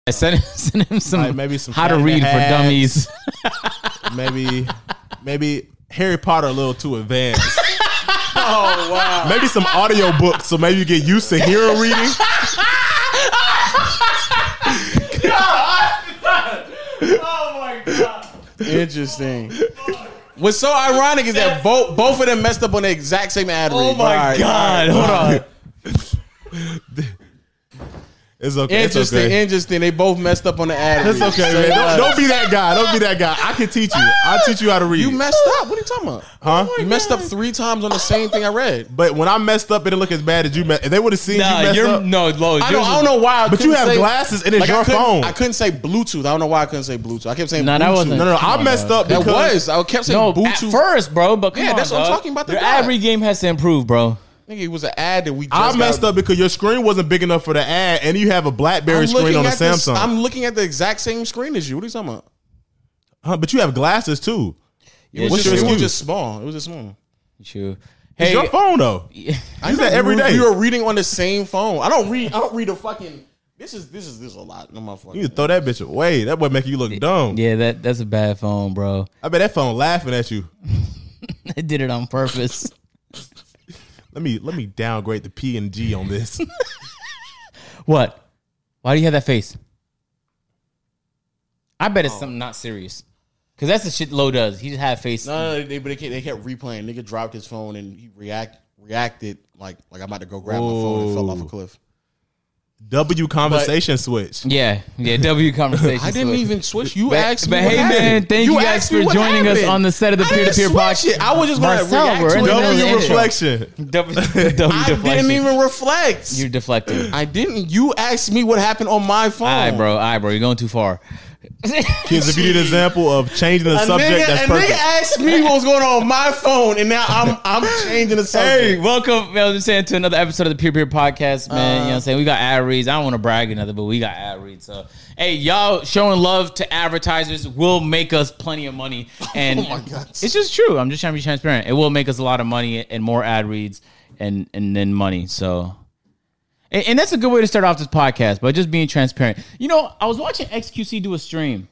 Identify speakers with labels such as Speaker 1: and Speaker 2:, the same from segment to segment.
Speaker 1: I sent him, sent him some
Speaker 2: Like, maybe some
Speaker 1: how to
Speaker 2: Cat in the
Speaker 1: read for
Speaker 2: Hat.
Speaker 1: dummies.
Speaker 2: maybe maybe Harry Potter a little too advanced. oh
Speaker 3: Oh,
Speaker 2: wow. Maybe some audio books, so maybe you get used to hero reading.
Speaker 3: Interesting.
Speaker 2: What's so ironic is that both both of them messed up on the exact same ad read.
Speaker 3: Oh my
Speaker 2: All right.
Speaker 3: god! Hold on.
Speaker 2: It's okay. It's
Speaker 3: Interesting.
Speaker 2: okay.
Speaker 3: Interesting. They both messed up on the ad.
Speaker 2: It's
Speaker 3: read.
Speaker 2: okay,
Speaker 3: So,
Speaker 2: man.
Speaker 3: uh,
Speaker 2: Don't, don't be that guy. Don't be that guy. I can teach you. I'll teach you how to read.
Speaker 3: You messed up. What are you talking about?
Speaker 2: Huh?
Speaker 3: You messed up three times on the same thing I read.
Speaker 2: But when I messed up, it didn't look as bad as you messed. If they would have seen you
Speaker 1: Nah,
Speaker 2: messed
Speaker 1: you're
Speaker 2: up,
Speaker 1: no Lo.
Speaker 3: I don't, I don't know why. I
Speaker 2: But you
Speaker 3: couldn't
Speaker 2: have
Speaker 3: say-
Speaker 2: glasses and it's
Speaker 3: I
Speaker 2: your
Speaker 3: couldn't-
Speaker 2: phone.
Speaker 3: I couldn't say Bluetooth. I don't know why I couldn't say Bluetooth. I kept saying
Speaker 1: Nah,
Speaker 3: Bluetooth.
Speaker 1: that wasn't.
Speaker 2: no, no, no. I
Speaker 1: come on,
Speaker 2: messed
Speaker 1: dog.
Speaker 2: up
Speaker 3: That
Speaker 2: because
Speaker 3: was. I kept saying
Speaker 1: No, at
Speaker 3: Bluetooth.
Speaker 1: first, bro. But come
Speaker 3: Yeah,
Speaker 1: on,
Speaker 3: that's what I'm
Speaker 1: dog.
Speaker 3: talking about, the
Speaker 1: Your
Speaker 3: guy.
Speaker 1: ad read game has to improve, bro.
Speaker 3: Nigga, it was an ad that we. Just
Speaker 2: I messed
Speaker 3: got.
Speaker 2: up because your screen wasn't big enough for the ad, and you have a BlackBerry
Speaker 3: I'm
Speaker 2: screen
Speaker 3: looking
Speaker 2: on a
Speaker 3: at this-
Speaker 2: Samsung.
Speaker 3: I'm looking at the exact same screen as you. What are you talking about?
Speaker 2: Huh, but you have glasses too.
Speaker 3: It was,
Speaker 2: What's
Speaker 3: just,
Speaker 2: your
Speaker 3: it was
Speaker 2: excuse?
Speaker 3: just small. It was just small.
Speaker 1: Sure.
Speaker 2: It's
Speaker 1: Hey,
Speaker 2: your phone though.
Speaker 3: I
Speaker 2: Use
Speaker 3: know
Speaker 2: that every
Speaker 3: we were-
Speaker 2: day.
Speaker 3: We were reading on the same phone. I don't read. I don't read a fucking. This is this is this is a lot on my phone.
Speaker 2: You need to throw that bitch away. That boy making you look dumb.
Speaker 1: yeah, that that's a bad phone, bro.
Speaker 2: I bet that phone laughing at you.
Speaker 1: I did it on purpose.
Speaker 2: Let me let me downgrade the P and G on this.
Speaker 1: what? Why do you have that face? I bet it's
Speaker 3: Oh.
Speaker 1: something not serious. Cause that's the shit Lo does. He just had a face.
Speaker 3: No, no, no, they but they kept, they kept replaying. Nigga dropped his phone and he react reacted like like I'm about to go grab my phone and fell off a
Speaker 2: Whoa.
Speaker 3: cliff.
Speaker 2: w conversation switch.
Speaker 1: Yeah, yeah. W conversation.
Speaker 3: I didn't
Speaker 1: switch.
Speaker 3: even switch. You
Speaker 1: But,
Speaker 3: asked
Speaker 1: but
Speaker 3: me.
Speaker 1: hey
Speaker 3: what
Speaker 1: man,
Speaker 3: happened.
Speaker 1: thank you, guys
Speaker 3: asked me
Speaker 1: for
Speaker 3: what
Speaker 1: joining us
Speaker 3: happened.
Speaker 1: on the set of the
Speaker 3: I
Speaker 1: peer to
Speaker 3: didn't
Speaker 1: peer
Speaker 3: switch
Speaker 1: podcast.
Speaker 3: it. I was just going to
Speaker 1: Marcel, we're
Speaker 3: react to
Speaker 1: in
Speaker 3: it.
Speaker 1: the
Speaker 2: W
Speaker 3: That's
Speaker 1: middle of
Speaker 3: it.
Speaker 1: the
Speaker 2: reflection.
Speaker 1: W, w
Speaker 3: I
Speaker 1: deflection.
Speaker 3: didn't even reflect.
Speaker 1: You're deflecting.
Speaker 3: I didn't. You asked me what happened on my phone.
Speaker 1: All right, bro. All right, bro. You're going too far.
Speaker 2: Kids, if you need an example of changing the
Speaker 3: A
Speaker 2: subject,
Speaker 3: nigga,
Speaker 2: that's
Speaker 3: a
Speaker 2: perfect.
Speaker 3: nigga asked me what was going on on my phone, and now I'm I'm changing the
Speaker 1: Hey,
Speaker 3: subject.
Speaker 1: welcome, you know what I'm saying, to another episode of the Peer Peer Podcast, man. you know what I'm saying? We got ad reads. I don't want to brag or nothing, but we got ad reads. So, hey, y'all showing love to advertisers will make us plenty of money. And
Speaker 3: my God.
Speaker 1: it's just true. I'm just trying to be transparent. It will make us a lot of money and more ad reads and, and then money. So, and, and that's a good way to start off this podcast, but just being transparent. You know, I was watching XQC do a stream,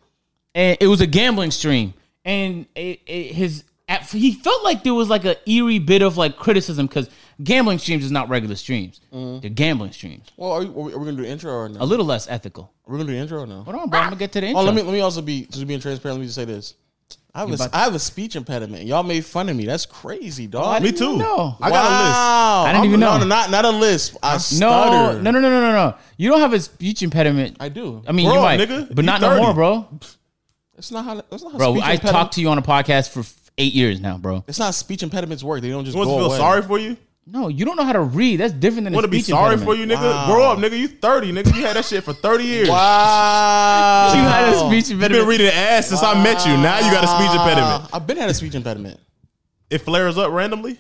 Speaker 1: and it was a gambling stream, and it, it, his at, he felt like there was like a eerie bit of like criticism because gambling streams is not regular streams;
Speaker 3: Mm-hmm.
Speaker 1: they're gambling streams,
Speaker 3: Well, are, you, are, we, are we gonna do the intro or no?
Speaker 1: a little less ethical.
Speaker 3: We're gonna do the intro or no?
Speaker 1: Hold on, bro. I'm gonna get to the intro.
Speaker 3: Oh, let me let me also be just being transparent. Let me just say this. I have, a,
Speaker 1: about-
Speaker 3: I have a speech impediment. and Y'all made fun of me. That's crazy, dog.
Speaker 2: Me
Speaker 1: didn't
Speaker 2: too.
Speaker 1: know.
Speaker 2: I got a list.
Speaker 3: Wow.
Speaker 1: I didn't
Speaker 3: I'm-
Speaker 1: even know.
Speaker 3: No, no, not not a lisp. I
Speaker 1: no,
Speaker 3: stutter.
Speaker 1: no, no, no, no, no, no. You don't have a speech impediment.
Speaker 3: I do.
Speaker 1: I mean,
Speaker 2: Bro,
Speaker 1: you might,
Speaker 2: nigga,
Speaker 1: but
Speaker 2: you
Speaker 1: not no
Speaker 2: 30.
Speaker 1: more, bro.
Speaker 3: It's not how. It's not how
Speaker 1: Bro,
Speaker 3: speech
Speaker 1: I
Speaker 3: impediment-
Speaker 1: talked to you on a podcast for f- eight years now, bro.
Speaker 3: It's not speech impediments work. They don't just
Speaker 2: You want
Speaker 3: go
Speaker 2: to feel
Speaker 3: away.
Speaker 2: sorry for you?
Speaker 1: No, you don't know how to read. That's different than
Speaker 2: Want
Speaker 1: a
Speaker 2: to be
Speaker 1: speech
Speaker 2: sorry
Speaker 1: impediment.
Speaker 2: for you, nigga?
Speaker 3: Wow.
Speaker 2: Grow up, nigga. You 30, nigga. You had that shit for 30 years.
Speaker 3: Wow.
Speaker 1: You had a speech
Speaker 2: You've been
Speaker 1: impediment.
Speaker 2: reading ass since I met you. Now you got a speech impediment.
Speaker 3: I've been had a speech impediment.
Speaker 2: It flares up randomly.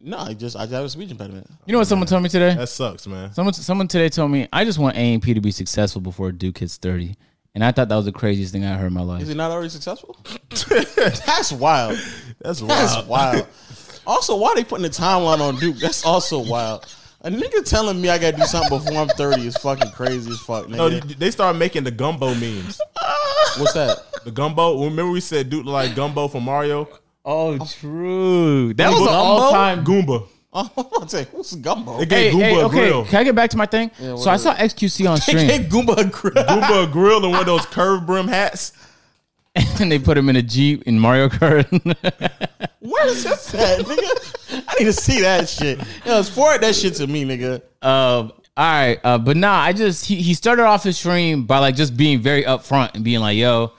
Speaker 3: No, I just I just have a speech impediment.
Speaker 1: You know what someone told me today?
Speaker 2: That sucks, man.
Speaker 1: Someone someone today told me I just want AMP to be successful before Duke hits thirty, and I thought that was the craziest thing I heard in my
Speaker 3: Is
Speaker 1: life.
Speaker 3: it not already successful? That's wild.
Speaker 2: That's wild.
Speaker 3: That's wild. Also, why they putting the timeline on Duke? That's also wild. A nigga telling me I gotta do something before I'm 30 is fucking crazy as fuck,
Speaker 2: No,
Speaker 3: nigga.
Speaker 2: they start making the gumbo memes.
Speaker 3: What's that?
Speaker 2: The gumbo. Remember we said dude look like gumbo from Mario?
Speaker 1: Oh, true. That was
Speaker 2: Gumbo?
Speaker 1: an all time.
Speaker 2: Goomba.
Speaker 3: Oh, I'm about to say, who's Gumbo?
Speaker 1: Hey,
Speaker 2: They gave Goomba
Speaker 1: hey,
Speaker 2: a
Speaker 1: okay.
Speaker 2: grill.
Speaker 1: Can I get back to my thing?
Speaker 3: what
Speaker 1: so I
Speaker 3: is
Speaker 1: saw XQC on stream,
Speaker 3: Hey, Goomba and Grill.
Speaker 2: Goomba a grill and one of those curved brim hats.
Speaker 1: and they put him in a jeep in Mario Kart.
Speaker 3: Where is this at, nigga? I need to see that shit. Yo, it's forward that shit to me, nigga.
Speaker 1: Um, all right, uh, but nah, I just he, he started off his stream by like just being very upfront and being like, "Yo,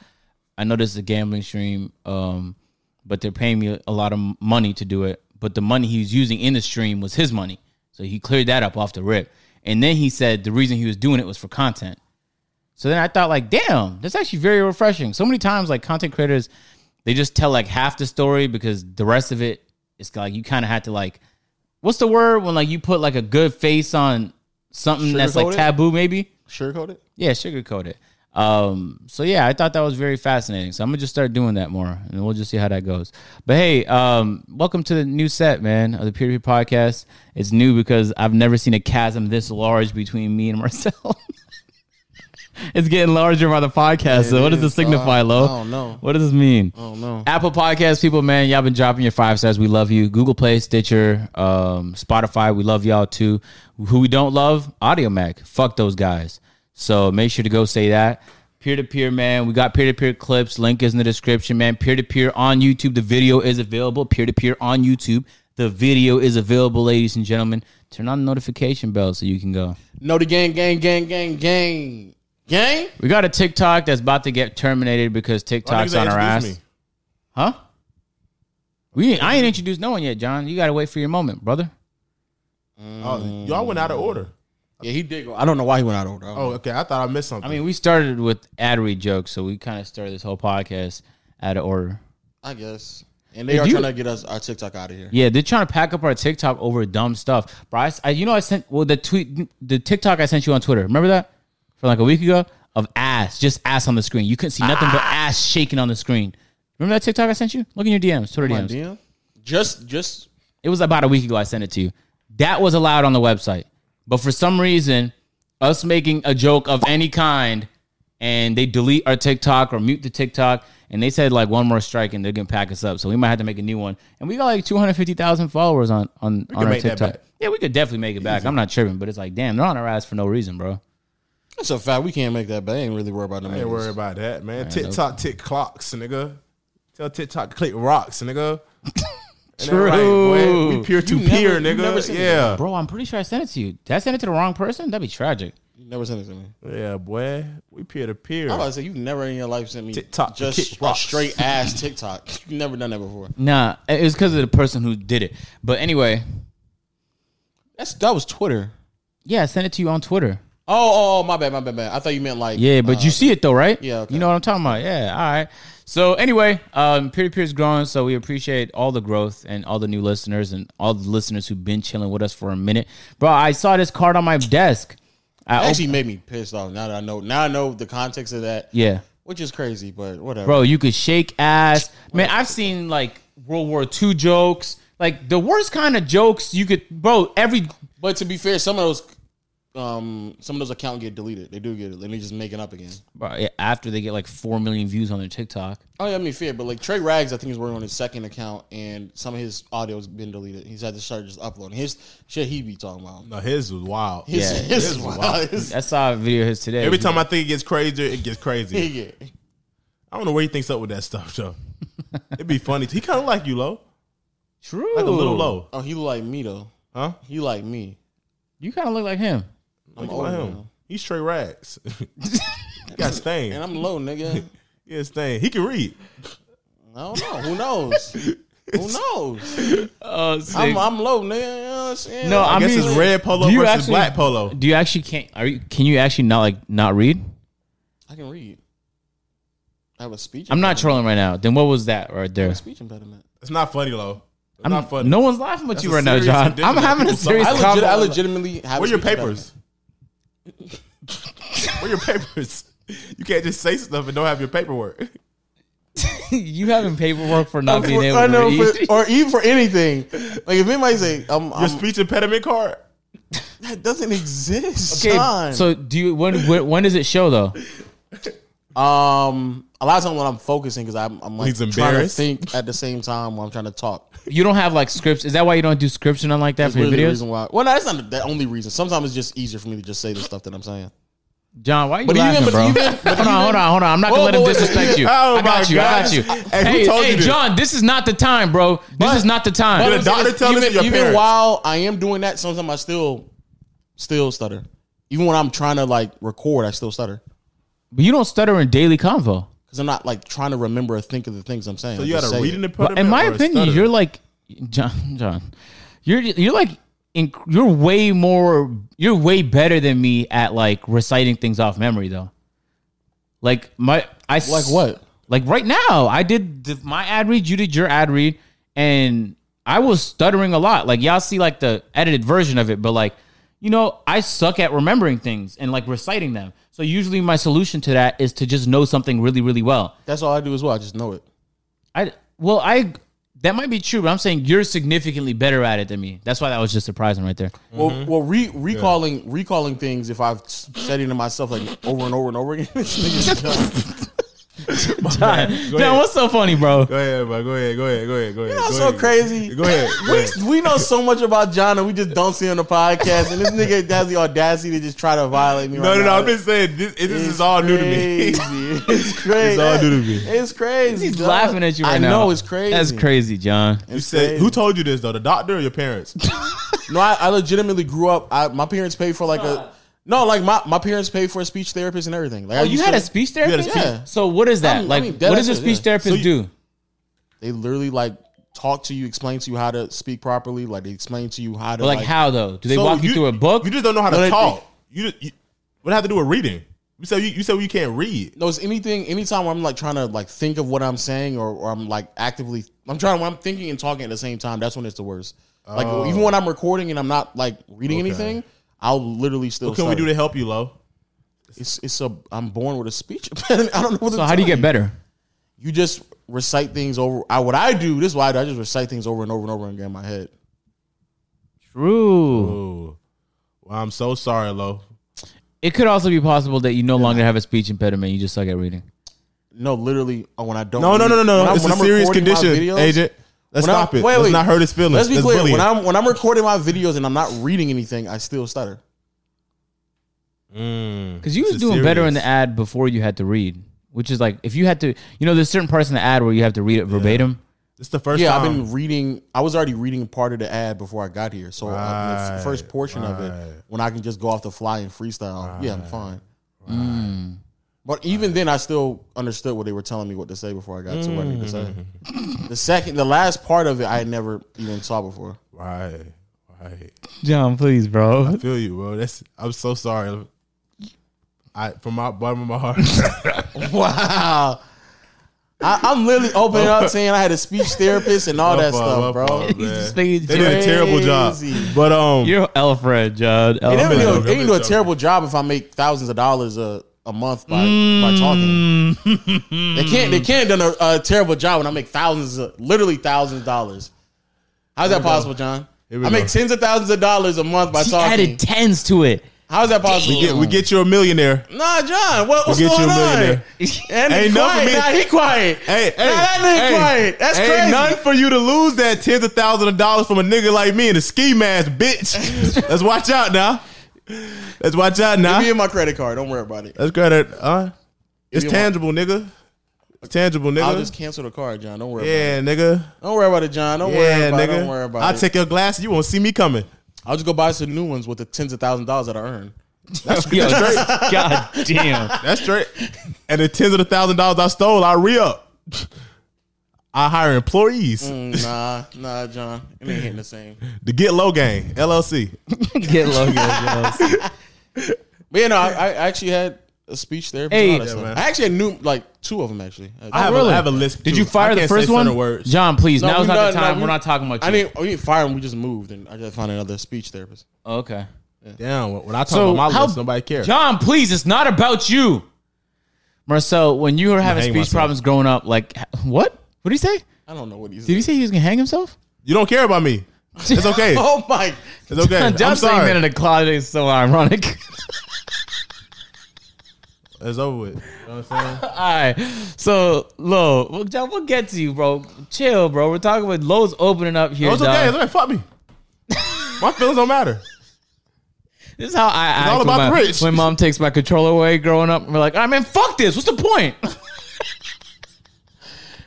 Speaker 1: I know this is a gambling stream, um, but they're paying me a lot of money to do it. But the money he was using in the stream was his money, so he cleared that up off the rip. And then he said the reason he was doing it was for content. So then I thought like, damn, that's actually very refreshing. So many times like content creators, they just tell like half the story because the rest of it is like you kind of had to like, what's the word when like you put like a good face on something that's like
Speaker 3: Sugarcoat it?
Speaker 1: taboo maybe?
Speaker 3: Sugarcoat it?
Speaker 1: Yeah, sugarcoat it. Um, so yeah, I thought that was very fascinating. So I'm gonna just start doing that more, and we'll just see how that goes. But hey, um, welcome to the new set, man, of the Peer to Peer podcast. It's new because I've never seen a chasm this large between me and Marcel. It's getting larger by the podcast. so what does
Speaker 3: is,
Speaker 1: this signify,
Speaker 3: dog.
Speaker 1: Lo?
Speaker 3: I don't know. Oh,
Speaker 1: What does this mean?
Speaker 3: I don't know.
Speaker 1: Apple Podcast people, man, y'all been dropping your five stars. We love you. Google Play, Stitcher, um, Spotify, we love y'all too. Who we don't love, Audio Mac. Fuck those guys. So make sure to go say that. Peer to peer, man. We got peer to peer clips. Link is in the description, man. Peer to peer on YouTube. The video is available. Peer to peer on YouTube. The video is available, ladies and gentlemen. Turn on the notification bell so you can go.
Speaker 3: No, the gang, gang, gang, gang, gang, gang.
Speaker 1: We got a TikTok that's about to get terminated because TikTok's on our ass. Huh? We I ain't introduced no one yet, John. You gotta wait for your moment, brother.
Speaker 2: Oh, y'all went out of order.
Speaker 3: Yeah, he did go. I don't know why he went out of order.
Speaker 2: Oh, okay. I thought I missed something.
Speaker 1: I mean, we started with ad read jokes, so we kind of started this whole podcast out of order.
Speaker 3: I guess. And they
Speaker 1: If
Speaker 3: are
Speaker 1: you-
Speaker 3: trying to get us our TikTok out of here.
Speaker 1: Yeah, they're trying to pack up our TikTok over dumb stuff, bro. I, s- I- you know, I sent well the tweet, the TikTok I sent you on Twitter. Remember that from like a week ago of ass, just ass on the screen. You couldn't see nothing but ass shaking on the screen. Remember that TikTok I sent you? Look in your DMs, Twitter
Speaker 3: My
Speaker 1: DMs.
Speaker 3: DM? Just, just
Speaker 1: It was about a week ago I sent it to you. That was allowed on the website. But for some reason, us making a joke of any kind and they delete our TikTok or mute the TikTok and they said like one more strike and they're gonna pack us up. So we might have to make a new one. And we got like 250,000 followers on on, on our
Speaker 2: make that
Speaker 1: TikTok.
Speaker 2: back.
Speaker 1: Yeah, we could definitely make it back. I'm not tripping, but it's like damn, they're on our ass for no reason, bro.
Speaker 3: that's a fact. We can't make that, but I ain't really worried about them.
Speaker 2: I ain't
Speaker 3: niggas.
Speaker 2: worry about that, man. TikTok tick clocks, nigga. Tell TikTok to click rocks, nigga. Ain't that right, boy?
Speaker 1: True.
Speaker 2: we peer to
Speaker 3: You never-
Speaker 2: peer,
Speaker 3: you never
Speaker 2: nigga.
Speaker 3: seen
Speaker 2: Yeah,
Speaker 1: Bro, I'm pretty sure I sent it to you. Did I send it to the wrong person? That'd be tragic.
Speaker 3: You never sent it to me.
Speaker 2: yeah, boy. We peer to
Speaker 3: I was about
Speaker 2: peer.
Speaker 3: to say you never in your life sent me
Speaker 2: TikTok to
Speaker 3: just
Speaker 2: kick
Speaker 3: a
Speaker 2: rocks.
Speaker 3: straight ass TikTok. You never done that before.
Speaker 1: Nah, it was because of the person who did it. But anyway,
Speaker 3: That's that was Twitter.
Speaker 1: yeah, I sent it to you on Twitter.
Speaker 3: Oh, oh, oh, my bad, my bad, my bad. I thought you meant like uh,
Speaker 1: Yeah, but you see it though, right?
Speaker 3: yeah, okay.
Speaker 1: You know what I'm talking about. Yeah, all right. So anyway, um, peer to peer is growing, so we appreciate all the growth and all the new listeners and all the listeners who've been chilling with us for a minute, bro. I saw this card on my desk. I
Speaker 3: actually made me pissed off. Now that I know, now I know the context of that,
Speaker 1: op- yeah,
Speaker 3: which is crazy, but whatever.
Speaker 1: bro. You could shake ass, man. I've seen like World War II jokes, like the worst kind of jokes you could, bro. Every
Speaker 3: But to be fair, some of those, um, some of those accounts get deleted. They do get it, and they just make it up again.
Speaker 1: bro, yeah, after they get like four million views on their TikTok.
Speaker 3: Oh yeah, I mean fair, but like Trey Rags, I think is working on his second account, and some of his audio's been deleted. He's had to start just uploading his shit. He be talking about
Speaker 2: No, his was wild.
Speaker 3: his
Speaker 1: Yeah.
Speaker 3: his is wild. His-
Speaker 1: I saw a video of his today.
Speaker 2: Every time I think it gets crazier, it gets crazy.
Speaker 3: yeah.
Speaker 2: I don't know where he thinks up with that stuff, though. It'd be funny. He kind of like you, low,
Speaker 1: true,
Speaker 2: like a little low,
Speaker 3: Oh, he look like me though.
Speaker 2: huh?
Speaker 3: He like me.
Speaker 1: You kind of look like him.
Speaker 2: Look
Speaker 3: old
Speaker 2: at him.
Speaker 3: now.
Speaker 2: He's straight rags. he got stain.
Speaker 3: And I'm low, nigga.
Speaker 2: He got stain. He can read.
Speaker 3: I don't know. Who knows? Who knows?
Speaker 2: Uh,
Speaker 1: Oh,
Speaker 3: I'm, I'm low, nigga. You know what I'm saying?
Speaker 1: No,
Speaker 2: I
Speaker 1: I'm- I
Speaker 2: guess
Speaker 1: mean,
Speaker 2: it's red polo
Speaker 1: do you
Speaker 2: versus
Speaker 1: actually-
Speaker 2: black polo.
Speaker 1: Do you actually can't? Are you? Can you actually not like not read?
Speaker 3: I can read. I have a speech.
Speaker 1: I'm not
Speaker 3: impediment.
Speaker 1: trolling right now. Then what was that right
Speaker 3: I have
Speaker 1: there?
Speaker 3: a speech impediment.
Speaker 2: It's not funny, low. It's
Speaker 1: I'm
Speaker 2: not funny.
Speaker 1: No one's laughing at
Speaker 2: That's
Speaker 1: you
Speaker 2: a
Speaker 1: right now,
Speaker 2: serious
Speaker 1: John.
Speaker 2: condition
Speaker 1: I'm
Speaker 2: that
Speaker 1: having a
Speaker 2: people
Speaker 1: serious
Speaker 3: I,
Speaker 2: suffer.
Speaker 1: conversation.
Speaker 3: legit, I legitimately have.
Speaker 2: Where
Speaker 3: a
Speaker 2: your
Speaker 3: speech
Speaker 2: papers? Where your papers? You can't just say stuff and don't have your paperwork.
Speaker 1: you having paperwork for not being
Speaker 3: impediment.
Speaker 1: able
Speaker 3: I know,
Speaker 1: to read.
Speaker 3: for, or even for anything. Like if anybody say, I'm,
Speaker 2: Your
Speaker 3: I'm
Speaker 2: speech impediment card.
Speaker 3: that doesn't exist.
Speaker 1: okay,
Speaker 3: John.
Speaker 1: so do you? When, when when does it show though?
Speaker 3: um, a lot of times when I'm focusing because I'm, I'm like
Speaker 2: He's
Speaker 3: trying to
Speaker 2: embarrassed.
Speaker 3: think at the same time while I'm trying to talk.
Speaker 1: You don't have like scripts. Is that why you don't do scripts and nothing like that for your
Speaker 3: Really the
Speaker 1: videos?
Speaker 3: reason why? Well, no, that's not the only reason. Sometimes it's just easier for me to just say the stuff that I'm saying.
Speaker 1: John, why are you
Speaker 3: even-
Speaker 1: laughing,
Speaker 3: but
Speaker 1: bro?
Speaker 3: even- but
Speaker 1: hold on, hold on, hold on. I'm not gonna
Speaker 3: Oh,
Speaker 1: let him
Speaker 3: but wait,
Speaker 1: disrespect you.
Speaker 2: oh
Speaker 1: I got
Speaker 2: my
Speaker 1: you. I got
Speaker 2: gosh.
Speaker 1: you.
Speaker 2: Hey, who told you this?
Speaker 1: John, this is not the time, bro. This is not the time.
Speaker 2: Did a doctor tell
Speaker 3: even,
Speaker 2: this to your
Speaker 3: even
Speaker 2: parents?
Speaker 3: while I am doing that, sometimes I still, still stutter. Even when I'm trying to like record, I still stutter
Speaker 1: but you don't stutter in daily convo.
Speaker 3: because I'm not like trying to remember or think of the things I'm saying.
Speaker 2: So you
Speaker 3: I just
Speaker 2: got a
Speaker 3: say
Speaker 2: reading
Speaker 3: it.
Speaker 2: impediment.
Speaker 1: in my
Speaker 2: or a
Speaker 1: opinion,
Speaker 2: stutter?
Speaker 1: you're like John. John, you're you're like in, you're way more you're way better than me at like reciting things off memory though. Like my I s-
Speaker 3: Like what?
Speaker 1: Like right now, I did the, my ad read. You did your ad read, and I was stuttering a lot. Like y'all see like the edited version of it, but like you know, I suck at remembering things and like reciting them. So usually my solution to that is to just know something really really well.
Speaker 3: That's all I do as well. I just know it.
Speaker 1: I well, I That might be true, but I'm saying you're significantly better at it than me. That's why that was just surprising right there.
Speaker 2: Mm-hmm.
Speaker 3: Well, well, re- recalling recalling things if I've said it to myself like over and over and over again. this nigga's dumb.
Speaker 1: John, John,
Speaker 2: ahead.
Speaker 1: what's so funny, bro?
Speaker 2: Go ahead, bro. Go ahead. Go ahead. Go ahead. Go ahead.
Speaker 3: That's
Speaker 2: go
Speaker 3: so
Speaker 2: ahead.
Speaker 3: crazy.
Speaker 2: Go ahead. Go ahead.
Speaker 3: We know so much about John and we just don't see him on the podcast. And this nigga has the audacity to just try to violate me.
Speaker 2: No,
Speaker 3: right
Speaker 2: no, no.
Speaker 3: now.
Speaker 2: I'm just saying this. This is all new to me.
Speaker 3: Crazy. it's crazy.
Speaker 2: It's all new to me.
Speaker 3: It's crazy.
Speaker 1: He's
Speaker 3: dog.
Speaker 1: laughing at you right
Speaker 3: I
Speaker 1: now.
Speaker 3: know it's crazy.
Speaker 1: That's crazy, John.
Speaker 2: You said who told you this though? The doctor or your parents?
Speaker 3: No, I, I legitimately grew up. I, my parents paid for like a no, like my, my parents paid for a speech therapist and everything. Like I
Speaker 1: Oh, you
Speaker 3: used
Speaker 1: had
Speaker 3: to-
Speaker 1: a speech therapist.
Speaker 2: speech-
Speaker 3: Yeah.
Speaker 1: So what is that
Speaker 3: I'm- I
Speaker 1: like?
Speaker 3: mean, dead
Speaker 1: what does a
Speaker 3: ass,
Speaker 1: speech
Speaker 3: yeah.
Speaker 1: therapist
Speaker 2: So you-
Speaker 1: do?
Speaker 3: They literally like talk to you, explain to you how to speak properly. Like they explain to you how to
Speaker 1: But like, how though? Do they walk you, through a book?
Speaker 2: You just don't know how
Speaker 3: No,
Speaker 2: to
Speaker 3: they-
Speaker 2: talk. You, just, you what have to do with reading? You said you, you said you can't read.
Speaker 3: No, it's anything. Anytime I'm like trying to like think of what I'm saying, or, or I'm like actively, I'm trying when I'm thinking and talking at the same time. That's when it's the worst. Like
Speaker 2: Oh.
Speaker 3: even when I'm recording and I'm not like reading
Speaker 2: Okay.
Speaker 3: anything, I'll literally still.
Speaker 2: What can we do
Speaker 3: stutter.
Speaker 2: to help you, Lo?
Speaker 3: It's it's a I'm born with a speech. impediment. I don't know. What
Speaker 1: so how do you get better?
Speaker 3: You just recite things over. I what I do. This is why I, do, I just recite things over and over and over again in my head.
Speaker 1: True.
Speaker 2: Oh, well, I'm so sorry, Lo.
Speaker 1: It could also be possible that you no longer have a speech impediment. You just suck at reading.
Speaker 3: No, literally uh, when I don't.
Speaker 2: No, no,
Speaker 3: read-
Speaker 2: no, no, no.
Speaker 3: when I'm-
Speaker 2: It's
Speaker 3: when
Speaker 2: a
Speaker 3: I'm
Speaker 2: serious
Speaker 3: recording my
Speaker 2: condition,
Speaker 3: videos-
Speaker 2: agent. Let's
Speaker 3: when I'm-
Speaker 2: stop it.
Speaker 3: wait,
Speaker 2: Let's
Speaker 3: wait.
Speaker 2: not hurt his feelings.
Speaker 3: Let's be
Speaker 2: That's
Speaker 3: clear.
Speaker 2: bullying.
Speaker 3: When I'm when I'm recording my videos and I'm not reading anything, I still stutter.
Speaker 1: Because you was
Speaker 2: It's
Speaker 1: doing better in
Speaker 2: serious.
Speaker 1: the ad before you had to read, which is like if you had to, you know, there's certain parts in the ad where you have to read it verbatim.
Speaker 2: It's the first
Speaker 3: yeah,
Speaker 2: time.
Speaker 3: I've been reading. I was already reading part of the ad before I got here, so uh, the f-
Speaker 2: Right,
Speaker 3: first portion of
Speaker 2: right.
Speaker 3: it, when I can just go off the fly and freestyle, yeah, I'm fine. Mm. But even then, I still understood what they were telling me what to say before I got to what I need to say.
Speaker 2: Mm-hmm.
Speaker 3: the second, the last part of it, I had never even saw before.
Speaker 2: right, right.
Speaker 1: John, please, bro.
Speaker 2: Feel you, bro. That's. I'm so sorry. I from my bottom of my heart.
Speaker 3: Wow. I, I'm literally opening up saying I had a speech therapist and all
Speaker 2: My
Speaker 3: that
Speaker 2: fault, my
Speaker 3: stuff, bro.
Speaker 2: fault,
Speaker 1: He's
Speaker 2: man.
Speaker 1: just
Speaker 2: They
Speaker 1: being
Speaker 2: did a terrible job,
Speaker 3: crazy.
Speaker 2: but um,
Speaker 1: You're Alfred, John.
Speaker 3: They didn't
Speaker 2: Alfred.
Speaker 3: do,
Speaker 2: joking.
Speaker 3: they didn't do
Speaker 2: I'm
Speaker 3: a
Speaker 2: joking.
Speaker 3: terrible job if I make thousands of dollars a, a month by, by talking.
Speaker 2: Mm.
Speaker 3: they can't they can't done a, a terrible job when I make thousands of, literally thousands of dollars. How's that possible, John? I
Speaker 2: Here we
Speaker 3: make
Speaker 2: go.
Speaker 3: tens of thousands of dollars a month by
Speaker 1: He
Speaker 3: talking.
Speaker 1: added tens to it.
Speaker 3: How's that possible?
Speaker 2: we get we get you a millionaire.
Speaker 3: nah, John. What, what's
Speaker 2: get you
Speaker 3: going
Speaker 2: a
Speaker 3: on?
Speaker 2: millionaire.
Speaker 3: And
Speaker 2: Ain't
Speaker 3: he
Speaker 2: none for
Speaker 3: quiet.
Speaker 2: me.
Speaker 3: Nah, he quiet.
Speaker 2: Hey, hey,
Speaker 3: nah, that nigga
Speaker 2: hey,
Speaker 3: quiet. That's
Speaker 2: ain't
Speaker 3: crazy.
Speaker 2: none for you to lose that tens of thousands of dollars from a nigga like me in a ski mask, bitch. Let's watch out now. Let's watch out
Speaker 3: Give me
Speaker 2: now.
Speaker 3: in my credit card. Don't worry about it.
Speaker 2: Let's go to uh, it's
Speaker 3: Give me a-
Speaker 2: tangible, nigga. It's tangible,
Speaker 3: I'll
Speaker 2: nigga.
Speaker 3: just cancel the card, John. Don't worry. About it.
Speaker 2: Yeah, nigga.
Speaker 3: Don't worry about it, John. Don't worry
Speaker 2: Yeah,
Speaker 3: about it.
Speaker 2: nigga.
Speaker 3: Don't worry about
Speaker 2: I'll
Speaker 3: it.
Speaker 2: take your glass. You won't see me coming.
Speaker 3: I'll just go buy some new ones with the tens of thousand dollars that I earned.
Speaker 1: Yo, God damn.
Speaker 2: That's straight. and the tens of the thousand dollars I stole, I re up. I hire employees.
Speaker 3: Mm. nah, nah, John, it ain't hitting the same.
Speaker 2: The Get Low Gang, LLC.
Speaker 1: Oh, Get Logan, John.
Speaker 3: But you know, I, I actually had a speech therapist.
Speaker 1: Hey.
Speaker 3: and all that
Speaker 1: Yeah,
Speaker 3: stuff.
Speaker 2: man.
Speaker 3: I actually had new like two of them actually.
Speaker 2: I
Speaker 3: I,
Speaker 2: have,
Speaker 1: really?
Speaker 2: a, I have a list.
Speaker 1: Did
Speaker 2: too.
Speaker 1: you
Speaker 2: I
Speaker 1: fire the
Speaker 2: can't say
Speaker 1: first
Speaker 2: certain
Speaker 1: one?
Speaker 2: Words.
Speaker 1: John, please.
Speaker 3: No,
Speaker 1: now is
Speaker 3: we-
Speaker 1: not the
Speaker 3: no, no,
Speaker 1: time.
Speaker 3: we-
Speaker 1: We're not talking about you.
Speaker 3: I didn't. We didn't fire him. We just moved, and I just found another speech therapist.
Speaker 1: okay.
Speaker 2: Damn, when- when I talk
Speaker 1: So
Speaker 2: about my
Speaker 1: how,
Speaker 2: list, nobody cares.
Speaker 1: John, please. It's not about you. Marcel, when you were having
Speaker 2: hang
Speaker 1: speech
Speaker 2: myself.
Speaker 1: problems growing up, like h- what? What did he say?
Speaker 3: I don't know what he's.
Speaker 1: Did he say he was gonna hang himself?
Speaker 2: You don't care about me. It's okay.
Speaker 3: Oh my!
Speaker 2: It's okay. I'm
Speaker 1: John saying that in
Speaker 2: sorry.
Speaker 1: the closet is so ironic.
Speaker 2: It's over with. You know what I'm saying?
Speaker 1: All right. So, Lo, we'll, John, we'll get to you, bro. Chill, bro. We're talking about Lo's opening up here.
Speaker 2: No, it's
Speaker 1: dog.
Speaker 2: okay. It's okay. Fuck me. My feelings don't matter.
Speaker 1: This is how I act
Speaker 2: all about
Speaker 1: when,
Speaker 2: the
Speaker 1: my,
Speaker 2: rich.
Speaker 1: when mom takes my controller away growing up. We're like, all right, man, fuck this. What's the point?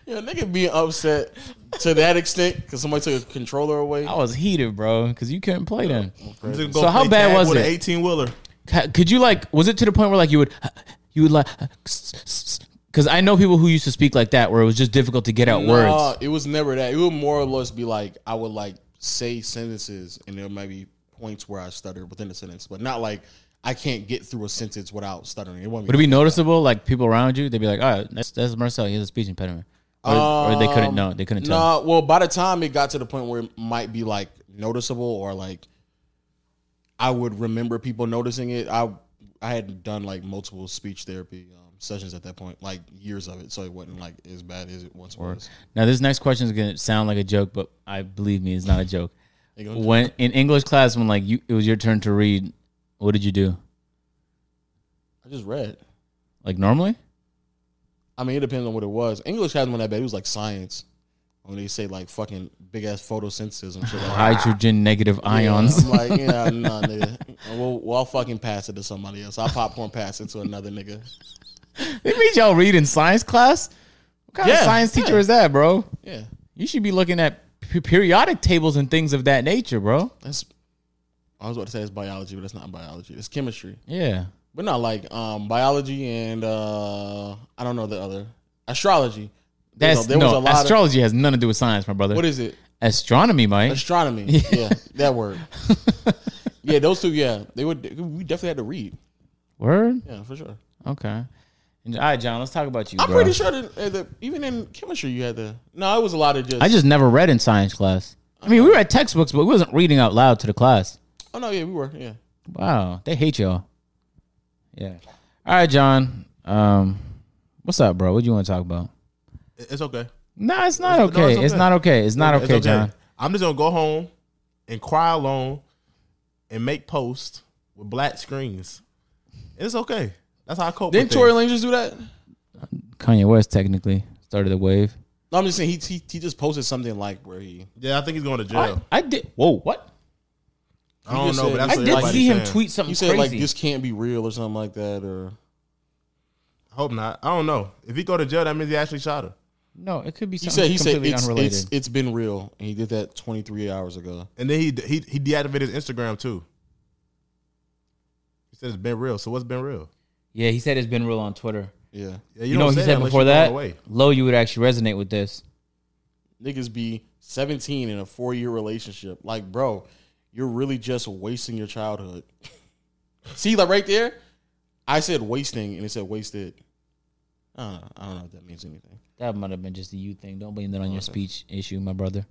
Speaker 3: Yeah, nigga being upset to that extent because somebody took a controller away.
Speaker 1: I was heated, bro, because you couldn't play then.
Speaker 2: I'm just gonna
Speaker 1: So how
Speaker 2: play
Speaker 1: bad
Speaker 2: tag
Speaker 1: was
Speaker 2: with
Speaker 1: it?
Speaker 2: An 18 wheeler.
Speaker 1: Ca- Could you like? Was it to the point where like you would, you would like, because I know people who used to speak like that, where it was just difficult to get out
Speaker 3: Nah,
Speaker 1: words.
Speaker 3: it was never that. It would more or less be like I would like say sentences, and there might be points where I stuttered within the sentence, but not like I can't get through a sentence without stuttering. It wouldn't
Speaker 1: Would it be noticeable? Like people around you, they'd be like, "All right, that's that's Marcel. He has a speech impediment," or, or they
Speaker 2: Um,
Speaker 1: couldn't know. They couldn't
Speaker 3: No,
Speaker 1: tell.
Speaker 3: Um, nah, well, by the time it got to the point where it might be like noticeable or like I would remember people noticing it, I I had done like multiple speech therapy um, sessions at that point, like years of it. So it wasn't like as bad as it once was.
Speaker 1: Now, this next question is going to sound like a joke, but I believe me, it's not a joke.
Speaker 3: It goes-
Speaker 1: When in English class, when like you, it was your turn to read, what did you do?
Speaker 3: I just read.
Speaker 1: Like normally?
Speaker 3: I mean, it depends on what it was. English hasn't been that bad. It was like science. When they say like fucking big ass photosynthesis and shit like that.
Speaker 1: Hydrogen negative ions.
Speaker 3: Yeah, I'm like, yeah, nah, nigga. Well, well, I'll fucking pass it to somebody else. I'll popcorn pass it to another nigga.
Speaker 1: they made y'all read in science class. What kind of
Speaker 3: Yeah,
Speaker 1: science teacher
Speaker 3: yeah.
Speaker 1: is that, bro?
Speaker 3: Yeah.
Speaker 1: You should be looking at p- periodic tables and things of that nature, bro.
Speaker 3: That's I was about to say it's biology, but it's not biology. It's chemistry.
Speaker 1: Yeah.
Speaker 3: But not like um biology and uh I don't know the other. Astrology. There
Speaker 1: That's
Speaker 3: was a- there was
Speaker 1: no
Speaker 3: a lot of-
Speaker 1: astrology has nothing to do with science, my brother.
Speaker 3: What is it?
Speaker 1: astronomy, Mike?
Speaker 3: Astronomy. Yeah, that word. yeah, those two, yeah. They would we definitely had to read.
Speaker 1: Word.
Speaker 3: Yeah, for sure.
Speaker 1: Okay. And, all right, John. Let's talk about you,
Speaker 3: I'm
Speaker 1: bro.
Speaker 3: pretty sure that, uh, that even in chemistry you had the No, it was a lot of just
Speaker 1: I just never read in science class. I mean, we read textbooks, but we wasn't reading out loud to the class.
Speaker 3: Oh no, yeah, we were. Yeah.
Speaker 1: Wow, they hate y'all. Yeah. All right, John. Um, what's up, bro? What do you want to talk about?
Speaker 2: It's okay.
Speaker 1: No, it's not
Speaker 2: It's- no,
Speaker 1: okay.
Speaker 2: it's
Speaker 1: it's
Speaker 2: okay.
Speaker 1: not okay. It's not okay,
Speaker 2: It's okay.
Speaker 1: John.
Speaker 2: I'm just gonna go home and cry alone and make posts with black screens. It's okay. That's how I cope.
Speaker 3: Didn't
Speaker 2: with
Speaker 3: Tory
Speaker 2: things.
Speaker 3: Lane just do that?
Speaker 1: Kanye West technically started the wave.
Speaker 3: No, I'm just saying he, he he just posted something like where he
Speaker 2: Yeah, I think he's going to jail.
Speaker 1: I did. Whoa, what?
Speaker 2: I, don't
Speaker 3: just
Speaker 2: know, but
Speaker 3: said-
Speaker 2: that's
Speaker 1: I
Speaker 2: what
Speaker 1: did
Speaker 2: everybody's
Speaker 1: see him
Speaker 2: saying.
Speaker 1: tweet something
Speaker 3: he said
Speaker 1: crazy.
Speaker 3: like this can't be real or something like that or
Speaker 2: I hope not. I don't know. If he go to jail, that means he actually shot her.
Speaker 1: no, it could be
Speaker 3: he
Speaker 1: something
Speaker 3: said he said
Speaker 1: completely
Speaker 3: it's,
Speaker 1: unrelated.
Speaker 3: it's it's been real and he did that 23 hours ago.
Speaker 2: And then he he he deactivated his Instagram too. He said it's been real. So what's been real?
Speaker 1: yeah, he said it's been real on Twitter.
Speaker 3: Yeah,
Speaker 2: Yeah,
Speaker 1: You, know
Speaker 2: don't
Speaker 1: what he
Speaker 2: say
Speaker 1: said
Speaker 2: unless
Speaker 1: before
Speaker 2: you're
Speaker 1: that?
Speaker 2: going away.
Speaker 1: Low, you would actually resonate with this.
Speaker 3: niggas be 17 in a four year relationship. Like, bro, you're really just wasting your childhood. See, like right there, I said wasting and it said wasted. I don't know. I don't know if that means anything.
Speaker 1: That might have been just a you thing. Don't blame that on your speech issue, my brother.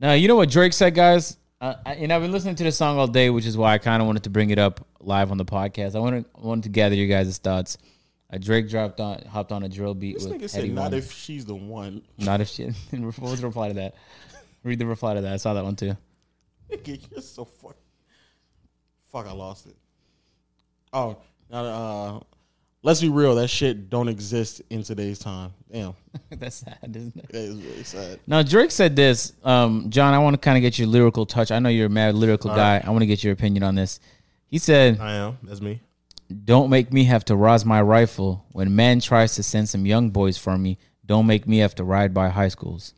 Speaker 1: Now, you know what Drake said, guys? Uh, I, and I've been listening to this song all day, which is why I kind of wanted to bring it up live on the podcast. I wanted, wanted to gather your guys' thoughts. Uh, Drake dropped on, hopped on a drill beat
Speaker 3: This
Speaker 1: with
Speaker 3: nigga
Speaker 1: Eddie
Speaker 3: said not
Speaker 1: One.
Speaker 3: if she's the one.
Speaker 1: Not if she. what was the reply to that? Read the reply to that. I saw that one too.
Speaker 3: Nigga, you're so fuck. Fuck, I lost it. Oh, now, uh, let's be real. That shit don't exist in today's time. Damn,
Speaker 1: That's sad, isn't it?
Speaker 3: that is really sad.
Speaker 1: Now Drake said this, um, John. I want to kind of get your lyrical touch. I know you're a mad lyrical guy. I want to get your opinion on this. He said,
Speaker 2: I am. That's me.
Speaker 1: "Don't make me have to rise my rifle when man tries to send some young boys for me. Don't make me have to ride by high schools."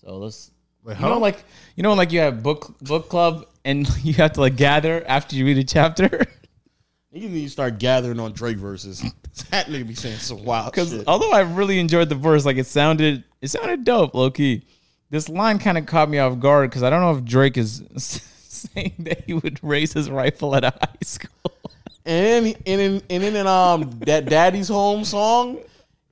Speaker 1: So let's,
Speaker 2: Wait,
Speaker 1: you know,
Speaker 2: huh?
Speaker 1: like you know, like you have book book club and you have to like gather after you read a chapter.
Speaker 3: You need to start gathering on Drake verses. that nigga be saying some wild
Speaker 1: because
Speaker 3: shit.
Speaker 1: although I really enjoyed the verse, like it sounded it sounded dope, low key. This line kind of caught me off guard because I don't know if Drake is saying that he would raise his rifle at a high school.
Speaker 3: And in and in and in, an, um that Daddy's Home song,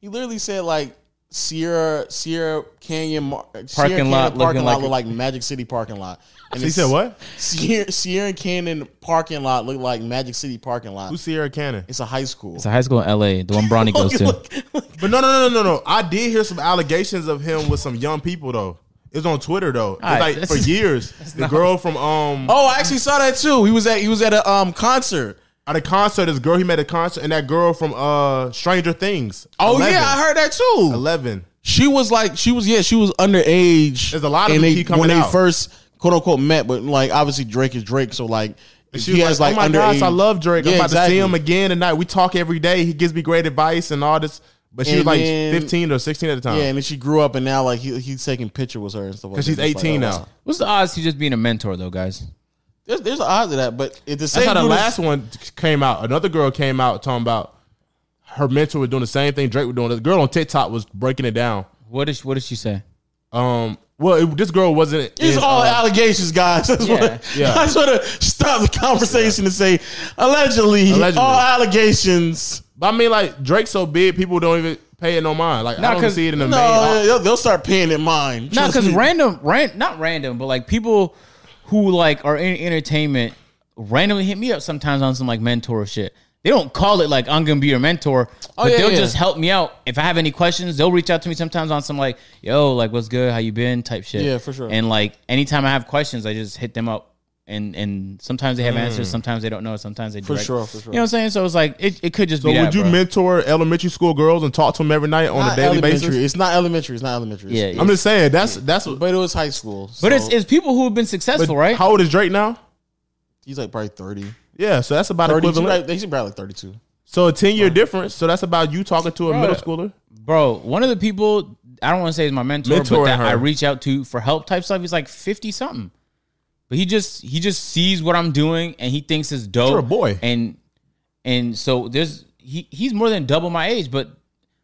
Speaker 3: he literally said like Sierra Sierra Canyon Mar- Sierra Canyon
Speaker 1: lot looking
Speaker 3: parking lot
Speaker 1: like-
Speaker 3: look like Magic City parking lot. And
Speaker 2: He
Speaker 3: it's-
Speaker 2: said what?
Speaker 3: Sierra, Sierra Canyon parking lot look like Magic City parking lot.
Speaker 2: Who's Sierra Cannon?
Speaker 3: It's a high school.
Speaker 1: It's a high school in L.A. The one Bronny goes to.
Speaker 2: But no, no, no, no, no, no. I did hear some allegations of him with some young people though. It was on Twitter though. It's
Speaker 1: right,
Speaker 2: like
Speaker 1: that's-
Speaker 2: for years, the girl from um
Speaker 3: oh, I actually saw that too. He was at he was at a um concert.
Speaker 2: at a concert. This girl he met at a concert, and that girl from uh Stranger Things.
Speaker 3: Oh yeah, I heard that too.
Speaker 2: Eleven.
Speaker 3: She was like, she was yeah, she was underage.
Speaker 2: There's a lot of
Speaker 3: and
Speaker 2: them
Speaker 3: they,
Speaker 2: keep coming
Speaker 3: when they
Speaker 2: out.
Speaker 3: first quote unquote met, but like obviously Drake is Drake, so like
Speaker 2: And
Speaker 3: she
Speaker 2: she was
Speaker 3: has
Speaker 2: like,
Speaker 3: like,
Speaker 2: "Oh my
Speaker 3: underage.
Speaker 2: gosh, I love Drake.
Speaker 3: Yeah,
Speaker 2: I'm about
Speaker 3: exactly.
Speaker 2: to see him again tonight. We talk every day. He gives me great advice and all this." But she
Speaker 3: And
Speaker 2: was like
Speaker 3: then-
Speaker 2: 15 or 16 at the time.
Speaker 3: Yeah, and then she grew up, and now like he, he's taking pictures with her and stuff. like
Speaker 2: Because she's
Speaker 3: that. It's like,
Speaker 2: 18
Speaker 3: oh,
Speaker 2: now.
Speaker 1: What's the odds he's just being a mentor though, guys?
Speaker 3: There's there's an odds of that, but at the same
Speaker 2: That's how the
Speaker 3: dude is-
Speaker 2: last one came out. Another girl came out talking about her mentor was doing the same thing Drake was doing. The girl on TikTok was breaking it down.
Speaker 1: What did what did she say?
Speaker 2: Um, well, it, this girl wasn't.
Speaker 3: It's
Speaker 2: in,
Speaker 3: all
Speaker 2: uh,
Speaker 3: allegations, guys. That's
Speaker 1: Yeah.
Speaker 3: what,
Speaker 2: Yeah.
Speaker 3: I just want to stop the conversation and say, allegedly,
Speaker 2: Allegedly.
Speaker 3: all allegations.
Speaker 2: But I mean, like Drake's so big, people don't even pay it no mind. Like
Speaker 1: Nah,
Speaker 2: I don't
Speaker 1: 'cause-
Speaker 2: see it in the
Speaker 3: No,
Speaker 2: main.
Speaker 3: they'll, they'll start paying in mind.
Speaker 1: No,
Speaker 3: Trust
Speaker 1: because
Speaker 3: me.
Speaker 1: random, ran, not random, but like people who like are in entertainment randomly hit me up sometimes on some like mentor shit. They don't call it like I'm gonna be your mentor, but
Speaker 3: Oh, yeah,
Speaker 1: they'll
Speaker 3: yeah.
Speaker 1: just help me out. If I have any questions, they'll reach out to me sometimes on some like, yo, like what's good, how you been, type shit.
Speaker 3: Yeah, for sure.
Speaker 1: And like anytime I have questions, I just hit them up, and and sometimes they have answers, sometimes they don't know, sometimes they
Speaker 3: Mm. For
Speaker 1: direct.
Speaker 3: sure, for sure.
Speaker 1: You know what I'm saying? So it's like it, it could just
Speaker 2: So
Speaker 1: be.
Speaker 2: would
Speaker 1: that,
Speaker 2: you
Speaker 1: bro.
Speaker 2: mentor elementary school girls and talk to them every night on
Speaker 3: Not
Speaker 2: a daily
Speaker 3: elementary.
Speaker 2: basis?
Speaker 3: It's not elementary. It's not elementary.
Speaker 1: Yeah,
Speaker 3: It's-
Speaker 1: yeah.
Speaker 2: I'm just saying that's that's what.
Speaker 3: But it was high school.
Speaker 1: But it's
Speaker 3: so
Speaker 1: it's people who have been
Speaker 2: but
Speaker 1: successful, right?
Speaker 2: How old is Drake now?
Speaker 3: he's like probably 30.
Speaker 2: Yeah, so that's about
Speaker 3: 32.
Speaker 2: equivalent.
Speaker 3: Like, he's probably like 32.
Speaker 2: So a ten year difference. So that's about you talking to a
Speaker 1: Bro.
Speaker 2: middle schooler.
Speaker 1: bro, one of the people I don't want to say is my mentor, but
Speaker 2: Mentoring
Speaker 1: that
Speaker 2: her.
Speaker 1: I reach out to for help type stuff. He's like fifty something, but he just he just sees what I'm doing and he thinks it's dope.
Speaker 2: You're a boy.
Speaker 1: and and so there's he he's more than double my age. But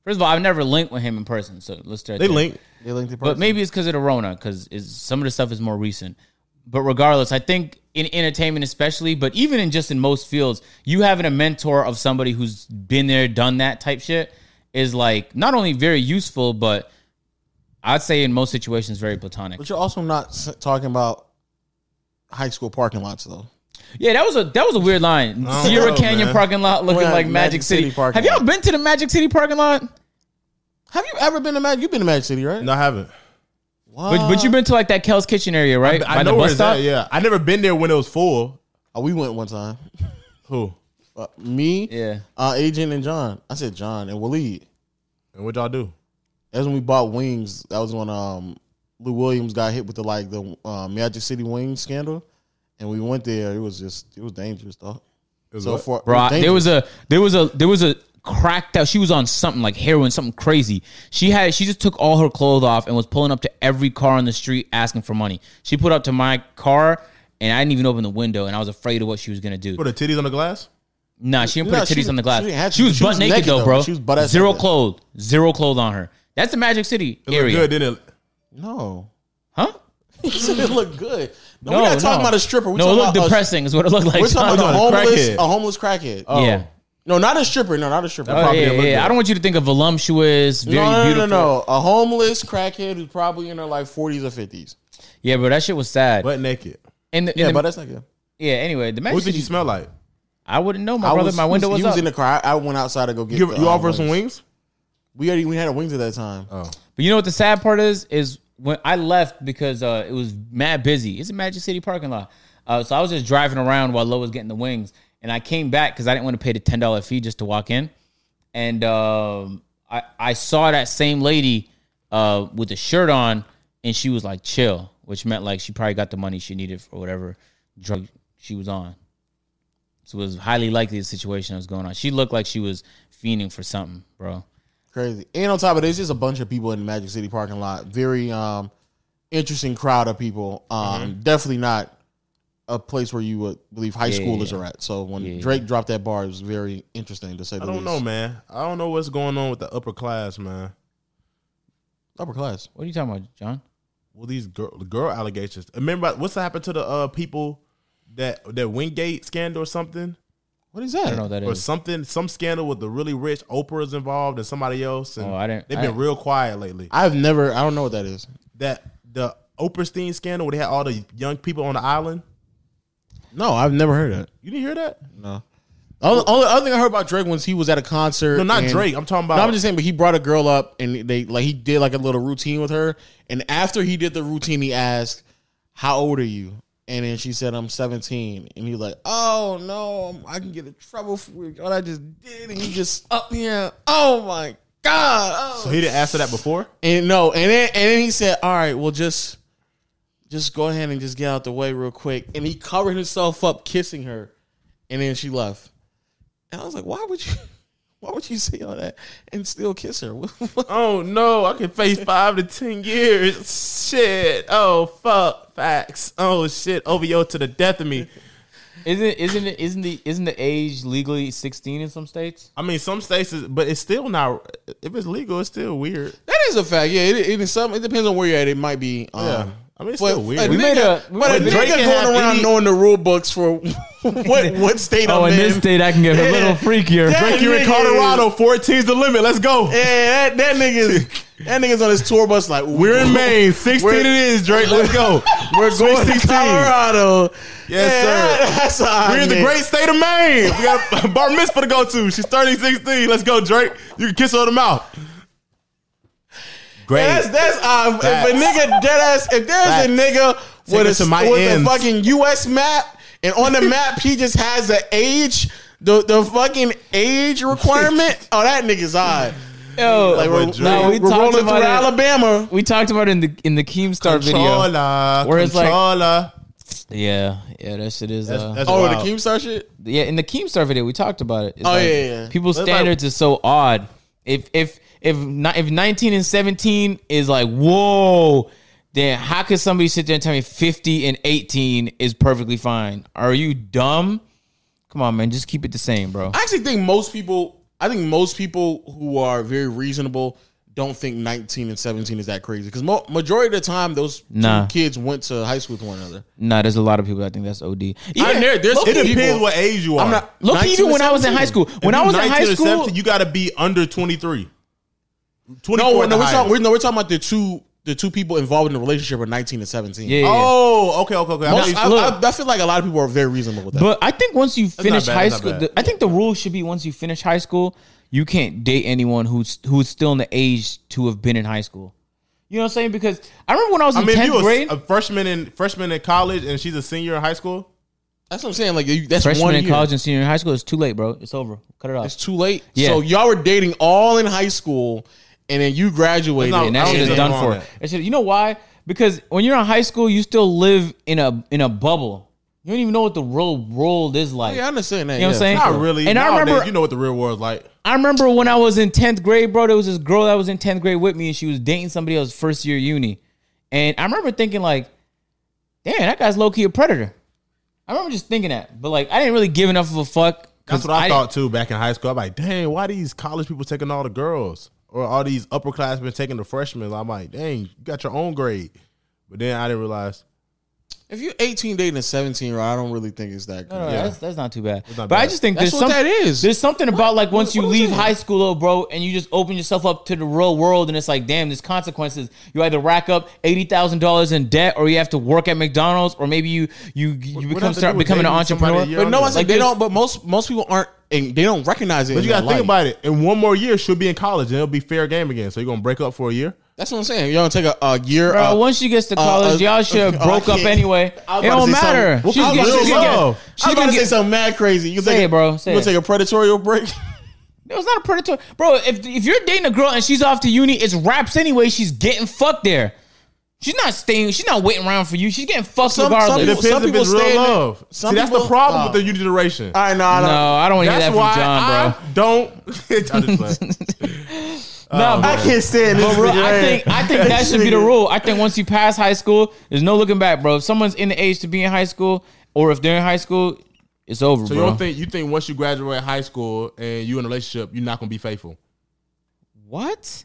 Speaker 1: first of all, I've never linked with him in person, so let's start.
Speaker 2: They
Speaker 1: there.
Speaker 2: link.
Speaker 3: They linked in
Speaker 1: but
Speaker 3: person.
Speaker 1: maybe it's because of the Rona, because some of the stuff is more recent. But regardless, I think in entertainment, especially, but even in just in most fields, you having a mentor of somebody who's been there, done that type shit is like not only very useful, but I'd say in most situations very platonic.
Speaker 3: But you're also not s- talking about high school parking lots though.
Speaker 1: Yeah, that was a that was a weird line.
Speaker 2: don't
Speaker 1: Sierra
Speaker 2: know,
Speaker 1: Canyon
Speaker 2: man.
Speaker 1: parking lot looking
Speaker 3: We're at
Speaker 1: like Magic,
Speaker 3: Magic
Speaker 1: City.
Speaker 3: City parking
Speaker 1: Have y'all
Speaker 3: lot.
Speaker 1: been to the Magic City parking lot?
Speaker 3: Have you ever been to Magic? You've been to Magic City, right?
Speaker 2: No, I haven't.
Speaker 3: Wow.
Speaker 1: But, but you've been to like that Kells Kitchen area, right?
Speaker 2: Uh, I know where it's at. Yeah, I never been there when it was full.
Speaker 3: Oh, we went one time.
Speaker 2: Who?
Speaker 3: Uh, me,
Speaker 1: Yeah.
Speaker 3: uh, Adrian, and John. I said John and Waleed.
Speaker 2: And what y'all do?
Speaker 3: That's when we bought wings. That was when um, Lou Williams got hit with the like the uh, Magic City wings scandal, and we went there. It was just it was dangerous though.
Speaker 2: It was
Speaker 3: So
Speaker 2: what?
Speaker 3: for it
Speaker 1: bro. I- There
Speaker 3: dangerous.
Speaker 1: was a there was a there was a cracked out. She was on something like heroin, something crazy. She had she just took all her clothes off and was pulling up to every car on the street asking for money. She put up to my car. And I didn't even open the window, and I was afraid of what she was gonna do.
Speaker 2: put the titties on the glass.
Speaker 1: Nah, she didn't put
Speaker 3: No,
Speaker 1: her
Speaker 3: she
Speaker 1: titties on the
Speaker 3: didn't-
Speaker 1: glass.
Speaker 3: she
Speaker 1: She,
Speaker 3: didn't have to,
Speaker 1: was
Speaker 3: but she
Speaker 1: butt
Speaker 3: was
Speaker 1: naked,
Speaker 3: naked,
Speaker 1: though,
Speaker 3: though.
Speaker 1: bro.
Speaker 3: She was butt ass
Speaker 1: zero
Speaker 3: naked.
Speaker 1: clothes, zero clothes on her. That's the Magic City
Speaker 2: It looked
Speaker 1: area,
Speaker 2: good, didn't it?
Speaker 3: no.
Speaker 1: huh?
Speaker 3: He said it looked good. No,
Speaker 1: No,
Speaker 3: we're not
Speaker 1: no.
Speaker 3: talking about a stripper. We're
Speaker 1: no, it
Speaker 3: talking
Speaker 1: looked
Speaker 3: about a-
Speaker 1: depressing. is what it looked like.
Speaker 3: we're talking about a
Speaker 2: Talking about a
Speaker 3: homeless,
Speaker 2: crackhead.
Speaker 3: a homeless crackhead.
Speaker 1: yeah.
Speaker 3: No, not a stripper. No, not a stripper.
Speaker 1: Oh,
Speaker 3: Probably
Speaker 1: yeah,
Speaker 3: a
Speaker 1: yeah,
Speaker 3: little
Speaker 1: yeah. I
Speaker 3: girl.
Speaker 1: don't want you to think of voluptuous, very
Speaker 3: no, no,
Speaker 1: beautiful.
Speaker 3: no, no, no. A homeless crackhead who's probably in her like 40s or 50s.
Speaker 1: Yeah, bro, that shit was sad.
Speaker 2: Butt naked.
Speaker 1: and the,
Speaker 3: Yeah,
Speaker 1: and the-
Speaker 3: but that's not good.
Speaker 1: yeah. Anyway, the Magic
Speaker 2: What did
Speaker 1: City
Speaker 2: you smell like?
Speaker 1: I wouldn't know, my brother. my window was,
Speaker 3: he was
Speaker 1: up.
Speaker 3: in the car. I, I went outside to go get.
Speaker 2: You,
Speaker 3: the,
Speaker 2: you
Speaker 3: uh,
Speaker 2: offer some wings?
Speaker 3: We already we had a wings at that time.
Speaker 2: Oh,
Speaker 1: but you know what the sad part is? Is when I left because uh, it was mad busy. It's a Magic City parking lot, uh, so I was just driving around while Lo was getting the wings, and I came back because I didn't want to pay the ten dollar fee just to walk in, and um, I I saw that same lady uh, with the shirt on, and she was like chill, which meant like she probably got the money she needed for whatever drug she was on. So it was highly likely the situation that was going on. She looked like she was fiending for something, bro.
Speaker 3: Crazy. And on top of this, there's a bunch of people in the Magic City parking lot. Very um interesting crowd of people. Um definitely not a place where you would believe high schoolers are at. So when Drake dropped that bar, it was very interesting to say the
Speaker 2: I don't
Speaker 3: least.
Speaker 2: know, man. I don't know what's going on with the upper class, man.
Speaker 3: Upper class.
Speaker 1: What are you talking about, John?
Speaker 2: Well, these girl, girl allegations. Remember what's happened to the uh, people that that Wingate scandal or something
Speaker 3: What is
Speaker 1: I
Speaker 3: that?
Speaker 1: don't know what that
Speaker 2: or
Speaker 1: is.
Speaker 2: something some scandal with the really rich Oprah's involved and somebody else. And
Speaker 1: Oh, I didn't-
Speaker 2: They've
Speaker 1: I-
Speaker 2: been real quiet lately.
Speaker 3: I've never I don't know what that is.
Speaker 2: that the Oprahstein scandal where they had all the young people on the island.
Speaker 3: No, I've never heard of that.
Speaker 2: You didn't hear that?
Speaker 3: No. Only, only other thing I heard about Drake was he was at a concert.
Speaker 2: No, not
Speaker 3: and-
Speaker 2: Drake. I'm talking about.
Speaker 3: No, I'm just saying, but he brought a girl up and they like he did like a little routine with her. And after he did the routine, he asked, How old are you? And then she said, I'm 17. And he was like, Oh no, I'm- I can get in trouble for what I just did. And he just up here. Oh my God. Oh.
Speaker 2: so he didn't answer that before.
Speaker 3: And no, and then and then he said, "All right, well, just just go ahead and just get out the way real quick." And he covered himself up, kissing her, and then she left. And I was like, "Why would you? Why would you say all that and still kiss her?"
Speaker 2: Oh no, I can face five to ten years. Shit. Oh fuck. Facts. Oh shit. OVO to the death of me.
Speaker 1: Isn't isn't it isn't the isn't the age legally sixteen in some states?
Speaker 2: I mean, some states, is, but it's still not. If it's legal, it's still weird.
Speaker 3: that is a fact. Yeah, it, it is some. It depends on where you're at. It might be. Um,
Speaker 2: Yeah. I mean, it's
Speaker 3: But
Speaker 2: still
Speaker 3: a
Speaker 2: weird.
Speaker 1: We made
Speaker 3: nigga-
Speaker 1: a-
Speaker 3: but a
Speaker 1: when
Speaker 2: Drake
Speaker 3: nigga
Speaker 2: can
Speaker 3: going
Speaker 2: have
Speaker 3: around
Speaker 2: any-
Speaker 3: knowing the rule books for what what state
Speaker 1: Oh,
Speaker 3: I'm
Speaker 1: in
Speaker 3: in.
Speaker 1: this state I can get a little freakier.
Speaker 3: Yeah.
Speaker 2: Drake, you're in
Speaker 3: nigga.
Speaker 2: Colorado. 14's the limit. Let's go.
Speaker 3: Yeah, that, that nigga is That nigga's on his tour bus like,
Speaker 2: We're in Maine. 16
Speaker 3: We're-
Speaker 2: it is, Drake. Let's go. We're going 16.
Speaker 3: Colorado.
Speaker 2: Yes, sir.
Speaker 3: That's all right,
Speaker 2: We're in the
Speaker 3: nigga.
Speaker 2: great state of Maine. We got a bar mitzvah to go to. She's turning 16. Let's go, Drake. You can kiss her on the mouth. Great.
Speaker 3: That's that's uh, if a
Speaker 2: Facts.
Speaker 3: nigga dead ass if there's
Speaker 2: Facts.
Speaker 3: a nigga
Speaker 2: it
Speaker 3: with a
Speaker 2: to my
Speaker 3: with
Speaker 2: ends.
Speaker 3: a fucking U.S. map and on the map he just has an age the the fucking age requirement. oh, that nigga's odd.
Speaker 1: Yo,
Speaker 3: Like we're,
Speaker 2: But Drake-
Speaker 1: no, we
Speaker 3: we're
Speaker 1: talked
Speaker 3: rolling through
Speaker 1: about it.
Speaker 3: Alabama.
Speaker 1: we talked about it in the in the Keemstar video.
Speaker 2: Controller.
Speaker 1: Where it's like-
Speaker 2: controller.
Speaker 1: Yeah, yeah, that shit is.
Speaker 2: That's-
Speaker 1: uh,
Speaker 2: that's
Speaker 3: Oh,
Speaker 2: wild.
Speaker 3: the Keemstar shit.
Speaker 1: yeah, in the Keemstar video, we talked about it. It's
Speaker 3: Oh, yeah, yeah.
Speaker 1: People's
Speaker 2: But, like-
Speaker 1: standards is so odd. If if if not, if nineteen and seventeen is like whoa, then how could somebody sit there and tell me fifty and eighteen is perfectly fine? Are you dumb? Come on, man, just keep it the same, bro.
Speaker 3: I actually think most people. I think most people who are very reasonable don't think 19 and 17 is that crazy because mo- majority of the time those two
Speaker 1: Nah.
Speaker 3: kids went to high school with one another.
Speaker 1: nah, there's a lot of people that think that's OD.
Speaker 3: I- there- there's-
Speaker 1: low-key-
Speaker 2: It depends
Speaker 3: People-
Speaker 2: what age you are.
Speaker 3: I'm not-
Speaker 1: Look,
Speaker 3: 19
Speaker 1: even
Speaker 3: or
Speaker 1: when I was in high
Speaker 3: 17.
Speaker 1: school, when I was in
Speaker 2: If you
Speaker 1: high
Speaker 2: 19 or
Speaker 1: school,
Speaker 2: 17, you got to be under 23. 24
Speaker 3: No, we're,
Speaker 2: the
Speaker 3: no, we're
Speaker 2: highest.
Speaker 3: talking, we're, no, we're talking about the two the two people involved in the relationship are 19 and 17.
Speaker 1: yeah, yeah, yeah.
Speaker 2: Oh, okay, okay, okay. I
Speaker 3: Most,
Speaker 2: thought
Speaker 3: I,
Speaker 2: you-
Speaker 1: look.
Speaker 3: I, I feel like a lot of people are very reasonable with that.
Speaker 1: But I think once you finish
Speaker 2: bad,
Speaker 1: high
Speaker 2: that's not
Speaker 1: school,
Speaker 2: bad.
Speaker 1: the, I think the rule should be once you finish high school, you can't date anyone who's who's still in the age to have been in high school. You know what I'm saying? Because I remember when I was
Speaker 2: I
Speaker 1: in
Speaker 2: mean, if
Speaker 1: tenth
Speaker 2: you
Speaker 1: grade,
Speaker 2: a, a freshman in freshman in college and she's a senior in high school,
Speaker 3: that's what I'm saying. Like you, that's
Speaker 1: freshman
Speaker 3: one
Speaker 1: in
Speaker 3: year.
Speaker 1: college and senior in high school, it's too late, bro. It's over. Cut it
Speaker 3: It's
Speaker 1: off.
Speaker 3: too late.
Speaker 1: Yeah.
Speaker 3: So y'all were dating all in high school, and then you graduated.
Speaker 2: That's
Speaker 1: And
Speaker 2: not-
Speaker 1: that
Speaker 2: I don't
Speaker 1: shit is
Speaker 2: even
Speaker 1: done
Speaker 2: know
Speaker 1: for.
Speaker 2: that.
Speaker 1: That shit- you know why? Because when you're in high school, you still live in a in a bubble. You don't even know what the real world is like.
Speaker 3: yeah, I understand that.
Speaker 1: You know what I'm
Speaker 3: yeah.
Speaker 1: saying?
Speaker 2: not really.
Speaker 1: And I
Speaker 2: Nowadays,
Speaker 1: remember-
Speaker 2: you know what the real world's like.
Speaker 1: I remember when I was in 10th grade, bro, there was this girl that was in 10th grade with me and she was dating somebody else first year uni. And I remember thinking like, damn, that guy's low key a predator. I remember just thinking that, but like I didn't really give enough of a fuck. 'cause
Speaker 2: That's what I,
Speaker 1: didn't-
Speaker 2: thought too back in high school. I'm like, dang, why these college people taking all the girls or all these upperclassmen taking the freshmen? I'm like, dang, you got your own grade. But then I didn't realize.
Speaker 3: If you're 18 dating a 17 year old, I don't really think it's that. Good.
Speaker 1: No, no,
Speaker 2: Yeah.
Speaker 1: that's, that's not too bad.
Speaker 2: not
Speaker 1: but I
Speaker 2: bad.
Speaker 1: just think
Speaker 3: That's
Speaker 1: there's
Speaker 3: what
Speaker 1: some,
Speaker 3: that is.
Speaker 1: There's something about like once you
Speaker 3: what I'm
Speaker 1: leave
Speaker 3: saying.
Speaker 1: high school, though, bro, and you just open yourself up to the real world, and it's like, damn, there's consequences. You either rack up eighty thousand dollars in debt, or you have to work at McDonald's, or maybe you you you
Speaker 2: what
Speaker 1: become
Speaker 2: have to
Speaker 1: start
Speaker 2: do with
Speaker 1: becoming an
Speaker 2: dating somebody
Speaker 1: entrepreneur.
Speaker 2: a year
Speaker 1: But
Speaker 3: But no, I said
Speaker 1: Like
Speaker 3: they
Speaker 1: this-
Speaker 3: don't. But most most people aren't, and they don't recognize it.
Speaker 2: But you got to think about
Speaker 3: about.
Speaker 2: it. In one more year, she'll be in college and it'll be fair game again. So you're gonna break up for a year.
Speaker 3: That's what I'm saying. Y'all take a, a year.
Speaker 1: Bro,
Speaker 3: uh,
Speaker 1: once she gets to college,
Speaker 3: uh,
Speaker 1: y'all should have
Speaker 3: uh, I
Speaker 1: broke up
Speaker 3: can't-
Speaker 1: anyway. It
Speaker 3: I was about
Speaker 1: don't
Speaker 3: to say
Speaker 1: matter.
Speaker 3: something.
Speaker 1: She's
Speaker 3: I was
Speaker 1: gonna,
Speaker 2: real
Speaker 1: she's gonna
Speaker 2: love.
Speaker 1: get.
Speaker 3: I was
Speaker 1: She's
Speaker 3: about
Speaker 1: gonna
Speaker 3: to say
Speaker 1: get.
Speaker 3: something mad crazy. You
Speaker 1: Say
Speaker 3: take
Speaker 1: it, bro.
Speaker 3: you
Speaker 1: Say
Speaker 3: gonna
Speaker 1: it.
Speaker 3: take a predatorial break?
Speaker 1: It was not a predatory, bro. If if you're dating a girl and she's off to uni, it's raps anyway. She's getting fucked there. She's not staying. She's not waiting around for you. She's getting fucked
Speaker 3: Some- some
Speaker 1: regardless.
Speaker 2: It
Speaker 3: people-
Speaker 2: depends
Speaker 3: some
Speaker 2: if it's
Speaker 3: stay
Speaker 2: real
Speaker 3: in it.
Speaker 2: love. See,
Speaker 3: Some
Speaker 2: that's the
Speaker 3: people-
Speaker 2: problem
Speaker 3: Oh.
Speaker 2: with the uni duration.
Speaker 3: All right, no, I
Speaker 1: no,
Speaker 3: don't.
Speaker 1: I don't want to hear that
Speaker 2: That's
Speaker 1: from John,
Speaker 2: why
Speaker 1: bro.
Speaker 2: I don't. I'm just playing.
Speaker 1: No,
Speaker 3: I
Speaker 1: but,
Speaker 3: can't stand this.
Speaker 1: but bro,
Speaker 3: nigga.
Speaker 1: I think I think that should be the rule. I think once you pass high school, there's no looking back, bro. If someone's in the age to be in high school, or if they're in high school, it's over,
Speaker 2: So you
Speaker 1: bro.
Speaker 2: don't think you think once you graduate high school and you in a relationship, you're not gonna be faithful?
Speaker 1: what?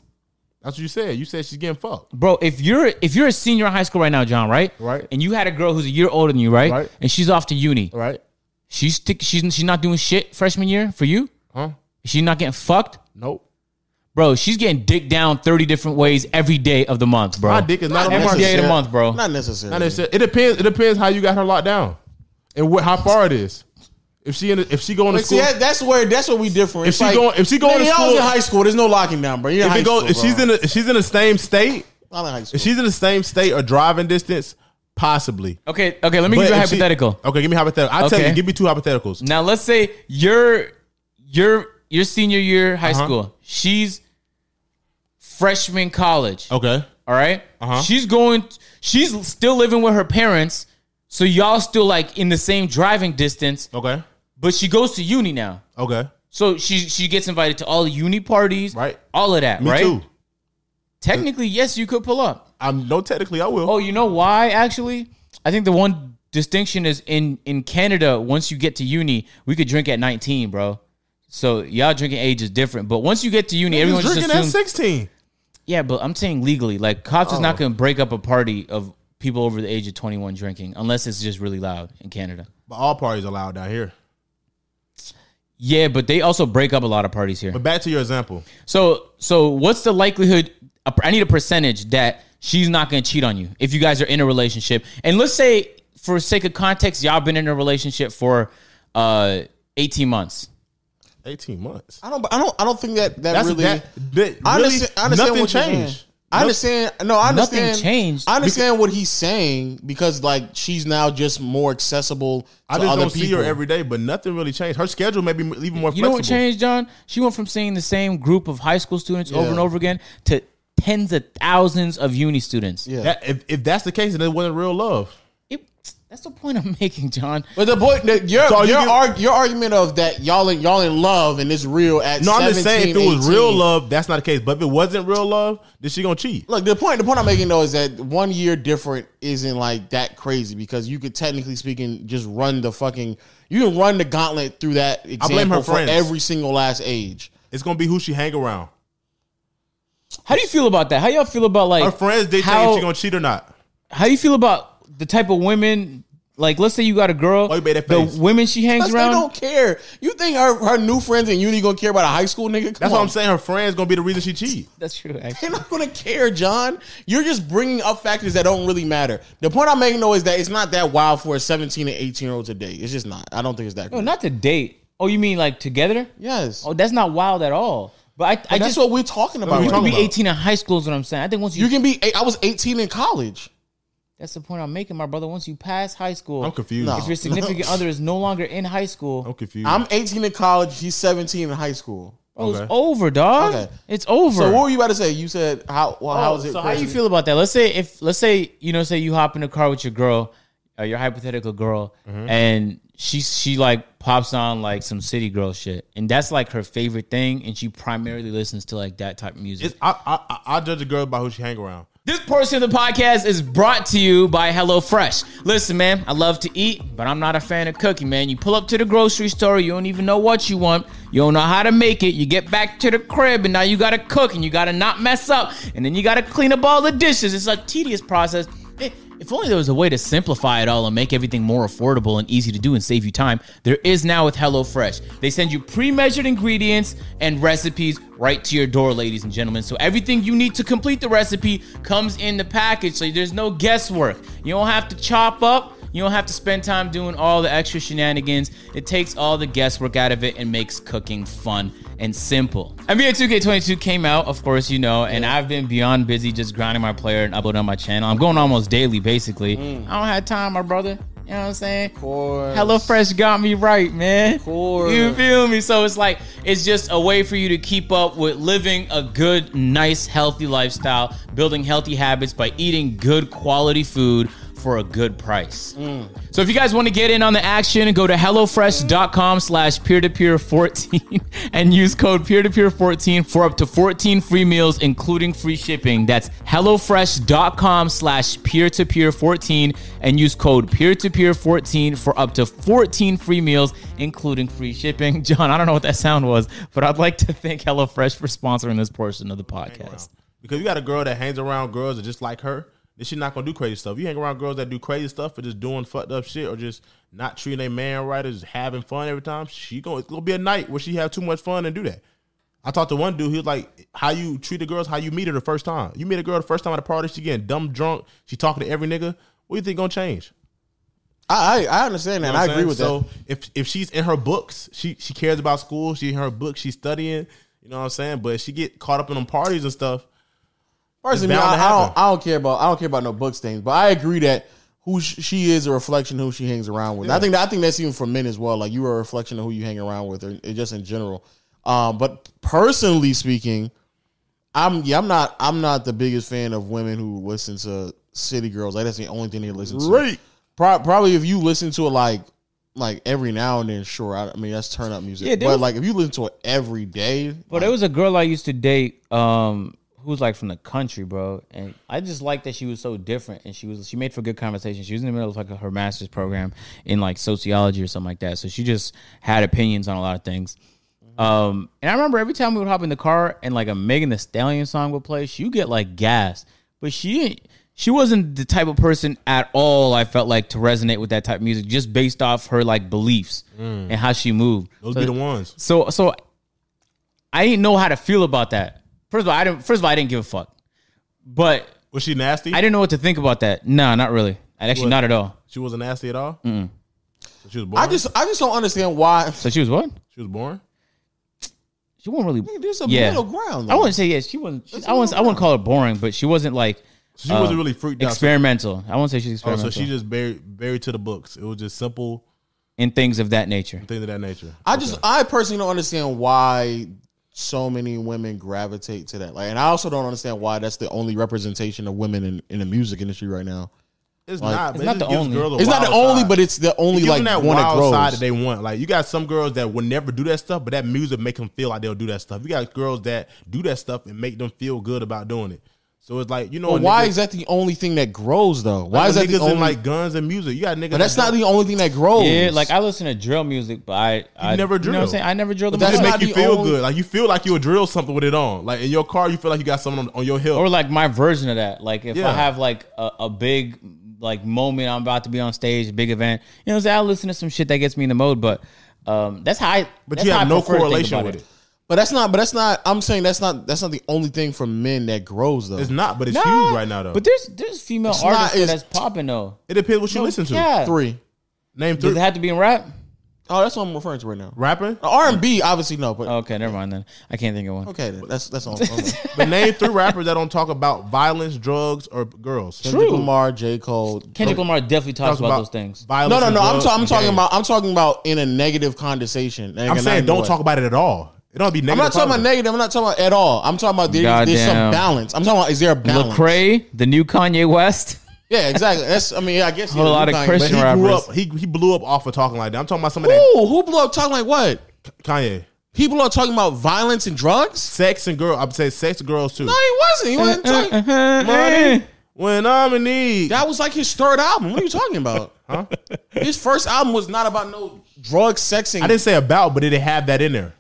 Speaker 2: That's what you said. You said she's getting fucked.
Speaker 1: bro if you're if you're a senior in high school right now john right
Speaker 2: Right.
Speaker 1: and you had a girl who's a year older than you right,
Speaker 2: Right.
Speaker 1: and she's off to uni
Speaker 2: Right?
Speaker 1: she's tick she's, she's not doing shit freshman year for you
Speaker 2: Huh?
Speaker 1: she's not getting fucked
Speaker 2: Nope.
Speaker 1: bro she's getting dick down 30 different ways every day of the month bro
Speaker 2: My dick is not,
Speaker 3: Not
Speaker 2: on
Speaker 1: every
Speaker 2: market.
Speaker 1: day of the
Speaker 3: necessary.
Speaker 1: month bro
Speaker 3: Not necessarily.
Speaker 2: Not necessar- It depends. It depends how you got her locked down, and what how far it is. If she in, if she going to
Speaker 3: But see,
Speaker 2: school,
Speaker 3: that, that's where that's where we differ. It's
Speaker 2: she going- if she going
Speaker 3: nigga,
Speaker 2: to
Speaker 3: y'all was
Speaker 2: school-
Speaker 3: in high school, there's no locking down, bro. You're in
Speaker 2: if
Speaker 3: high
Speaker 2: it go,
Speaker 3: school,
Speaker 2: if she's in a, if she's in the same state,
Speaker 3: not in high school.
Speaker 2: if she's in the same state or driving distance, possibly.
Speaker 1: okay okay let me give you
Speaker 2: But
Speaker 1: a
Speaker 2: if she-
Speaker 1: hypothetical
Speaker 2: okay, give me hypothetical. I will tell
Speaker 1: Okay.
Speaker 2: you, give me two hypotheticals.
Speaker 1: now let's say you're you're your senior year high
Speaker 2: Uh-huh.
Speaker 1: school she's freshman college
Speaker 2: Okay,
Speaker 1: All right?
Speaker 2: Uh-huh.
Speaker 1: She's going. She's still living with her parents, so y'all still like in the same driving distance.
Speaker 2: okay,
Speaker 1: But she goes to uni now,
Speaker 2: okay.
Speaker 1: so she she gets invited to all the uni parties,
Speaker 2: Right.
Speaker 1: All of that,
Speaker 2: Me
Speaker 1: right?
Speaker 2: too.
Speaker 1: Technically, yes, you could pull up.
Speaker 2: I'm no technically I will.
Speaker 1: Oh, you know why? Actually, I think the one distinction is in in Canada. Once you get to uni, we could drink at nineteen, bro. So y'all drinking age is different, but once you get to uni, everyone
Speaker 2: Everyone's
Speaker 1: just
Speaker 2: drinking at
Speaker 1: assumes.
Speaker 2: 16.
Speaker 1: Yeah, but I'm saying legally, like cops is
Speaker 2: Oh.
Speaker 1: not going to break up a party of people over the age of 21 drinking unless it's just really loud in Canada.
Speaker 2: But all parties allowed down here.
Speaker 1: Yeah, but they also break up a lot of parties here.
Speaker 2: But back to your example.
Speaker 1: So, so what's the likelihood? a per- I need a percentage that she's not going to cheat on you if you guys are in a relationship. And let's say, for sake of context, y'all been in a relationship for uh, 18 months.
Speaker 2: Eighteen months.
Speaker 3: I don't. I don't. I don't think that that
Speaker 2: That's
Speaker 3: really.
Speaker 2: that. that
Speaker 3: I
Speaker 2: really,
Speaker 3: understand, I understand
Speaker 2: nothing
Speaker 3: what you're saying.
Speaker 2: changed.
Speaker 3: I understand. No, I
Speaker 1: Nothing
Speaker 3: understand.
Speaker 1: changed.
Speaker 3: I understand what he's saying because like she's now just more accessible to
Speaker 2: I just
Speaker 3: other
Speaker 2: don't
Speaker 3: people.
Speaker 2: see her every day, but nothing really changed. Her schedule may be m- even more
Speaker 1: You know
Speaker 2: flexible.
Speaker 1: what changed, John? She went from seeing the same group of high school students over
Speaker 3: Yeah.
Speaker 1: and over again to tens of thousands of uni students.
Speaker 3: yeah.
Speaker 2: That- if, if that's the case, then it wasn't real love.
Speaker 1: It, that's the point I'm making, John.
Speaker 3: but the point that your
Speaker 2: So you
Speaker 3: your,
Speaker 2: get-
Speaker 3: arg, your argument of that y'all in y'all in love and it's real at
Speaker 2: No, I'm just saying if it
Speaker 3: 17,
Speaker 2: was real
Speaker 3: 18.
Speaker 2: love, that's not the case. But if it wasn't real love, then she gonna cheat.
Speaker 3: Look, the point the point I'm making though is that one year different isn't like that crazy because you could technically speaking just run the fucking you can run the gauntlet through that example
Speaker 2: blame her
Speaker 3: for
Speaker 2: friends.
Speaker 3: every single last age.
Speaker 2: It's gonna be who she hang around.
Speaker 1: How do you feel about that? How y'all feel about like
Speaker 2: Her friends they tell you
Speaker 1: how-
Speaker 2: if she gonna cheat or not.
Speaker 1: how do you feel about the type of women? Like, let's say you got a girl,
Speaker 2: Why you made that
Speaker 1: the
Speaker 2: face?
Speaker 1: women she hangs
Speaker 3: Because they
Speaker 1: around.
Speaker 3: don't care. You think her, her new friends in uni gonna care about a high school nigga? Come
Speaker 2: That's
Speaker 3: on.
Speaker 2: what I'm saying. Her friends gonna be the reason she cheat.
Speaker 1: That's true. Actually.
Speaker 3: They're not gonna care, John. You're just bringing up factors that don't really matter. The point I'm making though is that it's not that wild for a 17 and 18 year old today. It's just not. I don't think it's that.
Speaker 1: No,
Speaker 3: crazy.
Speaker 1: not to date. Oh, you mean like together?
Speaker 3: yes,
Speaker 1: Oh, that's not wild at all. But I, I
Speaker 3: that's
Speaker 1: just
Speaker 3: what we're talking about.
Speaker 2: we
Speaker 1: you
Speaker 3: right
Speaker 1: can be
Speaker 2: talking
Speaker 3: now.
Speaker 2: about?
Speaker 1: 18 in high school is what I'm saying. I think once you,
Speaker 3: You can be. I was 18 in college.
Speaker 1: that's the point I'm making, my brother. Once you pass high school,
Speaker 2: I'm confused.
Speaker 3: No.
Speaker 1: if your significant other is no longer in high school,
Speaker 2: I'm confused.
Speaker 3: I'm 18 in college. He's 17 in high school.
Speaker 1: oh, it's
Speaker 2: okay.
Speaker 1: over, dog.
Speaker 3: Okay.
Speaker 1: It's over.
Speaker 3: So what were you about to say? You said how? Well, how
Speaker 1: Oh,
Speaker 3: is it?
Speaker 1: so how
Speaker 3: crazy?
Speaker 1: you feel about that? Let's say if let's say you know say you hop in the car with your girl, uh, your hypothetical girl, and she she like pops on like some city girl shit, and that's like her favorite thing, and she primarily listens to like that type of music.
Speaker 2: It's, I, I I I judge a girl by who she hang around.
Speaker 1: this portion of the podcast is brought to you by HelloFresh. Listen, man, I love to eat, but I'm not a fan of cooking, man. You pull up to the grocery store, you don't even know what you want, you don't know how to make it. You get back to the crib, and now you gotta cook, and you gotta not mess up, and then you gotta clean up all the dishes. It's a tedious process. Eh, If only there was a way to simplify it all and make everything more affordable and easy to do and save you time, there is now with HelloFresh. They send you pre measured ingredients and recipes right to your door, ladies and gentlemen. So everything you need to complete the recipe comes in the package, so there's no guesswork. You don't have to chop up. You don't have to spend time doing all the extra shenanigans. It takes all the guesswork out of it and makes cooking fun and simple. NBA 2K22 came out, of course, you know, and I've been beyond busy just grinding my player and uploading on my channel. I'm going almost daily, basically. I don't have time, my brother. You know what I'm saying?
Speaker 3: course.
Speaker 1: Hello Fresh got me right, man.
Speaker 3: course.
Speaker 1: You feel me? So it's like it's just a way for you to keep up with living a good, nice, healthy lifestyle, building healthy habits by eating good quality food for a good price. So if you guys want to get in on the action, go to HelloFresh.com slash peer-to-peer 14 and use code peer-to-peer 14 for up to 14 free meals, including free shipping. That's HelloFresh.com slash peer-to-peer 14 and use code peer-to-peer 14 for up to 14 free meals, including free shipping. John, I don't know what that sound was, but I'd like to thank HelloFresh for sponsoring this portion of the podcast.
Speaker 2: Because you got a girl that hangs around girls that just like her, then she's not gonna do crazy stuff. You hang around girls that do crazy stuff for just doing fucked up shit or just not treating a man right or just having fun every time. She gonna it's gonna be a night where she have too much fun and do that. I talked to one dude. He was like, "How you treat the girls? How you meet her the first time? You meet a girl the first time at a party. She getting dumb drunk. She talking to every nigga. What do you think gonna change?
Speaker 3: I, I I understand that.
Speaker 2: You
Speaker 3: and
Speaker 2: know
Speaker 3: I
Speaker 2: what I'm
Speaker 3: agree
Speaker 2: saying?
Speaker 3: with that.
Speaker 2: So if if she's in her books, she she cares about school. She in her books. She's studying. You know what I'm saying? But if she get caught up in them parties and stuff.
Speaker 3: Personally,
Speaker 2: bound
Speaker 3: I,
Speaker 2: to
Speaker 3: I
Speaker 2: happen.
Speaker 3: don't, I don't care about I don't care about no books things, but I agree that who sh- she is a reflection of who she hangs around with. And I think that, I think that's even for men as well. Like you are a reflection of who you hang around with, or or just in general. Um, but personally speaking, I'm yeah, I'm not I'm not the biggest fan of women who listen to city girls. Like that's the only thing they listen to.
Speaker 2: Right.
Speaker 3: Pro- probably if you listen to it like like every now and then, sure. I, I mean that's turn up music.
Speaker 1: Yeah, there
Speaker 3: but
Speaker 1: was-
Speaker 3: like if you listen to it every day,
Speaker 1: But there was a girl I used to date, um, who was like from the country, bro, and I just liked that she was so different, and she was she made for good conversation. She was in the middle of like her master's program in like sociology or something like that, so she just had opinions on a lot of things. Um, and I remember every time we would hop in the car and like a Megan the Stallion song would play, she would get like gassed. But she didn't she wasn't the type of person at all I felt like to resonate with that type of music just based off her like beliefs and how she moved.
Speaker 2: Those
Speaker 1: So-
Speaker 2: be the ones.
Speaker 1: so so I didn't know how to feel about that. First of all, I didn't first of all I didn't give a fuck. But
Speaker 2: Was she nasty?
Speaker 1: I didn't know what to think about that. No, not really. I actually
Speaker 2: What?
Speaker 1: not at all.
Speaker 2: she wasn't nasty at all. So she was born.
Speaker 3: I just I just don't understand why
Speaker 1: So she was what?
Speaker 2: she was born.
Speaker 1: She wasn't really.
Speaker 3: there's a
Speaker 1: Yeah.
Speaker 3: middle ground.
Speaker 1: I wouldn't say yes. She wasn't. I wouldn't. I wouldn't call her boring, but she wasn't like
Speaker 2: So she
Speaker 3: Uh,
Speaker 2: wasn't really freaked out. So,
Speaker 1: experimental. I wouldn't say she's
Speaker 2: oh,
Speaker 1: experimental
Speaker 2: so she just buried buried to the books. It was just simple
Speaker 1: in things of that nature.
Speaker 2: things of that nature.
Speaker 3: I just I personally don't understand why so many women gravitate to that. Like, and I also don't understand why that's the only representation of women in, in the music industry right now.
Speaker 2: It's
Speaker 3: Like-
Speaker 2: not.
Speaker 1: It's
Speaker 2: but it
Speaker 1: not
Speaker 2: just
Speaker 1: the
Speaker 2: gives
Speaker 1: only-
Speaker 2: girls a
Speaker 3: It's not the
Speaker 2: wild
Speaker 3: only,
Speaker 2: side.
Speaker 3: but it's the only
Speaker 2: Give
Speaker 3: like
Speaker 2: them that
Speaker 3: one that
Speaker 2: wild side that
Speaker 3: grows.
Speaker 2: they want. Like you got some girls that will never do that stuff, but that music make them feel like they'll do that stuff. You got girls that do that stuff and make them feel good about doing it. So it's like you know
Speaker 3: But why
Speaker 2: niggas-
Speaker 3: is that the only thing that grows though? Why
Speaker 2: like
Speaker 3: is
Speaker 2: when
Speaker 3: that the
Speaker 2: niggas
Speaker 3: only?
Speaker 2: in like guns and music? You got niggas.
Speaker 3: but that's
Speaker 2: that
Speaker 3: not the only thing that grows.
Speaker 1: Yeah, like I listen to drill music, but I I
Speaker 2: never
Speaker 1: You know what
Speaker 2: drill.
Speaker 1: I'm saying? I never drill the
Speaker 3: But that's
Speaker 2: just
Speaker 1: music.
Speaker 3: not
Speaker 2: make you
Speaker 3: the
Speaker 2: feel
Speaker 3: only-
Speaker 2: good. Like you feel like you'll drill something with it on. Like in your car, you feel like you got something on, on your hip.
Speaker 1: or like my version of that. Like if
Speaker 2: Yeah.
Speaker 1: I have like a, a big like moment, I'm about to be on stage, a big event. You know, what I'm saying? I listen to some shit that gets me in the mode, but um, that's how I.
Speaker 2: but
Speaker 1: that's
Speaker 2: you
Speaker 1: how
Speaker 2: have
Speaker 1: I
Speaker 2: no
Speaker 1: prefer to think
Speaker 2: correlation
Speaker 1: about
Speaker 2: with it.
Speaker 3: but that's not. But that's not. I'm saying that's not. That's not the only thing for men that grows though.
Speaker 2: It's not, but it's
Speaker 1: Nah,
Speaker 2: huge right now though.
Speaker 1: But there's there's female
Speaker 3: It's not-
Speaker 1: artists that
Speaker 3: it's-
Speaker 1: that's popping though.
Speaker 2: it depends what you listen to.
Speaker 1: Yeah.
Speaker 3: three.
Speaker 2: Name
Speaker 1: Does it
Speaker 2: three
Speaker 1: have to be in rap?
Speaker 3: Oh, that's what I'm referring to right now.
Speaker 2: rapping,
Speaker 3: R and B, obviously no,
Speaker 2: Uh,
Speaker 3: but
Speaker 1: Okay, never mind then. I can't think of one.
Speaker 3: okay, then. that's that's all. Okay.
Speaker 2: but name three rappers that don't talk about violence, drugs, or girls.
Speaker 3: Kendrick
Speaker 1: True.
Speaker 3: Lamar, J. Cole.
Speaker 1: Kendrick Lamar definitely talks
Speaker 2: Talks
Speaker 1: about, those things.
Speaker 2: Violence
Speaker 3: No, no,
Speaker 2: and
Speaker 3: no. I'm,
Speaker 2: drugs
Speaker 3: ta- I'm
Speaker 2: and
Speaker 3: talking
Speaker 2: gangs.
Speaker 3: about. I'm talking about in a negative condensation. Like,
Speaker 2: I'm
Speaker 3: and
Speaker 2: saying
Speaker 3: I
Speaker 2: don't
Speaker 3: know it.
Speaker 2: talk about it at all. It don't be
Speaker 3: I'm
Speaker 2: negative.
Speaker 3: not talking about
Speaker 2: positive.
Speaker 3: negative. I'm not talking about at all. I'm talking about there, there's
Speaker 1: Goddamn.
Speaker 3: some balance. I'm talking about is there a balance?
Speaker 1: Lecrae, the new Kanye West.
Speaker 3: Yeah, exactly. That's. I mean, I guess
Speaker 1: Whole lot of Christian
Speaker 3: Who
Speaker 1: rap-
Speaker 2: He grew
Speaker 1: rappers.
Speaker 2: up. He he blew up off of talking like that. I'm talking about somebody that
Speaker 3: who blew up talking like what?
Speaker 2: Kanye,
Speaker 3: People are talking about violence and drugs.
Speaker 2: sex and girl. I'm saying sex and girls too.
Speaker 3: No, he wasn't. He wasn't
Speaker 1: Uh-huh,
Speaker 3: talking.
Speaker 1: Money.
Speaker 2: When I'm in need,
Speaker 3: That was like his third album. What are you talking about? Huh? His first album was not about no drugs, sex, and
Speaker 2: I didn't say about, but it didn't have that in there.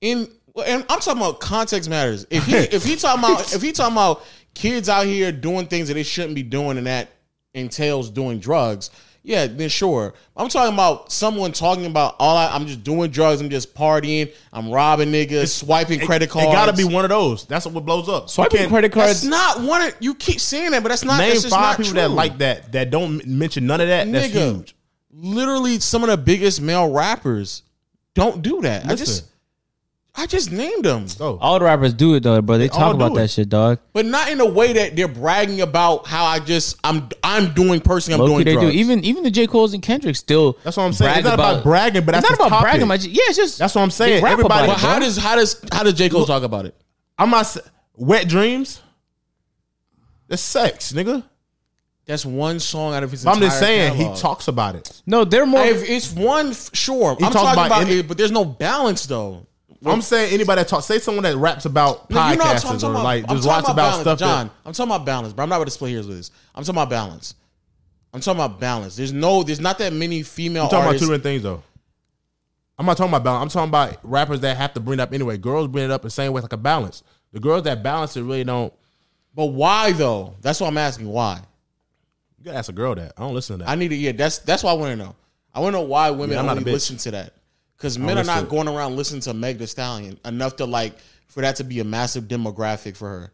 Speaker 3: in and I'm talking about context matters. If he if he talking about if he talking about kids out here doing things that they shouldn't be doing and that entails doing drugs, yeah, then sure. I'm talking about someone talking about all I, I'm just doing drugs, I'm just partying, I'm robbing niggas, swiping credit
Speaker 2: It
Speaker 3: cards.
Speaker 2: gotta be one of those. That's what blows up. You
Speaker 1: Swiping
Speaker 2: can't-
Speaker 1: credit cards.
Speaker 3: That's not one. Of, you keep saying that, but that's not.
Speaker 2: Name
Speaker 3: that's just
Speaker 2: five
Speaker 3: not
Speaker 2: people
Speaker 3: true.
Speaker 2: that like that that don't m- mention none of that. That's
Speaker 3: Nigga.
Speaker 2: huge.
Speaker 3: literally some of the biggest male rappers don't do that. I just
Speaker 2: Listen.
Speaker 3: I just named them.
Speaker 2: So
Speaker 1: All the rappers do it though, bro. They,
Speaker 2: all
Speaker 1: talk
Speaker 2: do
Speaker 1: about
Speaker 2: it.
Speaker 1: that shit, dog.
Speaker 3: but not in a way that they're bragging about how I just I'm I'm doing personally I'm
Speaker 1: Low
Speaker 3: doing
Speaker 1: key, they
Speaker 3: drugs.
Speaker 1: do. Even even the J Cole's and Kendrick still.
Speaker 2: That's what I'm saying.
Speaker 1: brag
Speaker 2: It's not about bragging, but
Speaker 1: It's
Speaker 2: that's
Speaker 1: not
Speaker 2: the
Speaker 1: about
Speaker 2: topic.
Speaker 1: bragging. But yeah, it's just
Speaker 2: That's what I'm saying.
Speaker 1: they rap
Speaker 2: Everybody-
Speaker 1: about
Speaker 3: but
Speaker 1: it,
Speaker 3: how
Speaker 1: bro.
Speaker 3: does how does how does J Cole talk about it?
Speaker 2: I'm not. s- Wet dreams. That's sex, nigga.
Speaker 3: That's one song out of his.
Speaker 2: But I'm just
Speaker 3: entire
Speaker 2: saying
Speaker 3: catalog.
Speaker 2: he talks about it.
Speaker 1: no, they're more.
Speaker 3: If it's one, f- sure. I'm
Speaker 2: talks
Speaker 3: talking
Speaker 2: about
Speaker 3: about,
Speaker 2: any-
Speaker 3: it, but there's no balance though.
Speaker 2: I'm saying anybody that talks, say someone that raps about
Speaker 3: No, you're not
Speaker 2: podcasters
Speaker 3: talking
Speaker 2: or
Speaker 3: about.
Speaker 2: like
Speaker 3: I'm
Speaker 2: just
Speaker 3: talking
Speaker 2: raps about,
Speaker 3: balance,
Speaker 2: stuff.
Speaker 3: John,
Speaker 2: That,
Speaker 3: I'm talking about balance, but I'm not about to split hairs with this. I'm talking about balance. I'm talking about balance. There's no. There's not that many female.
Speaker 2: I'm talking about two
Speaker 3: artists.
Speaker 2: different things though. I'm not talking about balance. I'm talking about rappers that have to bring it up anyway. Girls bring it up the same way, like a balance. The girls that balance it really don't.
Speaker 3: But why though? That's what I'm asking. Why?
Speaker 2: You gotta ask a girl that. I don't listen to that.
Speaker 3: I need to. Yeah, that's that's what I want to know. I want to know why women
Speaker 2: Yeah, I'm not
Speaker 3: only
Speaker 2: a bitch.
Speaker 3: listen to that because men are
Speaker 2: listen to
Speaker 3: not
Speaker 2: it.
Speaker 3: going around listening to Meg Thee Stallion enough to like for that to be a massive demographic for her.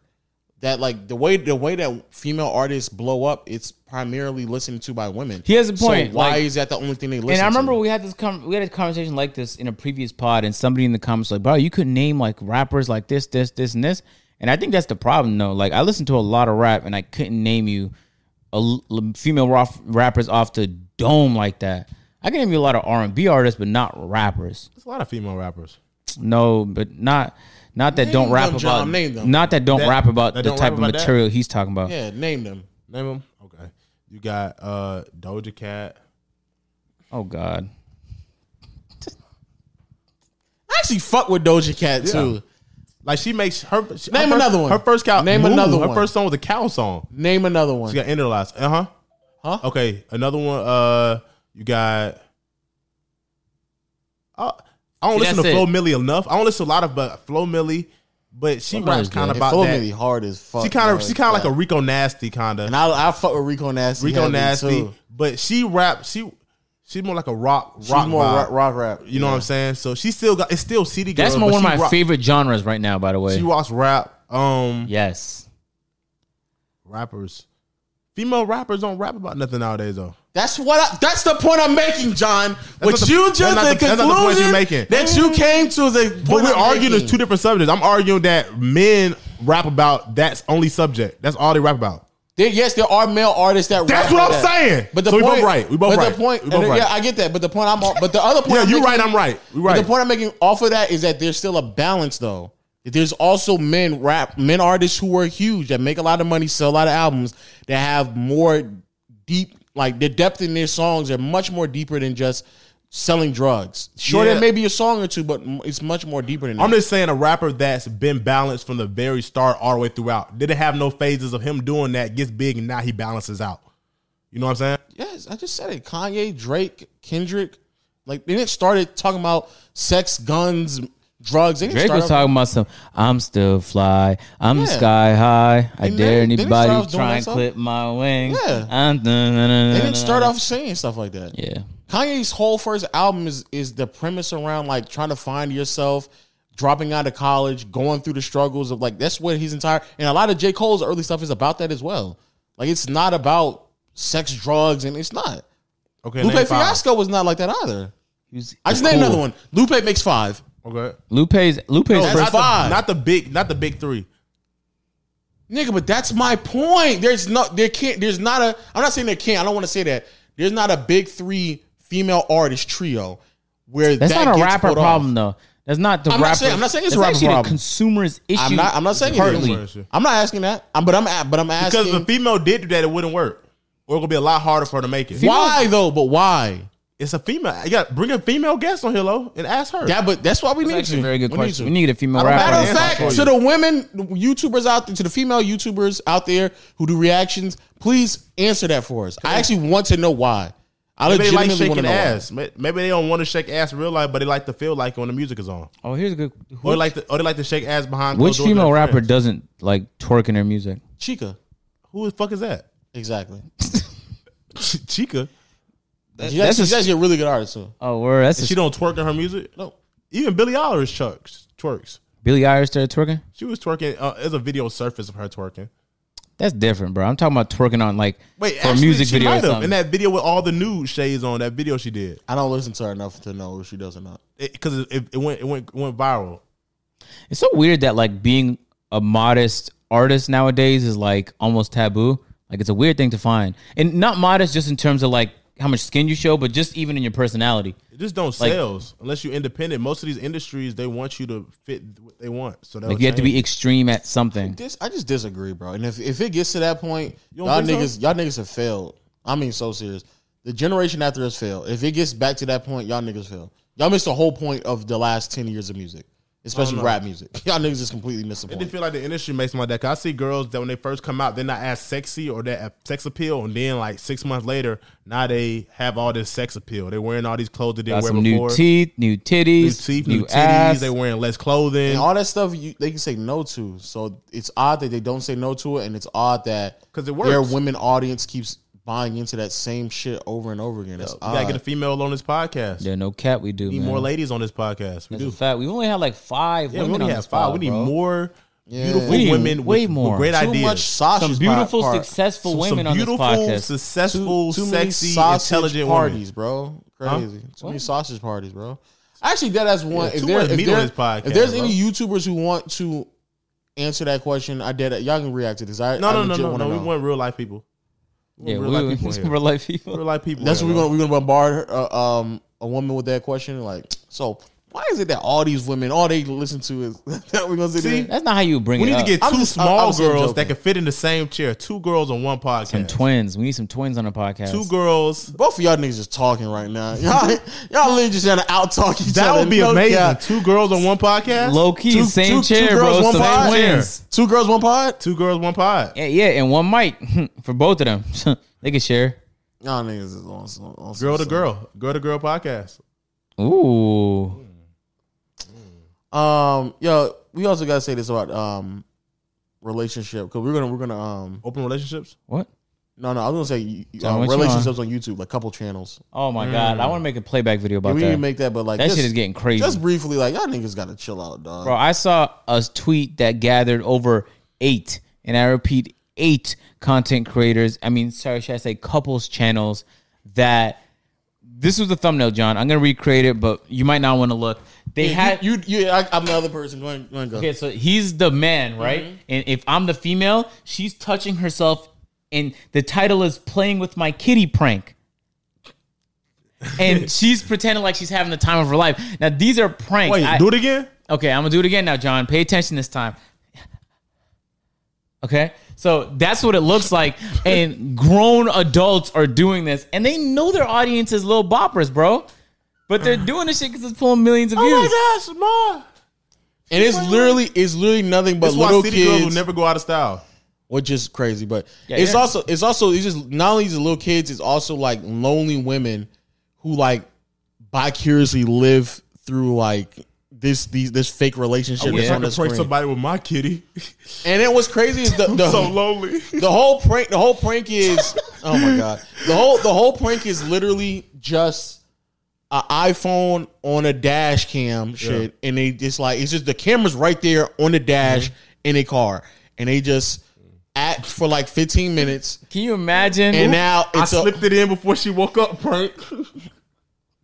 Speaker 3: That like the way the way that female artists blow up, it's primarily listened to by women.
Speaker 1: He has a
Speaker 3: So
Speaker 1: point,
Speaker 3: why
Speaker 1: like-
Speaker 3: is that the only thing they listen?
Speaker 1: and I
Speaker 3: to?
Speaker 1: remember we had this com- we had a conversation like this in a previous pod, and somebody in the comments like, "Bro, you could name like rappers like this, this, this, and this." And I think that's the problem, though. Like, I listen to a lot of rap, and I couldn't name you a l- female rap- rappers off the dome like that. I can name you a lot of R and B artists, but not rappers.
Speaker 2: There's a lot of female rappers.
Speaker 1: No, but not not that don't
Speaker 3: Name
Speaker 1: rap
Speaker 3: them,
Speaker 1: about
Speaker 3: John, name them.
Speaker 1: not that don't
Speaker 2: That-
Speaker 1: rap about
Speaker 2: that
Speaker 1: the
Speaker 2: don't
Speaker 1: type
Speaker 2: rap
Speaker 1: of
Speaker 2: about that?
Speaker 1: material he's talking about.
Speaker 3: Yeah, name them.
Speaker 2: Name them. Okay. You got uh Doja Cat.
Speaker 1: Oh God,
Speaker 3: I actually fuck with Doja Cat too.
Speaker 2: Like she makes her name her
Speaker 3: Name
Speaker 2: first-
Speaker 3: another one.
Speaker 2: Her first cow.
Speaker 3: Name another
Speaker 2: Her
Speaker 3: one.
Speaker 2: first song was a cow song.
Speaker 3: Name another one.
Speaker 2: She got interlocks. Uh huh.
Speaker 3: Huh?
Speaker 2: Okay, another one. Uh, you got. Uh, I don't
Speaker 1: See,
Speaker 2: listen to
Speaker 1: that's
Speaker 2: Flo
Speaker 1: it.
Speaker 2: Millie enough. I don't listen to a lot of but Flo Millie, but she
Speaker 1: Millie
Speaker 2: raps
Speaker 1: good.
Speaker 2: kind
Speaker 1: And
Speaker 2: of about
Speaker 3: Flo
Speaker 2: that.
Speaker 3: Millie hard as fuck.
Speaker 2: She kind of
Speaker 3: bro.
Speaker 2: she kind of like a
Speaker 3: Yeah.
Speaker 2: Rico Nasty kind of
Speaker 3: and I, I fuck with Rico Nasty.
Speaker 2: Rico
Speaker 3: heavy,
Speaker 2: Nasty,
Speaker 3: too.
Speaker 2: but she rap she she's more like a rock rock
Speaker 3: She's more
Speaker 2: vibe.
Speaker 3: rock, rock rap.
Speaker 2: You know what I'm saying? So she still got it's still CD.
Speaker 1: that's
Speaker 2: Girls,
Speaker 1: my-
Speaker 2: but
Speaker 1: one of
Speaker 2: she
Speaker 1: my
Speaker 2: rock-
Speaker 1: favorite genres right now. By the way,
Speaker 2: She rocks rap. Um,
Speaker 1: yes,
Speaker 2: rappers, female rappers don't rap about nothing nowadays though.
Speaker 3: That's what. I, that's the point I'm making, John. What
Speaker 2: not the-
Speaker 3: you
Speaker 2: that's
Speaker 3: just
Speaker 2: not
Speaker 3: the,
Speaker 2: the- that's not the point
Speaker 3: conclusion
Speaker 2: you're making.
Speaker 3: that you came to the.
Speaker 2: But
Speaker 3: Point
Speaker 2: we're
Speaker 3: I'm
Speaker 2: arguing
Speaker 3: making.
Speaker 2: there's two different subjects. I'm arguing that men rap about that's only subject. That's all they rap about.
Speaker 3: There, yes, there are male artists that.
Speaker 2: That's
Speaker 3: rap
Speaker 2: what
Speaker 3: like
Speaker 2: I'm
Speaker 3: that.
Speaker 2: saying.
Speaker 3: But the
Speaker 2: So we
Speaker 3: point,
Speaker 2: both right. We both
Speaker 3: but
Speaker 2: right.
Speaker 3: The point,
Speaker 2: We both
Speaker 3: and-
Speaker 2: right.
Speaker 3: Yeah, I get that. But the point I'm. But the other point.
Speaker 2: Yeah,
Speaker 3: I'm
Speaker 2: you
Speaker 3: making-
Speaker 2: right. I'm right. We
Speaker 3: but
Speaker 2: right.
Speaker 3: The point I'm making off of that is that there's still a balance, though. That There's also men rap, men artists who are huge that make a lot of money, sell a lot of albums, that have more deep, like the depth in their songs are much more deeper than just selling drugs. Sure,
Speaker 2: Yeah.
Speaker 3: there may be a song or two, but m- it's much more deeper than that.
Speaker 2: I'm just saying a rapper that's been balanced from the very start all the way throughout. Didn't have no phases of him doing that, gets big, and now he balances out. You know what I'm saying?
Speaker 3: Yes, I just said it. Kanye, Drake, Kendrick, like they didn't started talking about sex, guns, drugs. They didn't
Speaker 1: Drake
Speaker 3: start
Speaker 1: was
Speaker 3: off-
Speaker 1: talking about some. I'm still fly. I'm
Speaker 3: Yeah.
Speaker 1: sky high. I
Speaker 3: They
Speaker 1: dare
Speaker 3: never- they didn't
Speaker 1: anybody
Speaker 3: start off doing that
Speaker 1: try and
Speaker 3: stuff.
Speaker 1: clip my wings.
Speaker 3: Yeah.
Speaker 1: I'm,
Speaker 3: They didn't start off saying stuff like that.
Speaker 1: Yeah.
Speaker 3: Kanye's whole first album is is the premise around like trying to find yourself, dropping out of college, going through the struggles of like that's what his entire and a lot of J Cole's early stuff is about that as well. Like it's not about sex, drugs, and it's not.
Speaker 2: Okay.
Speaker 3: Lupe
Speaker 2: name five.
Speaker 3: Fiasco was not like that either.
Speaker 1: He was-
Speaker 3: I just named another one. Lupe makes five.
Speaker 2: Okay.
Speaker 1: Lupe's Lupe's
Speaker 3: that's
Speaker 1: first.
Speaker 2: Not the-
Speaker 3: five.
Speaker 2: not the big, not the big three.
Speaker 3: Nigga, but that's my point. There's not there can't there's not a I'm not saying there can't. I don't want to say that. There's not a big three female artist trio where
Speaker 1: That's
Speaker 3: that
Speaker 1: not a
Speaker 3: gets
Speaker 1: rapper
Speaker 3: pulled off.
Speaker 1: problem though. That's not the
Speaker 3: I'm not
Speaker 1: rapper.
Speaker 3: saying- I'm not saying it's a
Speaker 1: that's
Speaker 3: rapper
Speaker 1: actually
Speaker 3: problem.
Speaker 1: The consumer's issue.
Speaker 3: I'm not I'm not saying
Speaker 1: Currently.
Speaker 3: it is. I'm not asking that. I'm, but I'm a- but I'm asking
Speaker 2: Because if a female did do that, it wouldn't work. Or it would be a lot harder for her to make it.
Speaker 3: why though, but why?
Speaker 2: It's a female. You got bring a female guest on Hello and ask her.
Speaker 3: Yeah, but that's why we need
Speaker 1: That's
Speaker 3: you.
Speaker 1: actually a very good
Speaker 3: We need
Speaker 1: question.
Speaker 3: you.
Speaker 1: We need a female
Speaker 2: don't
Speaker 1: rapper.
Speaker 2: matter
Speaker 3: Matter
Speaker 2: Yeah,
Speaker 3: of
Speaker 2: I'll
Speaker 3: fact,
Speaker 2: show
Speaker 3: to the women YouTubers out there, to the female YouTubers out there who do reactions, please answer that for us. I actually want to know why. I
Speaker 2: Maybe they like
Speaker 3: legitimately want
Speaker 2: shaking
Speaker 3: to know why.
Speaker 2: ass. May- Maybe they don't want to shake ass in real life, but they like to feel like it when the music is on.
Speaker 1: Oh, here's a good.
Speaker 2: Or they like to, or they like to shake ass behind.
Speaker 1: Which
Speaker 2: closed doors with
Speaker 1: female
Speaker 2: their
Speaker 1: rapper
Speaker 2: friends.
Speaker 1: doesn't like twerking their music?
Speaker 3: Chica.
Speaker 2: Who the fuck is that?
Speaker 3: Exactly.
Speaker 2: Chica.
Speaker 3: She's actually,
Speaker 1: just-
Speaker 3: she's actually a really good artist too.
Speaker 1: Oh, word. That's just,
Speaker 2: She don't twerk in her music. No. Even Billie Eilish chucks twerks.
Speaker 1: Billie Eilish started twerking.
Speaker 2: She was twerking. Uh, there's a video surface of her twerking.
Speaker 1: That's different, bro. I'm talking about twerking on like
Speaker 2: Wait,
Speaker 1: for
Speaker 2: actually,
Speaker 1: a music
Speaker 2: she
Speaker 1: video or
Speaker 2: might have.
Speaker 1: something.
Speaker 2: In that video with all the nude shades on, that video she did
Speaker 3: I don't listen to her enough to know if she does or not.
Speaker 2: because it, it, it went it went it went viral.
Speaker 1: it's so weird that like being a modest artist nowadays is like almost taboo. Like it's a weird thing to find, and not modest just in terms of like how much skin you show, but just even in your personality.
Speaker 2: It just don't
Speaker 1: Like-
Speaker 2: sales unless you're independent. Most of these industries they want you to fit what they want, so that
Speaker 1: Like you have to be extreme at something.
Speaker 3: Dis- I just disagree, bro. And if, if it gets to that point,
Speaker 2: don't
Speaker 3: y'all
Speaker 2: think
Speaker 3: niggas, y'all niggas have failed. I mean, so serious. The generation after us failed. If it gets back to that point, y'all niggas fail. Y'all missed the whole point of the last ten years of music, especially rap music. Y'all niggas just completely missed the
Speaker 2: It didn't
Speaker 3: point.
Speaker 2: feel like the industry makes them like that. 'Cause I see girls that when they first come out, they're not as sexy or that sex appeal, and then like six months later, now they have all this sex appeal. They're wearing all these clothes that they
Speaker 1: Got
Speaker 2: wear
Speaker 1: some new
Speaker 2: before.
Speaker 1: teeth, new titties,
Speaker 2: new teeth, new, titties.
Speaker 1: ass.
Speaker 2: They're wearing less clothing.
Speaker 3: And all that stuff you, they can say no to. So it's odd that they don't say no to it, and it's odd that
Speaker 2: 'Cause it
Speaker 3: their
Speaker 2: works.
Speaker 3: women audience keeps buying into that same shit over and over again. That's
Speaker 2: we gotta
Speaker 3: odd.
Speaker 2: get a female on this podcast.
Speaker 1: yeah, no cat, we do.
Speaker 2: We need
Speaker 1: man.
Speaker 2: more ladies on this podcast. We
Speaker 1: That's
Speaker 2: do.
Speaker 1: a fact. We've only had like five
Speaker 2: Yeah, we
Speaker 1: women
Speaker 2: only
Speaker 1: on this
Speaker 2: have five.
Speaker 1: pod,
Speaker 2: we need
Speaker 1: bro.
Speaker 2: more beautiful
Speaker 1: We need
Speaker 2: women
Speaker 1: way
Speaker 2: with,
Speaker 1: more.
Speaker 2: with great
Speaker 3: too
Speaker 2: ideas.
Speaker 3: much
Speaker 1: Some
Speaker 3: Sasha's
Speaker 1: beautiful,
Speaker 3: part- part.
Speaker 1: successful
Speaker 2: Some-
Speaker 1: women
Speaker 2: some
Speaker 1: on this
Speaker 2: beautiful,
Speaker 1: podcast.
Speaker 2: successful,
Speaker 3: too many
Speaker 2: sexy,
Speaker 3: sausage
Speaker 2: intelligent women.
Speaker 3: parties, bro. Crazy. Too many sausage parties, bro. Actually, that has one.
Speaker 2: Yeah,
Speaker 3: if,
Speaker 2: too
Speaker 3: there,
Speaker 2: much
Speaker 3: if,
Speaker 2: meat
Speaker 3: there-
Speaker 2: on this podcast,
Speaker 3: if there's
Speaker 2: bro.
Speaker 3: any YouTubers who want to answer that question, I did it. Y'all can react to this. I
Speaker 2: No,
Speaker 3: I
Speaker 2: no, no,
Speaker 3: legit
Speaker 2: no,
Speaker 3: wanna
Speaker 2: no. We
Speaker 3: know.
Speaker 2: want real life people. We
Speaker 1: Yeah,
Speaker 2: want
Speaker 1: we
Speaker 2: real life people here.
Speaker 1: real life people.
Speaker 2: Real life people.
Speaker 3: That's
Speaker 2: here,
Speaker 3: what we're
Speaker 2: bro.
Speaker 3: gonna we're gonna bombard her, uh, um a woman with that question. Like, so why is it that all these women, all they listen to is that we're gonna sit
Speaker 2: See?
Speaker 3: there?
Speaker 1: That's not how you bring
Speaker 2: We
Speaker 1: it
Speaker 2: need to
Speaker 1: up.
Speaker 2: get
Speaker 3: I'm
Speaker 2: two
Speaker 3: just- I'm-
Speaker 2: small
Speaker 3: I'm just
Speaker 2: girls that
Speaker 3: joking.
Speaker 2: can fit in the same chair. Two girls on one podcast.
Speaker 1: some twins. We need some twins on a podcast.
Speaker 2: Two girls.
Speaker 3: Both of y'all niggas just talking right now. Y'all, y'all literally just trying to out talk each
Speaker 2: That
Speaker 3: other.
Speaker 2: would be
Speaker 3: No
Speaker 2: amazing.
Speaker 3: cap.
Speaker 2: Two girls on one podcast.
Speaker 1: Low key,
Speaker 3: Two-
Speaker 1: same
Speaker 3: two- two
Speaker 1: chair,
Speaker 3: girls,
Speaker 1: bro.
Speaker 3: one
Speaker 1: Some
Speaker 3: pod?
Speaker 1: twins.
Speaker 3: Two girls, one pod.
Speaker 2: Two girls, one pod.
Speaker 1: Yeah, yeah, and one mic for both of them. they can share.
Speaker 3: Y'all niggas is on some on some
Speaker 2: Girl to
Speaker 3: stuff.
Speaker 2: girl. Girl to girl podcast.
Speaker 1: Ooh,
Speaker 3: Um, yo, we also gotta say this about um relationship because we're gonna we're gonna um
Speaker 2: Open relationships.
Speaker 1: what?
Speaker 3: no no I was gonna say uh,
Speaker 1: John, what you on?
Speaker 3: relationships on YouTube like couple channels.
Speaker 1: Oh my god, I
Speaker 2: Mm.
Speaker 1: want to make a playback video about
Speaker 3: we need
Speaker 1: that.
Speaker 3: to make that, but like
Speaker 1: that
Speaker 3: just,
Speaker 1: shit is getting crazy,
Speaker 3: just briefly like y'all niggas gotta chill out, dog.
Speaker 1: bro. I saw a tweet that gathered over eight, and I repeat, eight content creators. I mean, sorry, should I say couples channels that this was the thumbnail, John. I'm gonna recreate it, but you might not want to look. They had
Speaker 3: you, you, you I, I'm the other person. Go ahead, go ahead, go.
Speaker 1: Okay, so he's the man, right?
Speaker 2: Mm-hmm.
Speaker 1: And if I'm the female, she's touching herself, and the title is "Playing with My Kitty Prank." and she's pretending like she's having the time of her life. Now these are pranks.
Speaker 2: Wait,
Speaker 1: I-
Speaker 2: do it again.
Speaker 1: Okay, I'm gonna do it again now, John. Pay attention this time. Okay, so that's what it looks like, and grown adults are doing this, and they know their audience is little boppers, bro. But they're doing this shit because it's pulling millions
Speaker 2: Oh
Speaker 1: of views.
Speaker 2: gosh, ma!
Speaker 3: And it's literally it's literally nothing but
Speaker 2: That's why
Speaker 3: little
Speaker 2: city girls will
Speaker 3: kids,
Speaker 2: never go out of style.
Speaker 3: which is crazy. But it's
Speaker 1: yeah.
Speaker 3: also it's also it's just not only these little kids, it's also like lonely women who like vicariously live through like this these this fake relationship
Speaker 2: Wish
Speaker 3: that's
Speaker 1: Oh, Yeah.
Speaker 2: I
Speaker 3: on the
Speaker 2: could prank
Speaker 3: screen.
Speaker 2: somebody with my kitty.
Speaker 3: And then what's crazy is the, the
Speaker 2: so lonely.
Speaker 3: the whole prank the whole prank is oh my god the whole the whole prank is literally just an iphone on a dash cam shit and they just like it's just the camera's right there on the
Speaker 1: Mm-hmm.
Speaker 3: dash in a car and they
Speaker 1: Mm.
Speaker 3: just act for like 15 minutes
Speaker 1: Can you imagine?
Speaker 3: and now
Speaker 2: I
Speaker 3: it's a-
Speaker 2: slipped it in before she woke up. Prank.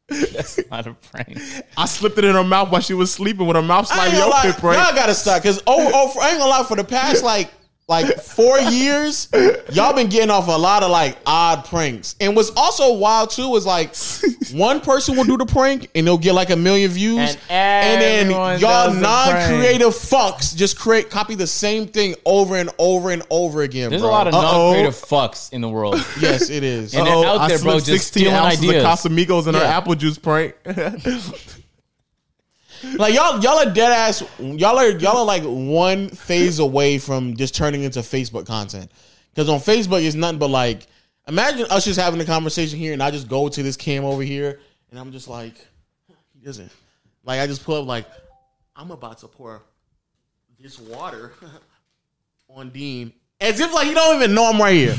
Speaker 1: that's not a prank.
Speaker 2: I slipped it in her mouth while she was sleeping with her mouth
Speaker 3: I ain't
Speaker 2: slightly
Speaker 3: gonna lie,
Speaker 2: open. Prank.
Speaker 3: Y'all gotta stop because oh, oh, for- I ain't gonna lie. For the past like like four years, y'all been getting off a lot of like odd pranks. And what's also wild too is like one person will do the prank and they'll get like a million views,
Speaker 1: And everyone
Speaker 3: then y'all
Speaker 1: does the
Speaker 3: non-creative fucks just create copy the same thing over and over and over again.
Speaker 1: There's
Speaker 3: bro. Uh-uh.
Speaker 1: a lot of
Speaker 2: Uh-oh.
Speaker 1: non-creative fucks in the world.
Speaker 3: yes, it is.
Speaker 1: And- they're
Speaker 2: Uh-oh,
Speaker 1: out
Speaker 2: I
Speaker 1: there, bro,
Speaker 2: slipped
Speaker 1: just stealing
Speaker 2: ounces
Speaker 1: ideas.
Speaker 2: of Casamigos in her
Speaker 3: Yeah.
Speaker 2: apple juice. Prank.
Speaker 3: like y'all, y'all are dead ass. Y'all are y'all are like one phase away from just turning into Facebook content. Because on Facebook, it's nothing but like, imagine us just having a conversation here, and I just go to this cam over here, and I'm just like, he doesn't. Like I just pull up, like I'm about to pour this water on Dean, as if like you don't even know I'm right here.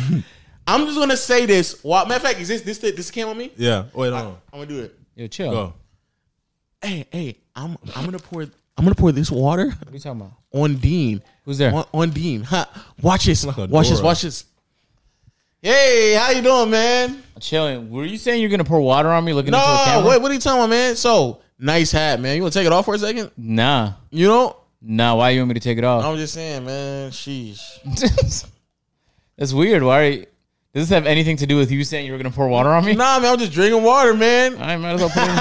Speaker 3: I'm just gonna say this. While, matter of fact, is this this this cam on me?
Speaker 2: yeah. Wait on.
Speaker 3: I'm gonna do it.
Speaker 1: Yo, chill.
Speaker 2: Go.
Speaker 3: Hey, hey, I'm I'm gonna pour I'm gonna pour this water
Speaker 1: What are you talking about?
Speaker 3: on Dean.
Speaker 1: Who's there?
Speaker 3: On, on Dean. Ha. Watch this.
Speaker 2: like a
Speaker 3: watch this.
Speaker 2: Dora.
Speaker 3: Watch this. Hey, how you doing, man?
Speaker 1: Chilling. Were you saying you're gonna pour water on me looking into the
Speaker 3: No,
Speaker 1: camera?
Speaker 3: wait, what are you talking about, man? So nice hat, man. You wanna take it off for a second?
Speaker 1: Nah,
Speaker 3: You know?
Speaker 1: nah. Why you want me to take it off?
Speaker 3: I'm just saying, man. Sheesh.
Speaker 1: that's weird. Why? Are you, does this have anything to do with you saying you were gonna pour water on me?
Speaker 3: Nah, man. I'm just drinking water, man.
Speaker 1: I might as well put it. In.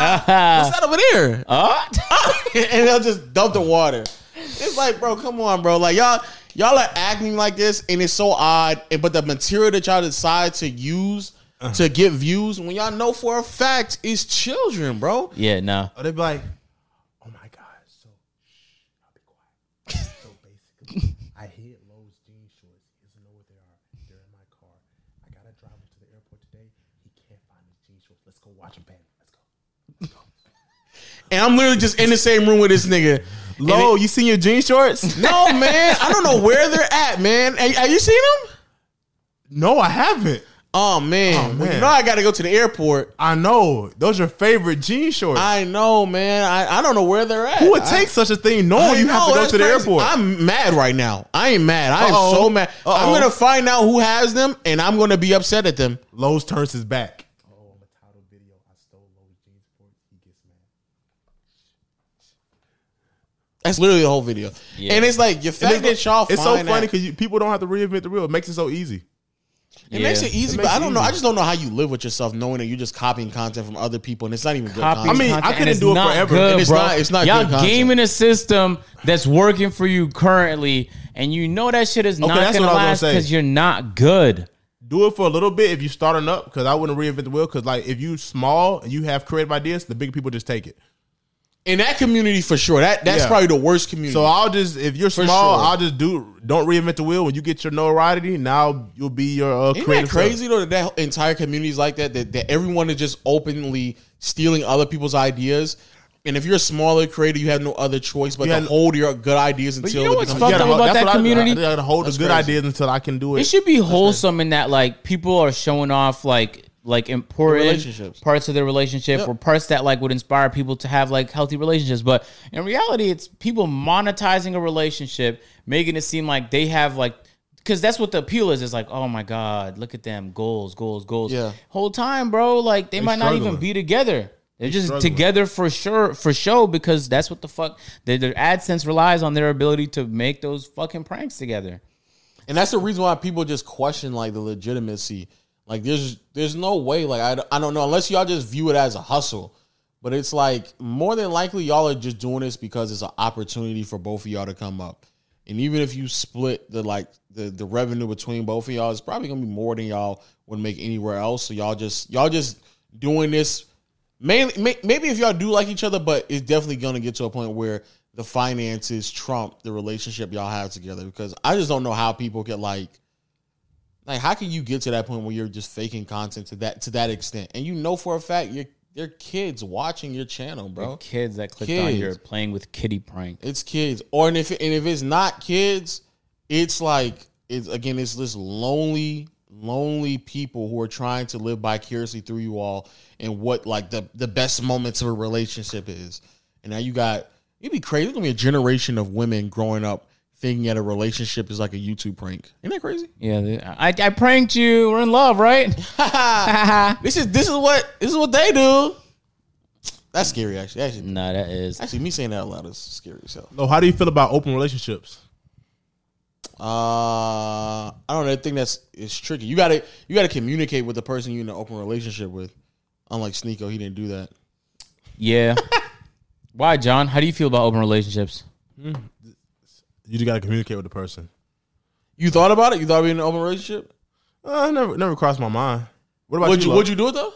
Speaker 3: What's that over there?
Speaker 1: Ah.
Speaker 3: and they'll just dump the water. It's like, bro, come on, bro. Like y'all, y'all are acting like this, and it's so odd. And but the material that y'all decide to use
Speaker 1: Uh.
Speaker 3: to get views, when y'all know for a fact is children, bro.
Speaker 1: yeah, nah.
Speaker 2: Oh, they'd be like, "Oh my god!" So shh, I'll be quiet. so basically, I hid Lowe's jean shorts. He doesn't know where they are. They're in my car. I gotta drive him to the airport today. He can't find his jean shorts. Let's go watch him, baby. Let's go.
Speaker 3: And I'm literally just in the same room with this nigga. Oh,
Speaker 2: Lowe, you seen your jean shorts?
Speaker 3: No, man, I don't know where they're at, man. Have, have you seen them?
Speaker 2: no, I haven't.
Speaker 3: Oh man,
Speaker 2: Oh,
Speaker 3: Well, you
Speaker 2: man.
Speaker 3: know I got to go to the airport.
Speaker 2: I know those are your favorite jean shorts.
Speaker 3: I know, man. I, I don't know where they're at.
Speaker 2: Who would
Speaker 3: I-
Speaker 2: take such a thing knowing you have to go
Speaker 3: know, that's
Speaker 2: to the
Speaker 3: crazy.
Speaker 2: airport?
Speaker 3: I'm mad right now. I am mad. I am
Speaker 2: Uh-oh.
Speaker 3: so mad. I'm
Speaker 2: Uh-oh.
Speaker 3: gonna find out who has them, and I'm gonna be upset at them.
Speaker 2: Lowe's turns his back.
Speaker 3: That's literally the whole video.
Speaker 1: Yeah.
Speaker 3: And it's like your fact
Speaker 2: And
Speaker 3: that y'all
Speaker 2: it's so
Speaker 3: find
Speaker 2: funny
Speaker 3: that-
Speaker 2: because people don't have to reinvent the wheel. It makes it so easy.
Speaker 3: it makes it easy,
Speaker 2: It
Speaker 3: but
Speaker 2: makes
Speaker 3: I
Speaker 2: it
Speaker 3: don't know. I
Speaker 2: easy.
Speaker 3: just don't know how you live with yourself knowing that you're just copying content from other people, and it's not even good.
Speaker 1: Copy
Speaker 3: Content.
Speaker 2: I mean, I
Speaker 1: content,
Speaker 2: couldn't
Speaker 1: and it's
Speaker 2: do it
Speaker 1: not
Speaker 2: forever.
Speaker 1: Good,
Speaker 3: And it's
Speaker 1: bro.
Speaker 3: not- it's not
Speaker 1: Y'all
Speaker 3: good content.
Speaker 1: gaming a system that's working for you currently, and you know that shit is not
Speaker 2: that's
Speaker 1: gonna
Speaker 2: what I was gonna
Speaker 1: last
Speaker 2: say.
Speaker 1: because you're not good.
Speaker 2: do it for a little bit if you're starting up because I wouldn't reinvent the wheel because like if you small and you have creative ideas, the big people just take it.
Speaker 3: in that community for sure. That that's
Speaker 2: Yeah.
Speaker 3: probably the worst community.
Speaker 2: So I'll just if you're small,
Speaker 3: sure.
Speaker 2: I'll just do don't reinvent the wheel. When you get your notoriety, now you'll be your uh,
Speaker 3: Isn't
Speaker 2: creative.
Speaker 3: that crazy though that that entire community is like that, that? That everyone is just openly stealing other people's ideas. And if you're a smaller creator, you have no other choice but
Speaker 2: Yeah.
Speaker 3: to hold your good ideas until
Speaker 1: you know
Speaker 3: it
Speaker 1: what's
Speaker 3: becomes-
Speaker 1: fucked
Speaker 2: self.
Speaker 1: up about
Speaker 2: that's
Speaker 1: that
Speaker 2: what I-
Speaker 1: community?
Speaker 2: I, gotta hold the good
Speaker 3: crazy.
Speaker 2: ideas until I can do
Speaker 1: It
Speaker 2: it.
Speaker 1: should be wholesome in that like people are showing off like like important
Speaker 3: relationships.
Speaker 1: parts of their relationship or parts that like would inspire people to have like healthy relationships. But in reality, it's people monetizing a relationship, making it seem like they have like. because that's what the appeal is. It's like, oh my god, look at them goals, goals, goals.
Speaker 3: Yeah.
Speaker 1: Whole time, bro. Like they might not even
Speaker 2: struggling.
Speaker 1: be together. They're just
Speaker 2: struggling.
Speaker 1: together for sure, for show, because that's what the fuck. Their, their AdSense relies on their ability to make those fucking pranks together.
Speaker 3: And that's the reason why people just question like the legitimacy. Like there's there's no way like I, I don't know unless y'all just view it as a hustle. But it's like more than likely y'all are just doing this because it's an opportunity for both of y'all to come up. And even if you split the like the, the revenue between both of y'all, it's probably gonna be more than y'all would make anywhere else. So y'all just y'all just doing this mainly may, maybe if y'all do like each other, but it's definitely gonna get to a point where the finances trump the relationship y'all have together. Because I just don't know how people get like, like how can you get to that point where you're just faking content to that to that extent, and you know for a fact you're they're kids watching your channel, bro.
Speaker 1: Kids that clicked on
Speaker 3: Kids.
Speaker 1: your playing with kitty prank.
Speaker 3: It's kids, or and if and if it's not kids, it's like it's again it's this lonely, lonely people who are trying to live vicariously through you all and what like the the best moments of a relationship is. And now you got it'd be crazy. It's gonna be a generation of women growing up thinking that a relationship is like a YouTube prank. Isn't that crazy?
Speaker 1: Yeah, they- I, I pranked you. We're in love, right?
Speaker 3: this is this is what this is what they do. That's scary, actually. Actually,
Speaker 1: nah, that is.
Speaker 3: actually, me saying that out loud is scary. So.
Speaker 2: So how do you feel about open relationships?
Speaker 3: Uh, I don't know. I think that's it's tricky. You gotta you gotta communicate with the person you're in an open relationship with. Unlike Sneeko, he didn't do that.
Speaker 1: Yeah. Why, John? How do you feel about open relationships?
Speaker 2: You just gotta communicate with the person.
Speaker 3: You thought about it? You thought we were in an open relationship?
Speaker 2: Uh, never, never crossed my mind. What about
Speaker 3: Would
Speaker 2: you?
Speaker 3: you
Speaker 2: Lo?
Speaker 3: Would you do it though?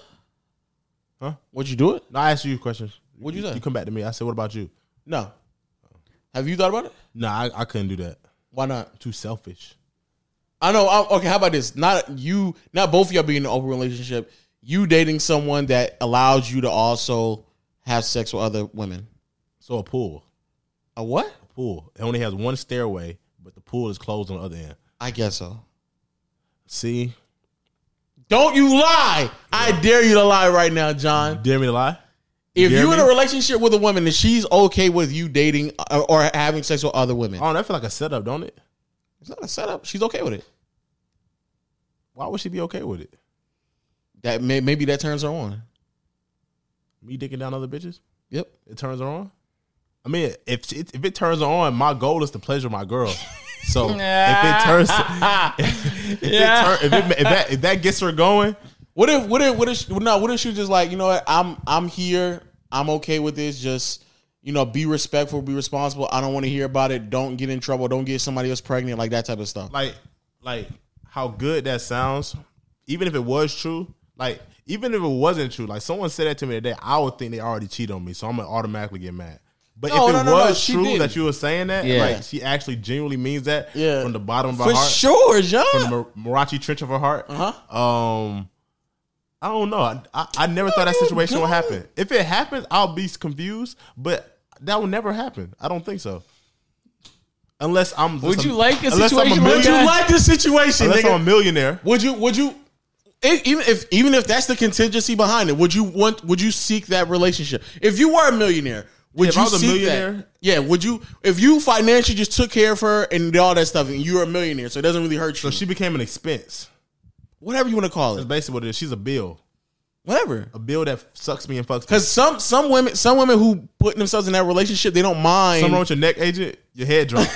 Speaker 2: Huh?
Speaker 3: Would you do it?
Speaker 2: No, I asked you questions.
Speaker 3: What'd you say?
Speaker 2: You come back to me. I said, "What about you?"
Speaker 3: No. Have you thought about it?
Speaker 2: No, I, I couldn't do that.
Speaker 3: Why not?
Speaker 2: Too selfish.
Speaker 3: I know. I, okay, how about this? Not you, not both of y'all being in an open relationship. You dating someone that allows you to also have sex with other women.
Speaker 2: So a pool,
Speaker 3: A what?
Speaker 2: a pool. It only has one stairway, but the pool is closed on the other end.
Speaker 3: I guess so.
Speaker 2: See,
Speaker 3: Don't you lie! I dare you to lie right now, John.
Speaker 2: dare me to lie? You
Speaker 3: If
Speaker 2: hear
Speaker 3: you're in a
Speaker 2: me?
Speaker 3: relationship with a woman and she's okay with you dating or, or having sex with other women,
Speaker 2: Oh, that feel like a setup, don't it?
Speaker 3: it's not a setup. She's okay with it.
Speaker 2: Why would she be okay with it?
Speaker 3: That may, maybe that turns her on.
Speaker 2: Me dicking down other bitches?
Speaker 3: Yep.
Speaker 2: It turns her on. I mean, if it, if it turns her on, my goal is to pleasure my girl. So if it turns, if,
Speaker 1: Yeah.
Speaker 2: it turn, if, it, if that if that gets her going,
Speaker 3: What if what if what if she, no? What if she was just like you know what? I'm I'm here. I'm okay with this. Just you know, be respectful, be responsible. I don't want to hear about it. Don't get in trouble. Don't get somebody else pregnant. Like that type of stuff.
Speaker 2: like like how good that sounds, even if it was true, like even if it wasn't true, like someone said that to me today, I would think they already cheated on me, so I'm gonna automatically get mad. But
Speaker 3: No,
Speaker 2: if
Speaker 3: no,
Speaker 2: it
Speaker 3: no, no,
Speaker 2: was
Speaker 3: she
Speaker 2: true
Speaker 3: didn't.
Speaker 2: that you were saying that,
Speaker 1: Yeah.
Speaker 2: like she actually genuinely means that
Speaker 3: Yeah.
Speaker 2: from the bottom of her
Speaker 3: For
Speaker 2: heart,
Speaker 3: sure, John.
Speaker 2: from the Mar- Marachi trench of her heart.
Speaker 3: Uh-huh.
Speaker 2: Um, I don't know. I, I, I never thought that
Speaker 3: you
Speaker 2: situation would
Speaker 3: good.
Speaker 2: happen. If it happens, I'll be confused, but that will never happen. I don't think so. Unless I'm,
Speaker 1: Would you like a
Speaker 2: unless I'm
Speaker 1: situation
Speaker 2: a
Speaker 1: where
Speaker 3: would you
Speaker 1: Yeah.
Speaker 2: millionaire,
Speaker 3: like this situation?
Speaker 2: unless
Speaker 3: nigga?
Speaker 2: I'm a millionaire,
Speaker 3: Would you? Would you? i- even if even if that's the contingency behind it, would you want? Would you seek that relationship? If you were a millionaire, would
Speaker 2: Yeah, if
Speaker 3: you
Speaker 2: I was a
Speaker 3: seek
Speaker 2: millionaire-
Speaker 3: that? Yeah, would you? If you financially just took care of her and all that stuff, and you're a millionaire, so it doesn't really hurt
Speaker 2: so
Speaker 3: you.
Speaker 2: she became an expense.
Speaker 3: whatever you want to call
Speaker 2: That's
Speaker 3: it,
Speaker 2: basically what it is. She's a bill,
Speaker 3: whatever.
Speaker 2: a bill that sucks me and fucks. me.
Speaker 3: Because some some women some women who put themselves in that relationship, they don't mind.
Speaker 2: Something wrong with your neck, agent? Your head drunk.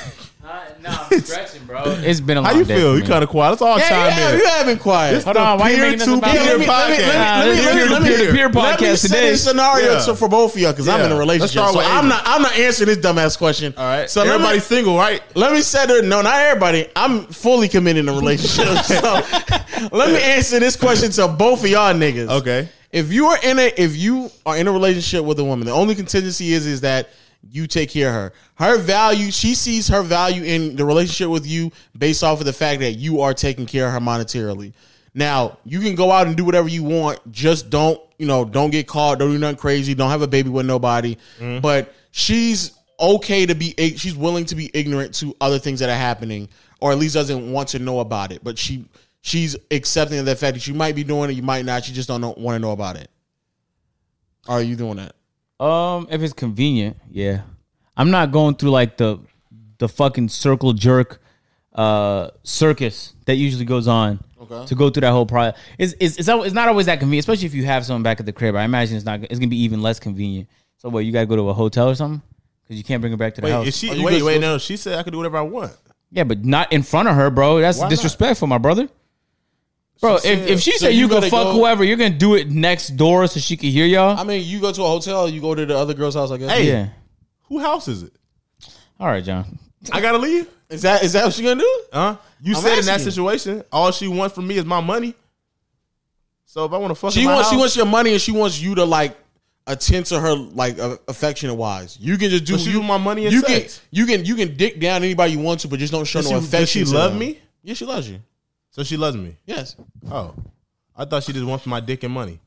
Speaker 1: nah, I'm stretching, bro. It's been a long
Speaker 2: How you
Speaker 1: day
Speaker 2: feel?
Speaker 1: for
Speaker 2: You
Speaker 1: me.
Speaker 2: kind of quiet. Let's all
Speaker 3: yeah,
Speaker 2: chime
Speaker 3: yeah,
Speaker 2: in.
Speaker 3: you haven't quiet.
Speaker 2: It's
Speaker 1: Hold
Speaker 2: the
Speaker 1: on, why you making
Speaker 2: peer
Speaker 1: this
Speaker 2: to
Speaker 1: about
Speaker 2: peer
Speaker 1: me?
Speaker 3: Yeah, let me-
Speaker 1: Nah,
Speaker 2: podcast.
Speaker 3: let me- let me-
Speaker 1: this
Speaker 3: let me-
Speaker 1: is
Speaker 3: let me-
Speaker 1: peer-to-peer
Speaker 3: let me
Speaker 1: podcast
Speaker 3: set
Speaker 1: today.
Speaker 3: this scenario
Speaker 2: Yeah.
Speaker 3: so for both of y'all because I'm
Speaker 2: Yeah.
Speaker 3: in a
Speaker 2: Let's
Speaker 3: relationship.
Speaker 2: start
Speaker 3: So
Speaker 2: with
Speaker 3: I'm
Speaker 2: Aiden.
Speaker 3: not I'm not answering this dumbass question.
Speaker 2: All right. So
Speaker 3: So let me-
Speaker 2: everybody's single, right?
Speaker 3: Let me set it. No, not everybody. I'm fully committed in a relationship. so let me answer this question to both of y'all niggas.
Speaker 2: Okay.
Speaker 3: If you are in a if you are in a relationship with a woman, the only contingency is is that you take care of her. Her value, she sees her value in the relationship with you based off of the fact that you are taking care of her monetarily. Now, you can go out and do whatever you want, just don't, you know, don't get caught, don't do nothing crazy, don't have a baby with nobody. But she's okay to be ig- she's willing to be ignorant to other things that are happening or at least doesn't want to know about it, but she she's accepting of the fact that you might be doing it, you might not. She just don't know, want to know about it. Are you doing that?
Speaker 1: Um, if it's convenient, yeah. I'm not going through like the the fucking circle jerk uh, circus that usually goes on
Speaker 3: Okay.
Speaker 1: to go through that whole process. It's, it's, it's, al- it's not always that convenient, especially if you have someone back at the crib. I imagine it's not. It's gonna be even less convenient. So, what you gotta go to a hotel or something because you can't bring her back to the
Speaker 2: Wait,
Speaker 1: house.
Speaker 2: is she?
Speaker 3: Oh, you
Speaker 2: Wait,
Speaker 3: go
Speaker 2: wait,
Speaker 3: to-
Speaker 2: no. She said I could do whatever I want.
Speaker 1: yeah, but not in front of her, bro. That's
Speaker 2: not?
Speaker 1: disrespectful, my brother. Bro, if,
Speaker 2: She said-
Speaker 1: if she
Speaker 3: so
Speaker 1: said
Speaker 3: you
Speaker 1: you can
Speaker 3: gotta
Speaker 1: fuck
Speaker 3: go-
Speaker 1: whoever, you're gonna do it next door so she can hear y'all.
Speaker 3: I mean, you go to a hotel, you go to the other girl's house. I guess.
Speaker 2: Hey.
Speaker 1: yeah.
Speaker 2: Who house is it?
Speaker 1: All right, John.
Speaker 2: I gotta leave.
Speaker 3: is that is that what she gonna do?
Speaker 2: Huh? You
Speaker 3: I'm
Speaker 2: said in that
Speaker 3: asking.
Speaker 2: situation, all she wants from me is my money. So if I want to fuck,
Speaker 3: She
Speaker 2: in my
Speaker 3: wants she
Speaker 2: house-
Speaker 3: wants your money, and she wants you to like attend to her like uh, affectionate wise. You can just do.
Speaker 2: But she
Speaker 3: you,
Speaker 2: want my money and
Speaker 3: you
Speaker 2: sex.
Speaker 3: can you can you can dick down anybody you want to, but just don't show
Speaker 2: Does
Speaker 3: no
Speaker 2: she- does
Speaker 3: affection.
Speaker 2: she
Speaker 3: to
Speaker 2: love
Speaker 3: them.
Speaker 2: me?
Speaker 3: Yeah, she loves you.
Speaker 2: So she loves me.
Speaker 3: Yes.
Speaker 2: Oh, I thought she just wants my dick and money.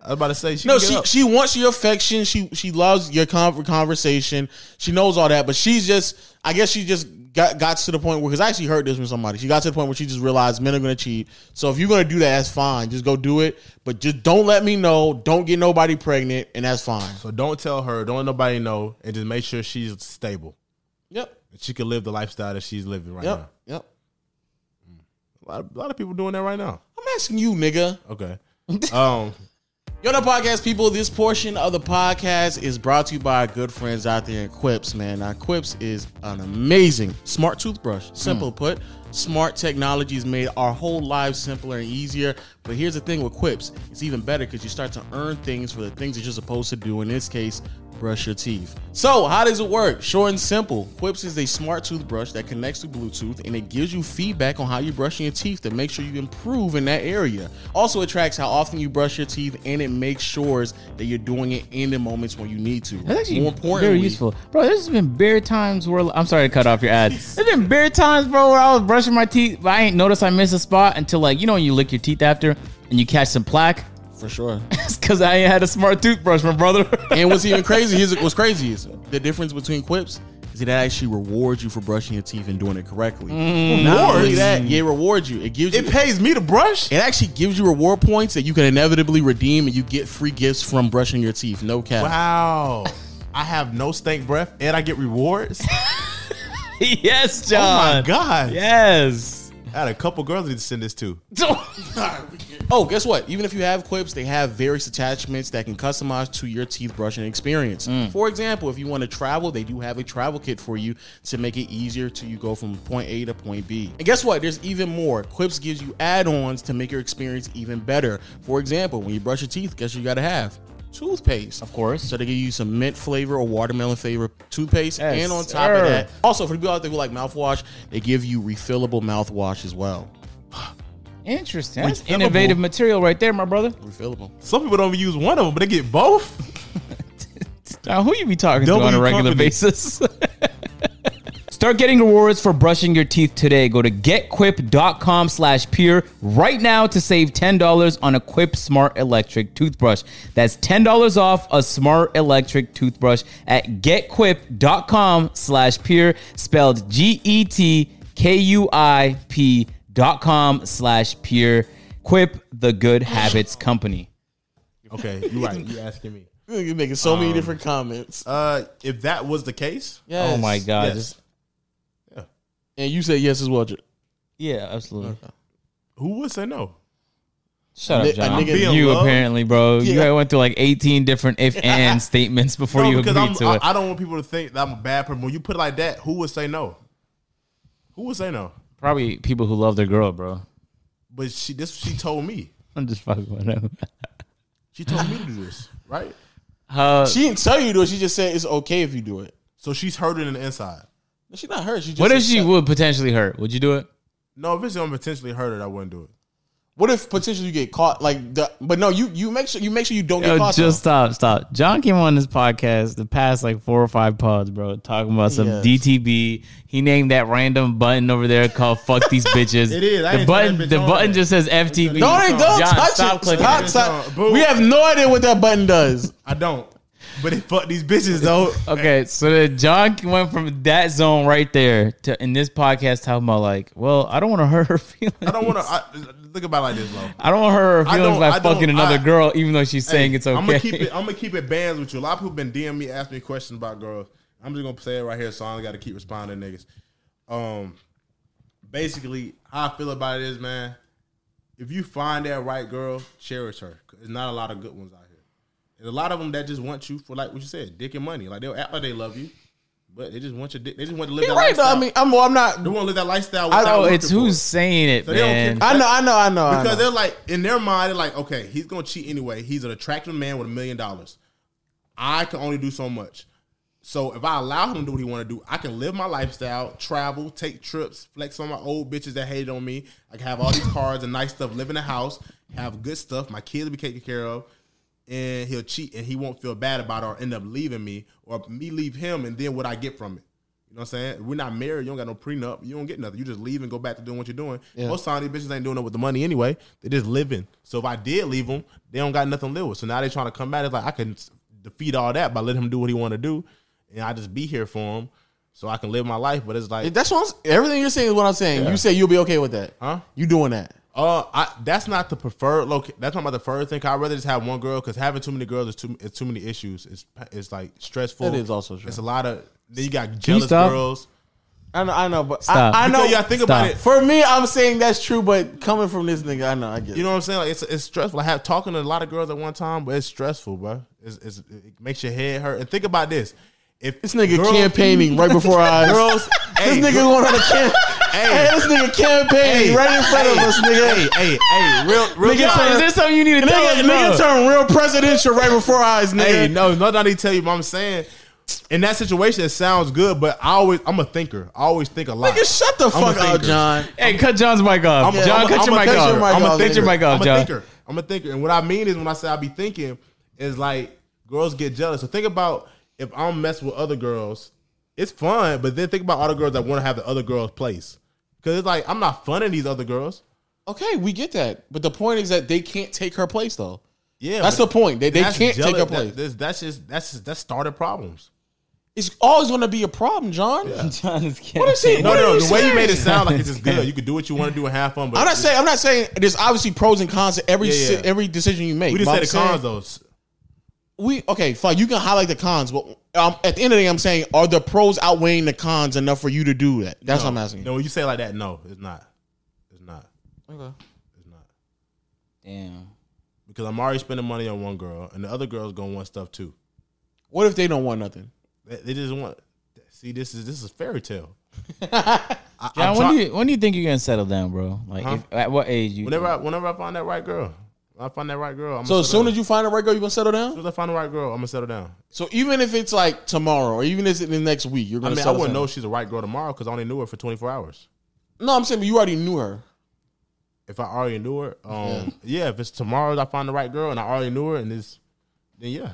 Speaker 2: I was about to say she
Speaker 3: No,
Speaker 2: can get
Speaker 3: she
Speaker 2: up.
Speaker 3: she wants your affection. She she loves your con- conversation. She knows all that, but she's just. I guess she just got got to the point where because I actually heard this from somebody. She got to the point where she just realized men are going to cheat. So if you're going to do that, that's fine. Just go do it, but just don't let me know. Don't get nobody pregnant, and that's fine.
Speaker 2: So don't tell her. Don't let nobody know, and just make sure she's stable.
Speaker 3: Yep.
Speaker 2: And she can live the lifestyle that she's living right
Speaker 3: Yep.
Speaker 2: now.
Speaker 3: Yep.
Speaker 2: A lot, a lot of people doing that right now.
Speaker 3: I'm asking you, nigga.
Speaker 2: Okay. Um.
Speaker 3: Yo, the podcast people, this portion of the podcast is brought to you by our good friends out there in Quips, man. Now, Quips is an amazing smart toothbrush. Simple put, smart technology's made our whole lives simpler and easier. But here's the thing with Quips it's even better because you start to earn things for the things that you're supposed to do, in this case, brush your teeth. So, how does it work? Short and simple. Quips is a smart toothbrush that connects to Bluetooth and it gives you feedback on how you're brushing your teeth to make sure you improve in that area. Also, it tracks how often you brush your teeth and it makes sure that you're doing it in the moments when you need to.
Speaker 1: That's actually very useful, bro. There's been bare times where I'm sorry to cut off your ad. There's been bare times, bro, where I was brushing my teeth, but I ain't noticed I missed a spot until like you know when you lick your teeth after and you catch some plaque.
Speaker 3: for sure.
Speaker 1: It's because I ain't had a smart toothbrush, my brother.
Speaker 3: and what's even crazy is what's crazy is the difference between Quips is it actually rewards you for brushing your teeth and doing it correctly.
Speaker 1: Mm.
Speaker 3: Not only
Speaker 2: Rewards?
Speaker 3: that, yeah, it rewards you. It gives you
Speaker 2: It pays me to brush.
Speaker 3: It actually gives you reward points that you can inevitably redeem, and you get free gifts from brushing your teeth. No cap.
Speaker 2: Wow. I have no stink breath, and I get rewards.
Speaker 1: yes,
Speaker 2: Oh my
Speaker 1: John.
Speaker 2: god!
Speaker 1: Yes.
Speaker 2: I had a couple girls I need to send this to.
Speaker 3: Oh, guess what? Even if you have quips, they have various attachments that can customize to your teeth brushing experience.
Speaker 1: Mm.
Speaker 3: For example, if you want to travel, they do have a travel kit for you to make it easier to you go from point A to point B. And guess what? There's even more. Quips gives you add-ons to make your experience even better. For example, when you brush your teeth, guess what you gotta have toothpaste.
Speaker 1: Of course.
Speaker 3: So they give you some mint flavor or watermelon flavor toothpaste,
Speaker 1: Yes,
Speaker 3: and on top
Speaker 1: sir.
Speaker 3: of that, also for people out there who like mouthwash, they give you refillable mouthwash as well.
Speaker 1: Interesting. That's
Speaker 2: Refillable.
Speaker 1: innovative material right there, my brother.
Speaker 3: Refillable.
Speaker 2: Some people don't even use one of them, but they get both.
Speaker 1: Now, who you be talking to
Speaker 2: W
Speaker 1: on a regular
Speaker 2: company.
Speaker 1: basis? Start getting rewards for brushing your teeth today. Go to getquip.com slash peer right now to save $10 on a Quip Smart Electric toothbrush. That's $10 off a Smart Electric toothbrush at getquip.com slash peer, spelled E G-E-T-K-U-I-P dot com slash peer. Quip, the good habits company.
Speaker 2: Okay, you're right. You asking me?
Speaker 3: You're making so many different comments.
Speaker 2: Uh, if that was the case,
Speaker 3: Yes.
Speaker 1: Oh my God.
Speaker 2: yes.
Speaker 1: Just-
Speaker 3: And you said yes as well. J-
Speaker 1: yeah, absolutely.
Speaker 2: who would say no?
Speaker 1: Shut
Speaker 3: Ni-
Speaker 1: up,
Speaker 3: a
Speaker 1: John.
Speaker 3: nigga
Speaker 2: in
Speaker 1: you
Speaker 2: love?
Speaker 1: apparently, bro.
Speaker 3: Yeah.
Speaker 1: You went through like 18 different if and statements before
Speaker 2: No,
Speaker 1: you
Speaker 2: because
Speaker 1: agreed
Speaker 2: I'm,
Speaker 1: to
Speaker 2: I,
Speaker 1: it.
Speaker 2: I don't want people to think that I'm a bad person. When you put it like that, who would say no? Who would say no?
Speaker 1: Probably people who love their girl, bro.
Speaker 2: But she this she told me.
Speaker 1: I'm just fucking with them.
Speaker 2: She told me to do this, right?
Speaker 1: Uh,
Speaker 3: She didn't tell you to do it. She just said it's okay if you do it.
Speaker 2: So she's hurting in the inside.
Speaker 3: She's not hurt. She just
Speaker 1: what if
Speaker 3: said-
Speaker 1: she would potentially hurt? Would you do it?
Speaker 2: No, if it's gonna potentially hurt it, I wouldn't do it.
Speaker 3: What if potentially you get caught? Like, the, but no, you you make sure you make sure you don't get
Speaker 1: Yo,
Speaker 3: caught.
Speaker 1: just
Speaker 3: Just
Speaker 1: stop, stop. John came on this podcast the past like four or five pods, bro, talking about some
Speaker 3: Yes.
Speaker 1: DTB. He named that random button over there called "fuck these bitches."
Speaker 2: It is. I
Speaker 1: the
Speaker 2: ain't
Speaker 1: button.
Speaker 2: turn that bitch
Speaker 1: the
Speaker 2: on.
Speaker 1: button just says FTB.
Speaker 3: don't don't
Speaker 1: John,
Speaker 3: touch
Speaker 1: stop
Speaker 3: it.
Speaker 1: clicking
Speaker 3: Stop,
Speaker 1: it.
Speaker 3: stop.
Speaker 2: Boo.
Speaker 3: We have no idea what that button does.
Speaker 2: I don't. But it fuck these bitches though.
Speaker 1: Okay, so then John went from that zone right there to in this podcast talking about like, well, I don't want to hurt her feelings.
Speaker 2: I don't want to look about it like this, though.
Speaker 1: I don't want to hurt her
Speaker 2: I
Speaker 1: feelings
Speaker 2: don't-
Speaker 1: by
Speaker 2: I don't-
Speaker 1: fucking another
Speaker 2: I-
Speaker 1: girl, even though she's saying it's okay.
Speaker 2: I'm gonna keep it. I'm gonna keep it bands with you. A lot of people been DM me, ask me questions about girls. I'm just gonna say it right here, so I only got to keep responding, to niggas. Um, basically how I feel about it is, man. If you find that right girl, cherish her. 'Cause There's not a lot of good ones out here. There's a lot of them that just want you for like what you said, dick and money. Like they'll act like they love you, but they just want your dick. They just want to live
Speaker 3: You're
Speaker 2: that
Speaker 3: right though.
Speaker 2: lifestyle.
Speaker 3: I mean, I'm. Well, I'm not.
Speaker 2: they want to live that lifestyle.
Speaker 3: I
Speaker 2: without
Speaker 3: know
Speaker 1: Oh,
Speaker 2: working
Speaker 1: it's
Speaker 2: for
Speaker 1: who's
Speaker 2: it.
Speaker 1: saying it,
Speaker 2: So they don't
Speaker 1: man.
Speaker 2: get-
Speaker 3: I know. I know. I know. I know.
Speaker 2: because they're like in their mind, they're like, okay, he's gonna cheat anyway. He's an attractive man with a million dollars. I can only do so much. So if I allow him to do what he want to do, I can live my lifestyle, travel, take trips, flex on my old bitches that hated on me. I can have all these cars and nice stuff, live in the house, have good stuff. My kids will be taken care of, and he'll cheat and he won't feel bad about it or end up leaving me or me leave him and then what I get from it. You know what I'm saying? We're not married. You don't got no prenup. You don't get nothing. You just leave and go back to doing what you're doing. Most time these bitches ain't doing it with the money anyway. They just living. So if I did leave them, they don't got nothing to live with. So now they trying to come back. It's like I can s- defeat all that by letting him do what he want to do, and I just be here for him so I can live my life. But it's like,
Speaker 3: That's what I'm, s- everything you're saying is what I'm saying. You say you'll be okay with that.
Speaker 2: Huh?
Speaker 3: You doing that?
Speaker 2: uh, I, that's not the preferred location. That's not my preferred thing. I'd rather just have one girl because having too many girls is too it's too many issues. It's it's like stressful.
Speaker 3: That is also true.
Speaker 2: It's a lot of then you got jealous
Speaker 1: stop?
Speaker 2: girls.
Speaker 3: I know. I know. But
Speaker 1: Stop.
Speaker 3: I, I
Speaker 2: No,
Speaker 3: know.
Speaker 2: yeah, think
Speaker 1: Stop.
Speaker 2: about it.
Speaker 3: For me, I'm saying that's true. But coming from this nigga, I know. I get.
Speaker 2: You
Speaker 3: it.
Speaker 2: know what I'm saying? Like it's it's stressful. I have talking to a lot of girls at one time, but it's stressful, bro. It's, it's it makes your head hurt. And think about this: if
Speaker 3: This nigga campaigning right before our eyes.
Speaker 2: girls,
Speaker 3: this
Speaker 2: hey,
Speaker 3: nigga going on a camp. Hey,
Speaker 2: Hey.
Speaker 3: this nigga campaigning
Speaker 2: Hey.
Speaker 3: right in front of
Speaker 2: Hey.
Speaker 3: us, nigga.
Speaker 2: hey, hey, hey, real, real.
Speaker 3: Nigga
Speaker 2: talk.
Speaker 3: said-
Speaker 1: Is there something you need to tell
Speaker 3: Nigga,
Speaker 1: us,
Speaker 3: nigga
Speaker 1: bro?
Speaker 3: turned real presidential right before our eyes,
Speaker 2: Hey,
Speaker 3: nigga.
Speaker 2: no, no, I need to tell you what I'm saying. In that situation, it sounds good, but I always, I'm a thinker. I always think a lot.
Speaker 3: Nigga, shut the
Speaker 2: I'm a
Speaker 3: fuck up,
Speaker 2: thinker.
Speaker 3: John.
Speaker 1: Hey, cut John's mic off.
Speaker 2: I'm a-
Speaker 1: John,
Speaker 2: I'm a-
Speaker 1: cut your
Speaker 2: I'm a-
Speaker 1: mic
Speaker 2: cut your
Speaker 1: off.
Speaker 2: mic
Speaker 1: I'm
Speaker 3: off,
Speaker 1: gonna cut your
Speaker 3: nigga.
Speaker 1: mic off,
Speaker 2: I'm a
Speaker 1: John.
Speaker 2: thinker. I'm a thinker. And what I mean is when I say I be thinking is like girls get jealous. So think about if I'm messing with other girls, it's fun, but then think about all the girls that want to have the other girl's place. Cause it's like I'm not funning these other girls.
Speaker 3: Okay, we get that. But the point is that they can't take her place, though.
Speaker 2: Yeah.
Speaker 3: That's the
Speaker 2: but
Speaker 3: point. They, they
Speaker 2: that's
Speaker 3: can't take
Speaker 2: jealous-
Speaker 3: her place.
Speaker 2: That, that's, that's just that's just that's started problems.
Speaker 3: it's always going to be a problem, John.
Speaker 1: John is kidding.
Speaker 3: What is he?
Speaker 2: No,
Speaker 3: what
Speaker 2: no,
Speaker 3: are
Speaker 2: the way you made it
Speaker 3: serious?
Speaker 2: sound like it's just good. You could do what you want to do and have fun, but
Speaker 3: I'm not saying. I'm not saying. There's obviously pros and cons to every
Speaker 2: Yeah, yeah.
Speaker 3: si- every decision you make.
Speaker 2: we just
Speaker 3: but
Speaker 2: said
Speaker 3: I'm
Speaker 2: the
Speaker 3: saying-
Speaker 2: cons though.
Speaker 3: We okay, fine. You can highlight the cons, but um, at the end of the day, I'm saying, are the pros outweighing the cons enough for you to do that? That's what I'm asking.
Speaker 2: No, when you say it like that, no, it's not. It's not.
Speaker 3: Okay.
Speaker 2: It's not.
Speaker 1: Damn.
Speaker 2: because I'm already spending money on one girl, and the other girl's gonna want stuff too.
Speaker 3: What if they don't want nothing?
Speaker 2: They, they just want. See, this is this is fairy tale. I, I'm
Speaker 1: John,
Speaker 2: try-
Speaker 1: when do you when do you think you're gonna settle down, bro? Like, if, at what age? You
Speaker 2: whenever I, whenever I find that right girl, when I find that right girl. I'm
Speaker 3: So as soon as you find the right girl, you're gonna settle down.
Speaker 2: as I find the right girl, I'm gonna settle down.
Speaker 3: So even if it's like tomorrow, or even if it's in the next week, you're
Speaker 2: I
Speaker 3: gonna
Speaker 2: mean, I
Speaker 3: settle
Speaker 2: wouldn't
Speaker 3: down.
Speaker 2: know she's a right girl tomorrow because I only knew her for 24 hours.
Speaker 3: No, I'm saying but you already knew her.
Speaker 2: If I already knew her, um, yeah. If it's tomorrow, I find the right girl, and I already knew her, and it's then yeah,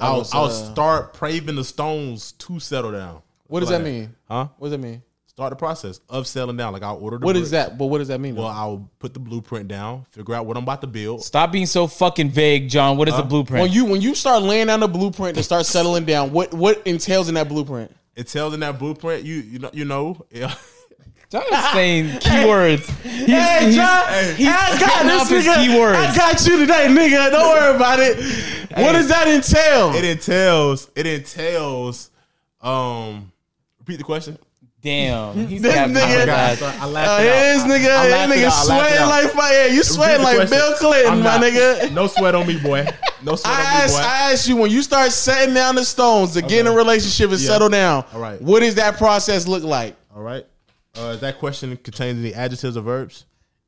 Speaker 3: I
Speaker 2: I'll
Speaker 3: was,
Speaker 2: I'll
Speaker 3: uh,
Speaker 2: start praving the stones to settle down.
Speaker 3: What does
Speaker 2: Like
Speaker 3: that mean?
Speaker 2: Huh?
Speaker 3: What does that mean?
Speaker 2: Start the process of settling down. Like I'll order. The
Speaker 3: What
Speaker 2: bricks.
Speaker 3: is that? But what does that mean?
Speaker 2: Well, I'll put the blueprint down, figure out what I'm about to build.
Speaker 1: Stop being so fucking vague, John. What is the blueprint?
Speaker 3: when you when you start laying down the blueprint and start settling down, what what entails in that blueprint?
Speaker 2: It tells in that blueprint, you you know, you know. yeah.
Speaker 1: John is saying keywords. He's, he's- he's
Speaker 3: I
Speaker 1: hitting off his keywords.
Speaker 3: I got you today, nigga. Don't worry about it. What does that entail?
Speaker 2: it entails it entails. Um, repeat the question.
Speaker 1: Damn. He's
Speaker 3: This
Speaker 1: got me on
Speaker 3: nigga-
Speaker 2: I,
Speaker 1: that.
Speaker 2: sorry, I
Speaker 3: Uh,
Speaker 2: laughed it out.
Speaker 3: his nigga,
Speaker 2: I laughed
Speaker 3: his
Speaker 2: it
Speaker 3: nigga
Speaker 2: out. I laugh it
Speaker 3: sweating
Speaker 2: out.
Speaker 3: like fire. You
Speaker 2: Repeat
Speaker 3: sweating
Speaker 2: the
Speaker 3: like
Speaker 2: question.
Speaker 3: Bill Clinton,
Speaker 2: I'm
Speaker 3: my
Speaker 2: not-
Speaker 3: nigga.
Speaker 2: No sweat on me, boy. No sweat
Speaker 3: I
Speaker 2: on me,
Speaker 3: asked,
Speaker 2: boy.
Speaker 3: I asked you when you start setting down the stones to get in a relationship and
Speaker 2: Yeah.
Speaker 3: settle down.
Speaker 2: All right.
Speaker 3: What does that process look like?
Speaker 2: All right. Uh, is that question contains any adjectives or verbs?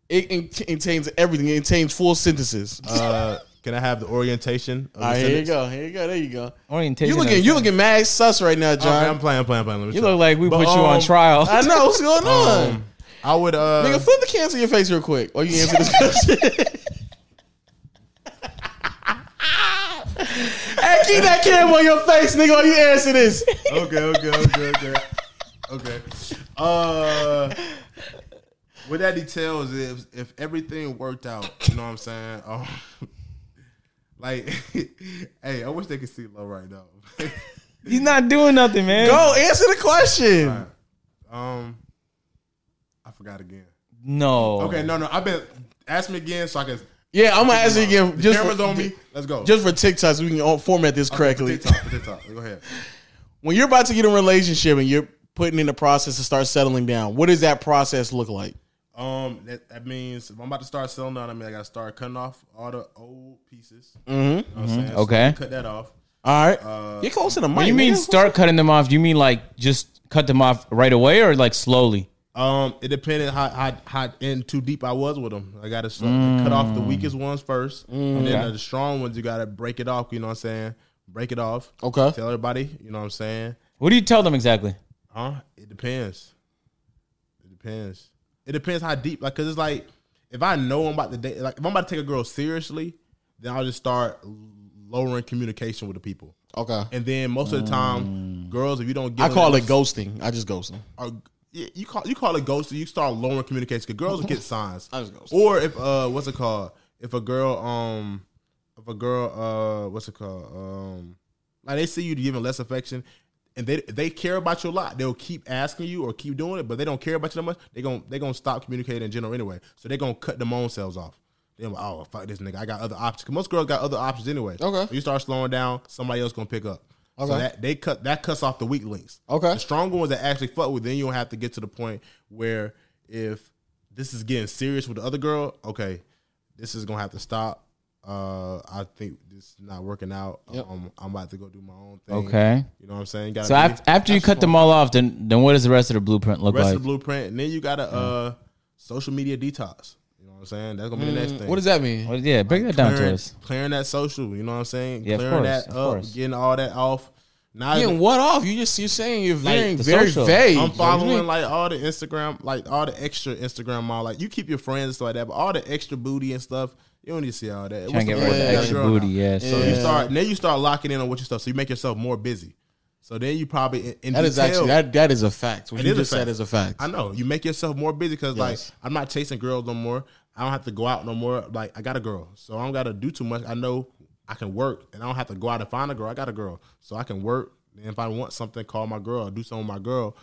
Speaker 3: It en- contains everything. It contains full sentences.
Speaker 2: Uh, can I have the orientation? Of the
Speaker 3: All right, here you
Speaker 2: sentence?
Speaker 3: go. Here you go. There you go.
Speaker 1: Orientation.
Speaker 3: You looking, you looking mad sus right now, John.
Speaker 2: Okay, I'm playing, playing, playing. Let me
Speaker 1: You
Speaker 2: try.
Speaker 1: look like we
Speaker 2: But,
Speaker 1: put you on
Speaker 2: um,
Speaker 1: trial.
Speaker 3: I know what's going on.
Speaker 2: Um, I would. Uh,
Speaker 3: Nigga, flip the can to your face real quick. Or you answer this question. hey, keep that can on your face, nigga, or you answer this.
Speaker 2: okay, okay, okay, okay. Okay. Uh what that details is if everything worked out, you know what I'm saying? Um, like hey, I wish they could see low right now.
Speaker 1: He's not doing nothing, man.
Speaker 3: Go answer the question.
Speaker 2: um I forgot again.
Speaker 1: No.
Speaker 2: Okay, no, no. I bet ask me again so I can
Speaker 3: Yeah, I'm gonna ask you again.
Speaker 2: the
Speaker 3: Just
Speaker 2: camera's
Speaker 3: for,
Speaker 2: on me. Let's go.
Speaker 3: Just for TikTok, so we can all format this correctly.
Speaker 2: TikTok, TikTok. Go ahead.
Speaker 3: When you're about to get in a relationship and you're putting in the process to start settling down. What does that process look like?
Speaker 2: Um, that, that means if I'm about to start selling down, I mean I gotta start cutting off all the old pieces.
Speaker 3: Mm-hmm.
Speaker 2: You know what I'm saying? So
Speaker 1: Okay.
Speaker 2: cut that off.
Speaker 3: All right,
Speaker 2: Uh,
Speaker 3: get close to the mic.
Speaker 1: When you mean
Speaker 3: nigga.
Speaker 1: start cutting them off, do you mean like just cut them off right away or like slowly?
Speaker 2: Um, it depended how how how in too deep I was with them. I gotta s- cut off
Speaker 3: Mm.
Speaker 2: the weakest ones first, and then the strong ones you gotta break it off. You know what I'm saying? Break it off.
Speaker 3: Okay.
Speaker 2: Tell everybody. You know what I'm saying?
Speaker 1: What do you tell them exactly?
Speaker 2: Huh? It depends. It depends. It depends how deep. Like, cause it's like if I know I'm about to date, like if I'm about to take a girl seriously, then I'll just start lowering communication with the people.
Speaker 3: Okay,
Speaker 2: And then most of the time, girls, if you don't get,
Speaker 3: Mm. I
Speaker 2: on
Speaker 3: call
Speaker 2: that-
Speaker 3: it ghosting. I just ghost them.
Speaker 2: are yeah, you call you call it ghosting. You start lowering communication because girls will get signs.
Speaker 3: I was ghosting.
Speaker 2: Or if uh, what's it called? If a girl um, if a girl uh, what's it called? Um, like they see you giving less affection, and they they care about you a lot. They'll keep asking you or keep doing it, but they don't care about you that much. They gon' they gonna stop communicating in general anyway. So they gonna cut them own selves off. They're like, oh fuck this nigga, I got other options. 'Cause most girls got other options anyway.
Speaker 3: Okay.
Speaker 2: When you start slowing down, somebody else gonna pick up. So
Speaker 3: Okay.
Speaker 2: that they cut that cuts off the weak links.
Speaker 3: Okay.
Speaker 2: The stronger ones that actually fuck with, then you don't have to get to the point where if this is getting serious with the other girl, okay, this is gonna have to stop. Uh, I think this is not working out. Um, I'm about to go do my own thing.
Speaker 1: Okay.
Speaker 2: you know what I'm saying. Gotta
Speaker 1: So
Speaker 2: be-
Speaker 1: after, after you cut them all off, then then what does the rest of the blueprint look
Speaker 2: rest
Speaker 1: like? Mm-hmm.
Speaker 2: of the blueprint, and then you got to uh social media detox. You know what I'm saying? That's gonna be the next thing.
Speaker 3: What does that mean?
Speaker 1: Well, yeah, break Mm, that down to
Speaker 2: clearing,
Speaker 1: us.
Speaker 2: clearing that social? You know what I'm saying?
Speaker 1: Yeah, of
Speaker 2: clearing
Speaker 1: course,
Speaker 2: that
Speaker 1: of
Speaker 2: up,
Speaker 1: course.
Speaker 2: getting all that off. Not even
Speaker 3: Getting what off? You just you're saying you're very
Speaker 1: the
Speaker 3: very
Speaker 1: social.
Speaker 3: vague.
Speaker 2: I'm
Speaker 3: What do you
Speaker 2: following
Speaker 3: mean?
Speaker 2: like all the Instagram, like all the extra Instagram model. Like you keep your friends and stuff like that, but all the extra booty and stuff, you don't need to see all that.
Speaker 1: Trying to get
Speaker 2: What's
Speaker 1: rid of the
Speaker 2: point? You got a
Speaker 1: extra
Speaker 2: girl
Speaker 1: booty.
Speaker 2: now.
Speaker 1: Yeah.
Speaker 2: So
Speaker 1: So
Speaker 2: you start then you start locking in on what you stuff. So you make yourself more busy. So then you probably in, in
Speaker 3: that is
Speaker 2: detail-
Speaker 3: actually that that is a fact. What
Speaker 2: It
Speaker 3: you
Speaker 2: is a
Speaker 3: just said
Speaker 2: fact.
Speaker 3: is a fact.
Speaker 2: I know you make yourself more busy because
Speaker 3: Yes.
Speaker 2: like I'm not chasing girls no more. I don't have to go out no more. Like I got a girl, so I don't got to do too much. I know I can work, and I don't have to go out and find a girl. I got a girl, so I can work. And if I want something, call my girl, do something with my girl,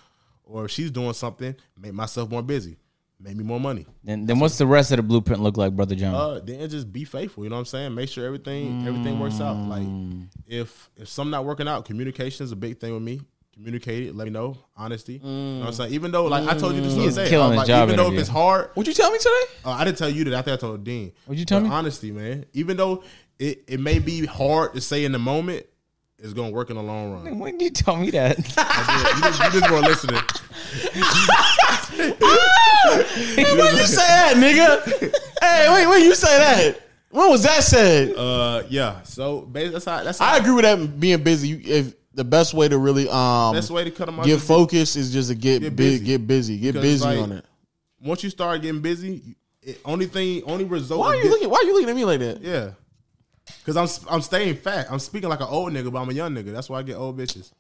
Speaker 2: or if she's doing something, make myself more busy, make me more money.
Speaker 1: then, then what's the rest of the blueprint look like, brother John?
Speaker 2: Uh, then just be faithful. You know what I'm saying? Make sure everything everything works out. Like
Speaker 1: Mm.
Speaker 2: if if something not working out, communication is a big thing with me. Communicate it. Let me know. Honesty. You know what I'm saying? Even though, like I told you this the
Speaker 1: He's
Speaker 2: other day,
Speaker 1: Mm. killing
Speaker 2: I was
Speaker 1: his
Speaker 2: like,
Speaker 1: job
Speaker 2: even though if
Speaker 1: interview.
Speaker 2: it's hard,
Speaker 3: Would you tell me today?
Speaker 2: uh, I didn't tell you that. I think I told Dean.
Speaker 1: What'd you tell
Speaker 2: But
Speaker 1: me?
Speaker 2: Honesty, man. Even though it, it may be hard to say in the moment, it's gonna work in the long run.
Speaker 1: when you tell me that?
Speaker 2: you, just, you just weren't listening.
Speaker 1: Ah!
Speaker 3: When you say that, nigga? hey, wait, when you say that? When was that said?
Speaker 2: Uh, yeah. So bas that's how that's how
Speaker 3: I agree with that being busy. You, if the best way to really um
Speaker 2: best way to cut them out.
Speaker 3: get
Speaker 2: is
Speaker 3: focused is just to get,
Speaker 2: Get
Speaker 3: busy.
Speaker 2: busy.
Speaker 3: get busy, get
Speaker 2: Because,
Speaker 3: busy
Speaker 2: like,
Speaker 3: on it.
Speaker 2: once you start getting busy, you- it, only thing, only result.
Speaker 3: Why are
Speaker 2: of
Speaker 3: you
Speaker 2: this-
Speaker 3: looking? Why are you looking at me like that?
Speaker 2: Yeah. Cause I'm s- I'm staying fat. I'm speaking like an old nigga, but I'm a young nigga. That's why I get old bitches.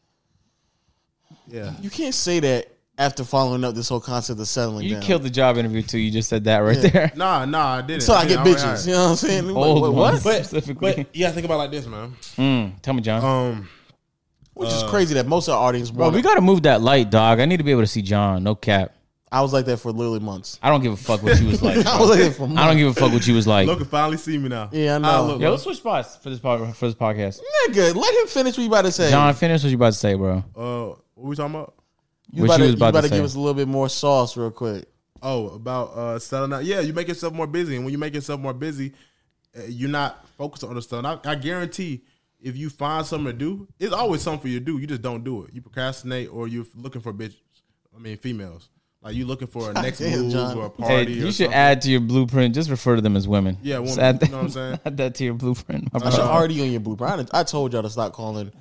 Speaker 2: Yeah.
Speaker 3: You can't say that after following up this whole concept of settling
Speaker 1: you
Speaker 3: down.
Speaker 1: killed the job interview too. You just said that right there.
Speaker 2: Nah, nah, I didn't.
Speaker 3: so I
Speaker 2: didn't.
Speaker 3: get
Speaker 2: already
Speaker 3: bitches.
Speaker 2: hired.
Speaker 3: You know what I'm saying? Like,
Speaker 1: Old
Speaker 3: what-
Speaker 1: ones
Speaker 3: what?
Speaker 1: specifically.
Speaker 2: But yeah, think about it like this, man.
Speaker 1: Mm, tell me, John.
Speaker 2: Um,
Speaker 3: Which
Speaker 2: Uh,
Speaker 3: is crazy that most of our audience.
Speaker 1: Bro,
Speaker 3: want
Speaker 1: we
Speaker 3: it.
Speaker 1: gotta move that light, dog. I need to be able to see John. No cap.
Speaker 3: I was like that for literally months.
Speaker 1: I don't give a fuck what you was like.
Speaker 3: I was like that for months.
Speaker 1: I don't give a fuck what you was like.
Speaker 2: Look, finally see me now.
Speaker 3: Yeah, I know.
Speaker 2: Ah, look,
Speaker 1: Yo, let's switch spots for this pod, for this podcast.
Speaker 3: Nigga, let him finish what you about to say.
Speaker 1: John, finish what you about to say, bro.
Speaker 2: Uh, what we talking about?
Speaker 3: you
Speaker 1: what
Speaker 3: about
Speaker 1: you
Speaker 3: to,
Speaker 1: was
Speaker 3: you
Speaker 1: about
Speaker 3: about
Speaker 1: to
Speaker 3: to give
Speaker 1: say.
Speaker 3: us a little bit more sauce, real quick.
Speaker 2: Oh, about uh selling out. Yeah, you make yourself more busy, and when you make yourself more busy, uh, you're not focused on the stuff. And I, I guarantee, if you find something to do, it's always something for you to do. You just don't do it. You procrastinate, or you're looking for bitches. I mean, females. Like you looking for a next
Speaker 3: Damn,
Speaker 2: move
Speaker 3: John.
Speaker 2: or a
Speaker 1: Hey,
Speaker 2: party.
Speaker 1: you
Speaker 2: or
Speaker 1: should
Speaker 2: something.
Speaker 1: add to your blueprint. Just refer to them as women.
Speaker 2: Yeah,
Speaker 1: Just
Speaker 2: women,
Speaker 1: add that-
Speaker 2: you know what I'm saying?
Speaker 1: Add that to your blueprint. My
Speaker 3: You're
Speaker 2: Uh,
Speaker 1: bro.
Speaker 3: already on your blueprint. I, I told y'all to stop calling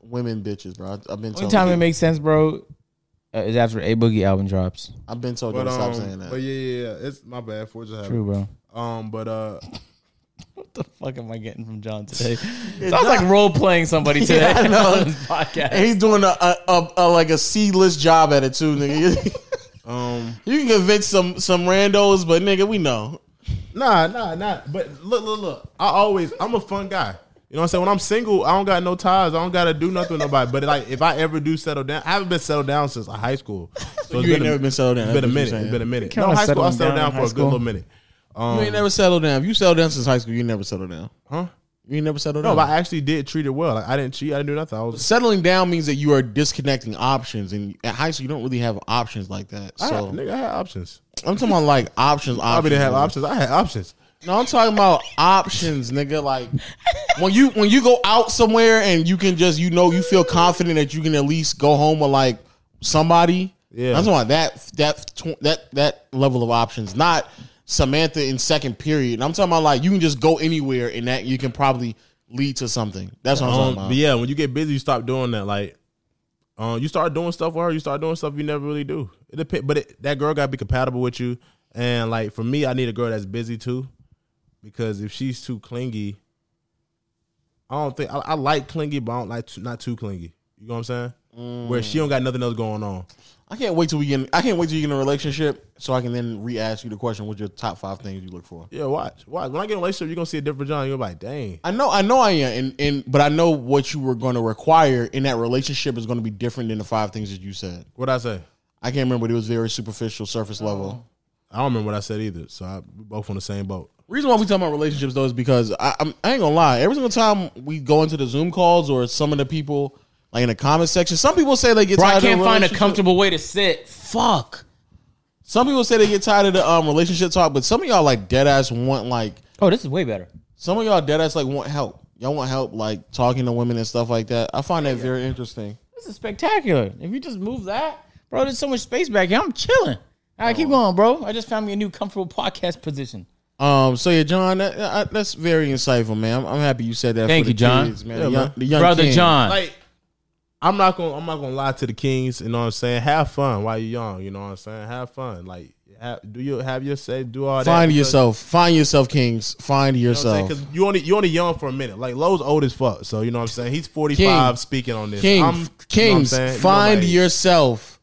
Speaker 3: women bitches, bro. I, have been
Speaker 1: Only
Speaker 3: told.
Speaker 1: time it makes sense, bro, uh, is after a boogie album drops.
Speaker 3: I've been told y'all
Speaker 2: But,
Speaker 3: to stop
Speaker 2: um,
Speaker 3: saying
Speaker 2: but
Speaker 3: that.
Speaker 2: yeah, yeah, yeah. It's my bad for it just happened.
Speaker 1: True, bro.
Speaker 2: Um, but uh,
Speaker 1: What the fuck am I getting from John today? Sounds like role playing somebody today
Speaker 3: I know.
Speaker 1: on this podcast.
Speaker 3: And he's doing a, a, a, a like a C list job at it too, nigga.
Speaker 2: um,
Speaker 3: you can convince some some randos, but nigga, we know.
Speaker 2: nah, nah, nah. But look, look, look. I always, I'm a fun guy. You know what I'm saying? When I'm single, I don't got no ties. I don't gotta do nothing with nobody. But like, if I ever do settle down, I haven't been settled down since like, high school. So it's
Speaker 3: You ain't
Speaker 2: been a-
Speaker 3: never been settled down.
Speaker 2: It's been a
Speaker 3: that's what
Speaker 2: minute.
Speaker 3: you're
Speaker 2: It's
Speaker 3: saying.
Speaker 2: been a minute.
Speaker 1: kinda
Speaker 2: No, high school. I
Speaker 1: settled
Speaker 2: settled
Speaker 1: down
Speaker 2: down,
Speaker 1: in high
Speaker 2: for a good
Speaker 1: school.
Speaker 2: little minute. Um,
Speaker 3: You ain't never settled down. If you settled down since high school, you never settled down.
Speaker 2: huh?
Speaker 3: You You ain't never settled
Speaker 2: No,
Speaker 3: down.
Speaker 2: but I actually did treat it well. Like, I didn't cheat. I didn't do nothing. I was.
Speaker 3: Settling down means that you are disconnecting options, and at high school you don't really have options like that.
Speaker 2: I,
Speaker 3: So
Speaker 2: nigga, I had options.
Speaker 3: I'm talking about like options. options
Speaker 2: I Bobby didn't have
Speaker 3: bro.
Speaker 2: options. I had options.
Speaker 3: No, I'm talking about options, nigga. Like when you when you go out somewhere and you can just you know you feel confident that you can at least go home with like somebody.
Speaker 2: Yeah.
Speaker 3: I'm talking about that that tw- that that level of options, not Samantha in second period. I'm talking about like you can just go anywhere and that you can probably lead to something. That's what I'm
Speaker 2: Um,
Speaker 3: talking
Speaker 2: but
Speaker 3: about.
Speaker 2: yeah, when you get busy, you stop doing that. Like, um, you start doing stuff with her. You start doing stuff you never really do. It depends. But it, that girl got to be compatible with you. And like for me, I need a girl that's busy too, because if she's too clingy, I don't think I, I like clingy, but I don't like too, not too clingy. You know what I'm saying? Where she don't got nothing else going on.
Speaker 3: I can't wait till we get. In, I can't wait till you get in a relationship so I can then re-ask you the question: What's your top five things you look for?
Speaker 2: Yeah, watch, watch. When I get in a relationship, you're gonna see a different John. You're gonna be like, dang.
Speaker 3: I know, I know, I am, and, and but I know what you were going to require in that relationship is going to be different than the five things that you said.
Speaker 2: What I say?
Speaker 3: I can't remember; but it was very superficial,
Speaker 1: Oh.
Speaker 3: surface level.
Speaker 2: I don't remember what I said either. So I, we both on the same boat.
Speaker 3: Reason why we talk about relationships though is because I, I'm, I ain't gonna lie. Every single time we go into the Zoom calls or some of the people like in the comment section, some people say they get
Speaker 1: Bro,
Speaker 3: tired.
Speaker 1: I
Speaker 3: of the
Speaker 1: can't find a
Speaker 3: relationship-
Speaker 1: comfortable way to sit. Fuck.
Speaker 3: Some people say they get tired of the um, relationship talk, but some of y'all like dead ass want like
Speaker 1: Oh, this is way better.
Speaker 3: some of y'all dead ass like want help. Y'all want help like talking to women and stuff like that. I find that very interesting.
Speaker 1: This is spectacular. If you just move that, bro, there's so much space back here. I'm chilling. All right, keep going, bro. I just found me a new comfortable podcast position.
Speaker 3: Um. So yeah, John, that, that, that's very insightful, man. I'm, I'm happy you said that.
Speaker 1: Thank
Speaker 3: for
Speaker 1: you,
Speaker 3: the
Speaker 1: John.
Speaker 3: kids, man.
Speaker 2: Yeah,
Speaker 3: the young,
Speaker 2: man.
Speaker 3: The young
Speaker 1: Brother
Speaker 3: king.
Speaker 1: John.
Speaker 2: like I'm not gonna I'm not gonna lie to the kings, you know what I'm saying? Have fun while you're young, you know what I'm saying? Have fun. Like have, do you have your say, do all that.
Speaker 3: Find
Speaker 2: because-
Speaker 3: yourself. Find yourself, Kings. Find
Speaker 2: You know what I'm saying?
Speaker 3: yourself.
Speaker 2: Cause you only you only young for a minute. Like Lowe's old as fuck. So you know what I'm saying? He's 45
Speaker 3: King.
Speaker 2: speaking on this.
Speaker 3: King,
Speaker 2: I'm- you know what I'm
Speaker 3: Kings,
Speaker 2: saying? You know,
Speaker 3: find
Speaker 2: like,
Speaker 3: yourself.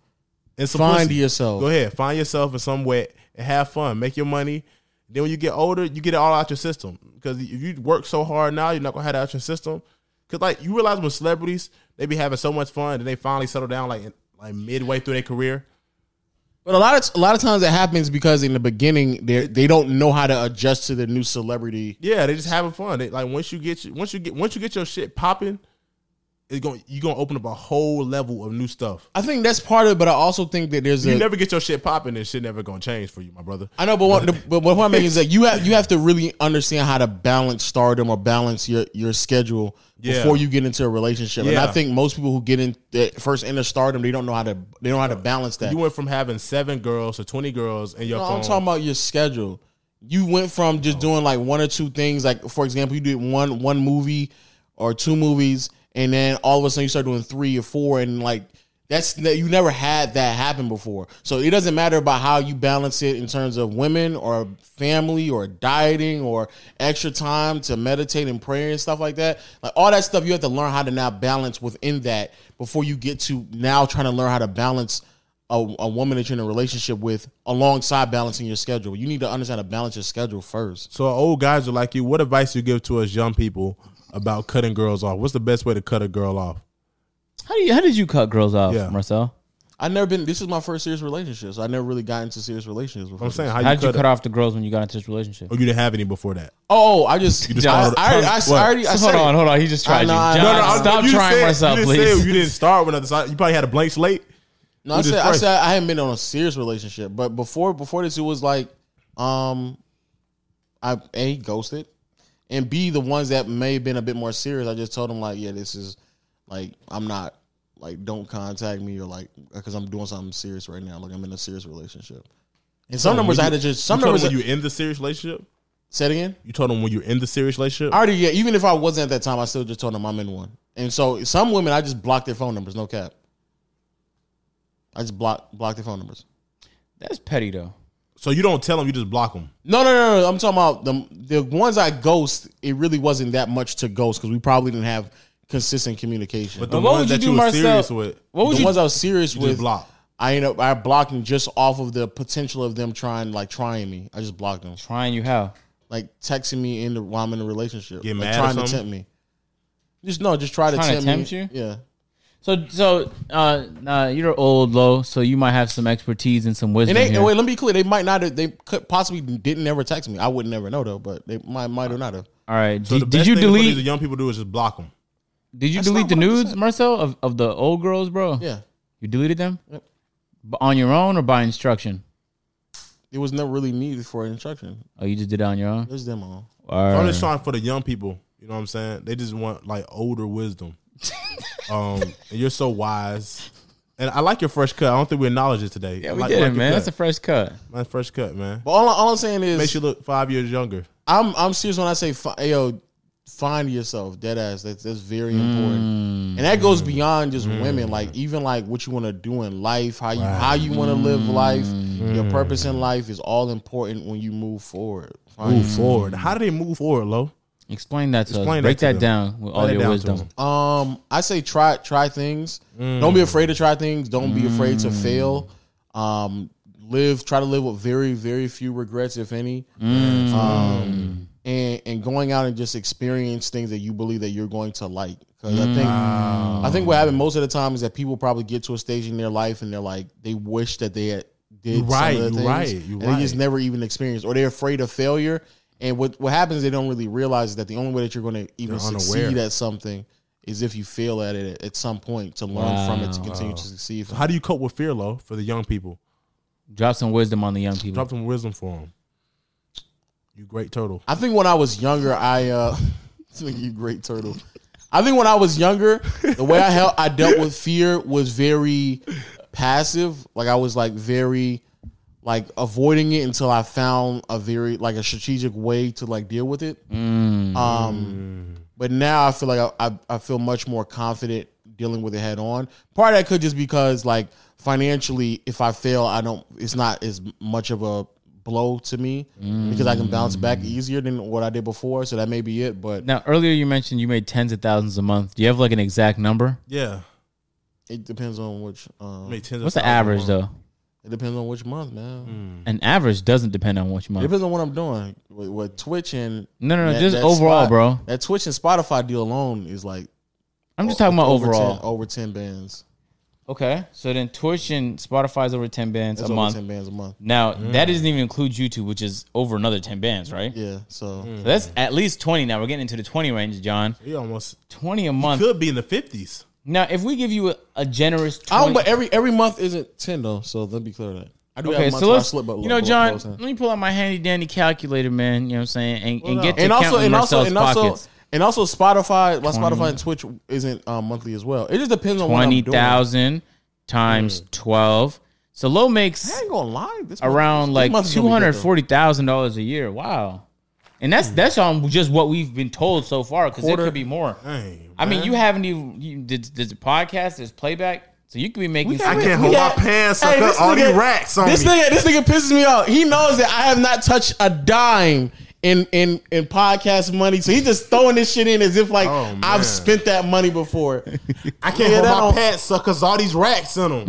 Speaker 2: and some
Speaker 3: Find
Speaker 2: pussy.
Speaker 3: yourself.
Speaker 2: Go ahead, find yourself in some way and have fun. Make your money. Then when you get older, you get it all out your system. Because if you work so hard now, you're not gonna have it out your system. Because like you realize when celebrities, they be having so much fun, and they finally settle down like in- like midway through their career.
Speaker 3: But a lot of a lot of times it happens because in the beginning they they don't know how to adjust to the new celebrity.
Speaker 2: Yeah, they just having fun. They, like once you get your, once you get once you get your shit popping, it's going you gonna open up a whole level of new stuff.
Speaker 3: I think that's part of it, but I also think that there's a I
Speaker 2: You never get your shit popping, and shit never gonna change for you, my brother.
Speaker 3: know, but what, the, but what I'm making is that you have you have to really understand how to balance stardom or balance your your schedule
Speaker 2: Yeah.
Speaker 3: before you get into a relationship. And I
Speaker 2: Yeah.
Speaker 3: think most people who get in that first into stardom, they don't know how to they don't know how to balance that.
Speaker 2: You went from having seven girls to twenty girls in your
Speaker 3: No,
Speaker 2: phone.
Speaker 3: I'm talking about your schedule. You went from just doing like one or two things, like for example, you did one one movie or two movies, and then all of a sudden you start doing three or four, and like that's that you never had that happen before. So it doesn't matter about how you balance it in terms of women or family or dieting or extra time to meditate and prayer and stuff like that. Like all that stuff, you have to learn how to now balance within that before you get to now trying to learn how to balance a, a woman that you're in a relationship with alongside balancing your schedule. You need to understand how to balance your schedule first.
Speaker 2: So old guys are like you. What advice you give to us young people about cutting girls off? What's the best way to cut a girl off?
Speaker 1: How do you how did you cut girls off,
Speaker 2: Yeah.
Speaker 1: Marcel?
Speaker 3: I've never been, this is my first serious relationship, so I never really got into serious relationships before.
Speaker 2: I'm saying how,
Speaker 1: How
Speaker 2: you
Speaker 1: did you
Speaker 2: cut.
Speaker 1: cut
Speaker 2: off?
Speaker 1: off the girls when you got into this relationship?
Speaker 2: Oh, you didn't have any before that.
Speaker 3: Oh, I just,
Speaker 2: just
Speaker 3: I,
Speaker 2: started-
Speaker 3: I already, I,
Speaker 2: What?
Speaker 3: already, I
Speaker 1: hold
Speaker 3: said it.
Speaker 1: on, hold on. He just tried
Speaker 3: I know, I
Speaker 1: you.
Speaker 3: know.
Speaker 1: John,
Speaker 3: No, no, I-
Speaker 1: stop
Speaker 2: you
Speaker 1: trying
Speaker 2: said,
Speaker 1: Marcel,
Speaker 2: you didn't
Speaker 1: please.
Speaker 2: Say, you didn't start with another. side. You probably had a blank slate.
Speaker 3: No, I
Speaker 2: this
Speaker 3: said, I
Speaker 2: first.
Speaker 3: said I hadn't been on a serious relationship, but before before this, it was like, um, I a ghosted, and b the ones that may have been a bit more serious. I just told them like, yeah, this is like I'm not like don't contact me or like because I'm doing something serious right now. Like I'm in a serious relationship, and some numbers I had to just some
Speaker 2: Oh, You told them
Speaker 3: numbers.
Speaker 2: when you in the serious relationship.
Speaker 3: say it again.
Speaker 2: You told them when you're in the serious relationship.
Speaker 3: I already yeah. Even if I wasn't at that time, I still just told them I'm in one. And so some women, I just blocked their phone numbers. No cap. I just block block their phone numbers.
Speaker 1: That's petty though.
Speaker 2: so you don't tell them. You just block them.
Speaker 3: No, no, no, no. I'm talking about the the ones I ghost. It really wasn't that much to ghost because we probably didn't have consistent communication.
Speaker 2: But
Speaker 3: But
Speaker 2: the
Speaker 1: But what would
Speaker 2: ones
Speaker 1: you
Speaker 2: that
Speaker 1: do,
Speaker 2: you were
Speaker 1: Marcel?
Speaker 2: serious with,
Speaker 1: What would
Speaker 3: the
Speaker 1: you
Speaker 3: ones I was serious
Speaker 2: you
Speaker 3: with,
Speaker 2: just block.
Speaker 3: I ended up I blocked them just off of the potential of them trying like trying me. I just blocked them,
Speaker 1: trying you how?
Speaker 3: like texting me in the, while I'm in a relationship,
Speaker 2: Get
Speaker 3: like,
Speaker 2: mad or
Speaker 3: trying to
Speaker 2: something?
Speaker 3: tempt me. Just no, just try to
Speaker 1: Trying to
Speaker 3: tempt, me.
Speaker 1: tempt
Speaker 3: Yeah,
Speaker 1: So so uh, uh you're old low, so you might have some expertise and some wisdom.
Speaker 3: and they
Speaker 1: here.
Speaker 3: and wait. Let me be clear. They might not. have They could possibly didn't ever text me. I would never know though. But they might might or not have.
Speaker 1: All right.
Speaker 2: So the
Speaker 1: did,
Speaker 2: best
Speaker 1: did you
Speaker 2: thing to put these
Speaker 1: delete?
Speaker 2: young people do is just block them.
Speaker 1: Did you
Speaker 3: That's not
Speaker 1: delete the nudes,
Speaker 3: 100%.
Speaker 1: Marcel, of, of the old girls, bro?
Speaker 3: Yeah.
Speaker 1: You deleted them
Speaker 3: Yep.
Speaker 1: B- on your own or by instruction?
Speaker 3: It was never really needed for instruction.
Speaker 1: Oh, you just did it on your own.
Speaker 3: There's them all.
Speaker 1: All
Speaker 2: I'm just
Speaker 1: right.
Speaker 2: trying for the young people. You know what I'm saying? They just want like older wisdom. um, and you're so wise. And I like your fresh cut. I don't think we acknowledge it today.
Speaker 1: Yeah, we did it, man. That's a fresh cut.
Speaker 2: my fresh cut, man.
Speaker 3: But all, all I'm saying is,
Speaker 2: Makes you look five years younger.
Speaker 3: I'm I'm serious when I say fi- yo, find yourself, dead ass. That's that's very important, and that goes beyond just women. Like even like what you want to do in life, how you how you want to live life, your purpose in life is all important when you move forward. Find
Speaker 2: Move
Speaker 3: yourself.
Speaker 2: forward. How do they move forward, Lo?
Speaker 1: Explain that to
Speaker 2: Explain
Speaker 1: us.
Speaker 2: that
Speaker 1: Break
Speaker 2: to
Speaker 1: that,
Speaker 2: them.
Speaker 1: down with all
Speaker 2: Lay it
Speaker 1: your
Speaker 2: down to
Speaker 1: wisdom.
Speaker 2: them.
Speaker 3: Um, I say try try things. Don't be afraid to try things. Don't be afraid to fail. Um, live try to live with very very few regrets, if any.
Speaker 1: Mm.
Speaker 2: Mm.
Speaker 3: Um, and and going out and just experience things that you believe that you're going to like. Because I think
Speaker 2: Mm.
Speaker 3: I think what happened most of the time is that people probably get to a stage in their life and they're like they wish that they had did
Speaker 2: You right,
Speaker 3: some of the
Speaker 2: you
Speaker 3: things,
Speaker 2: right, you
Speaker 3: and they just
Speaker 2: right.
Speaker 3: never even experienced, or they're afraid of failure. And what what happens, they don't really realize is that the only way that you're going to even
Speaker 2: They're unaware.
Speaker 3: succeed at something is if you fail at it at some point to learn from it to continue to succeed. From.
Speaker 2: How do you cope with fear, Lo, for the young people?
Speaker 1: Drop some wisdom on the young people.
Speaker 2: Drop some wisdom for them. You great turtle.
Speaker 3: I think when I was younger, I uh, think you great turtle. I think when I was younger, the way I held, I dealt with fear was very passive. Like I was like very, like avoiding it until I found a very like a strategic way to like deal with it.
Speaker 1: Mm.
Speaker 3: Um, but now I feel like I, I, I feel much more confident dealing with it head on. Part of that could just because like financially, if I fail, I don't. It's not as much of a blow to me because I can bounce back easier than what I did before. So that may be it. But
Speaker 1: Now, earlier you mentioned you made tens of thousands a month. Do you have like an exact number?
Speaker 2: Yeah.
Speaker 3: it depends on which. Um,
Speaker 2: Made tens of
Speaker 1: What's the average
Speaker 2: thousands Hmm. a month.
Speaker 1: though?
Speaker 3: it depends on which month, man.
Speaker 2: Mm.
Speaker 1: An average doesn't depend on which
Speaker 3: It
Speaker 1: month.
Speaker 3: depends on what I'm doing with, with Twitch and
Speaker 1: No, no, no.
Speaker 3: that-
Speaker 1: just
Speaker 3: that
Speaker 1: overall,
Speaker 3: Spot-
Speaker 1: bro.
Speaker 3: That Twitch and Spotify deal alone is like
Speaker 1: I'm just talking about
Speaker 3: over
Speaker 1: overall.
Speaker 3: 10, over ten bands.
Speaker 1: Okay, so then Twitch and Spotify's over ten bands
Speaker 3: That's
Speaker 1: a
Speaker 3: over
Speaker 1: month.
Speaker 3: ten bands a month.
Speaker 1: Now that doesn't even include YouTube, which is over another ten bands, right?
Speaker 3: Yeah, so
Speaker 1: So that's at least twenty. Now we're getting into the twenty range, John.
Speaker 2: He almost
Speaker 1: Twenty a month.
Speaker 2: could be in the fifties.
Speaker 1: Now, if we give you a, a generous, 20,
Speaker 3: I don't, but every every month isn't ten though. So let me clear that. I do
Speaker 1: okay,
Speaker 3: have months
Speaker 1: so
Speaker 3: where I
Speaker 1: let's
Speaker 3: slip, but
Speaker 1: you know,
Speaker 3: but-
Speaker 1: John.
Speaker 3: but-
Speaker 1: Let me pull out my handy dandy calculator, man. You know what I'm saying, and, and get to
Speaker 3: and also
Speaker 1: counting
Speaker 3: and also
Speaker 1: Marcel's
Speaker 3: and also
Speaker 1: pockets.
Speaker 3: and also Spotify. My Spotify and Twitch isn't um, monthly as well. It just depends on
Speaker 1: Twenty
Speaker 3: what I'm doing. Mm.
Speaker 1: thousand times twelve. So low makes
Speaker 3: I ain't gonna lie. This month-
Speaker 1: around
Speaker 3: this
Speaker 1: like
Speaker 3: month is gonna
Speaker 1: two
Speaker 3: be good,
Speaker 1: hundred
Speaker 3: though.
Speaker 1: forty thousand dollars a year. Wow, and
Speaker 3: Mm.
Speaker 1: that's that's on just what we've been told so far because there
Speaker 3: Quarter.
Speaker 1: could be more.
Speaker 2: Dang.
Speaker 1: I mean, you haven't even you did did the podcast, there's playback, so you could be making.
Speaker 3: got-
Speaker 1: some-
Speaker 3: I can't hold my
Speaker 2: pants
Speaker 3: Hey, this nigga- this
Speaker 2: me.
Speaker 3: nigga, this nigga pisses me off. He knows that I have not touched a dime in in in podcast money, so he's just throwing this shit in as if like
Speaker 2: Oh, man.
Speaker 3: I've spent that money before.
Speaker 2: I can't
Speaker 3: Yeah,
Speaker 2: hold
Speaker 3: that
Speaker 2: my
Speaker 3: don't-
Speaker 2: pants suckers. All these racks in them.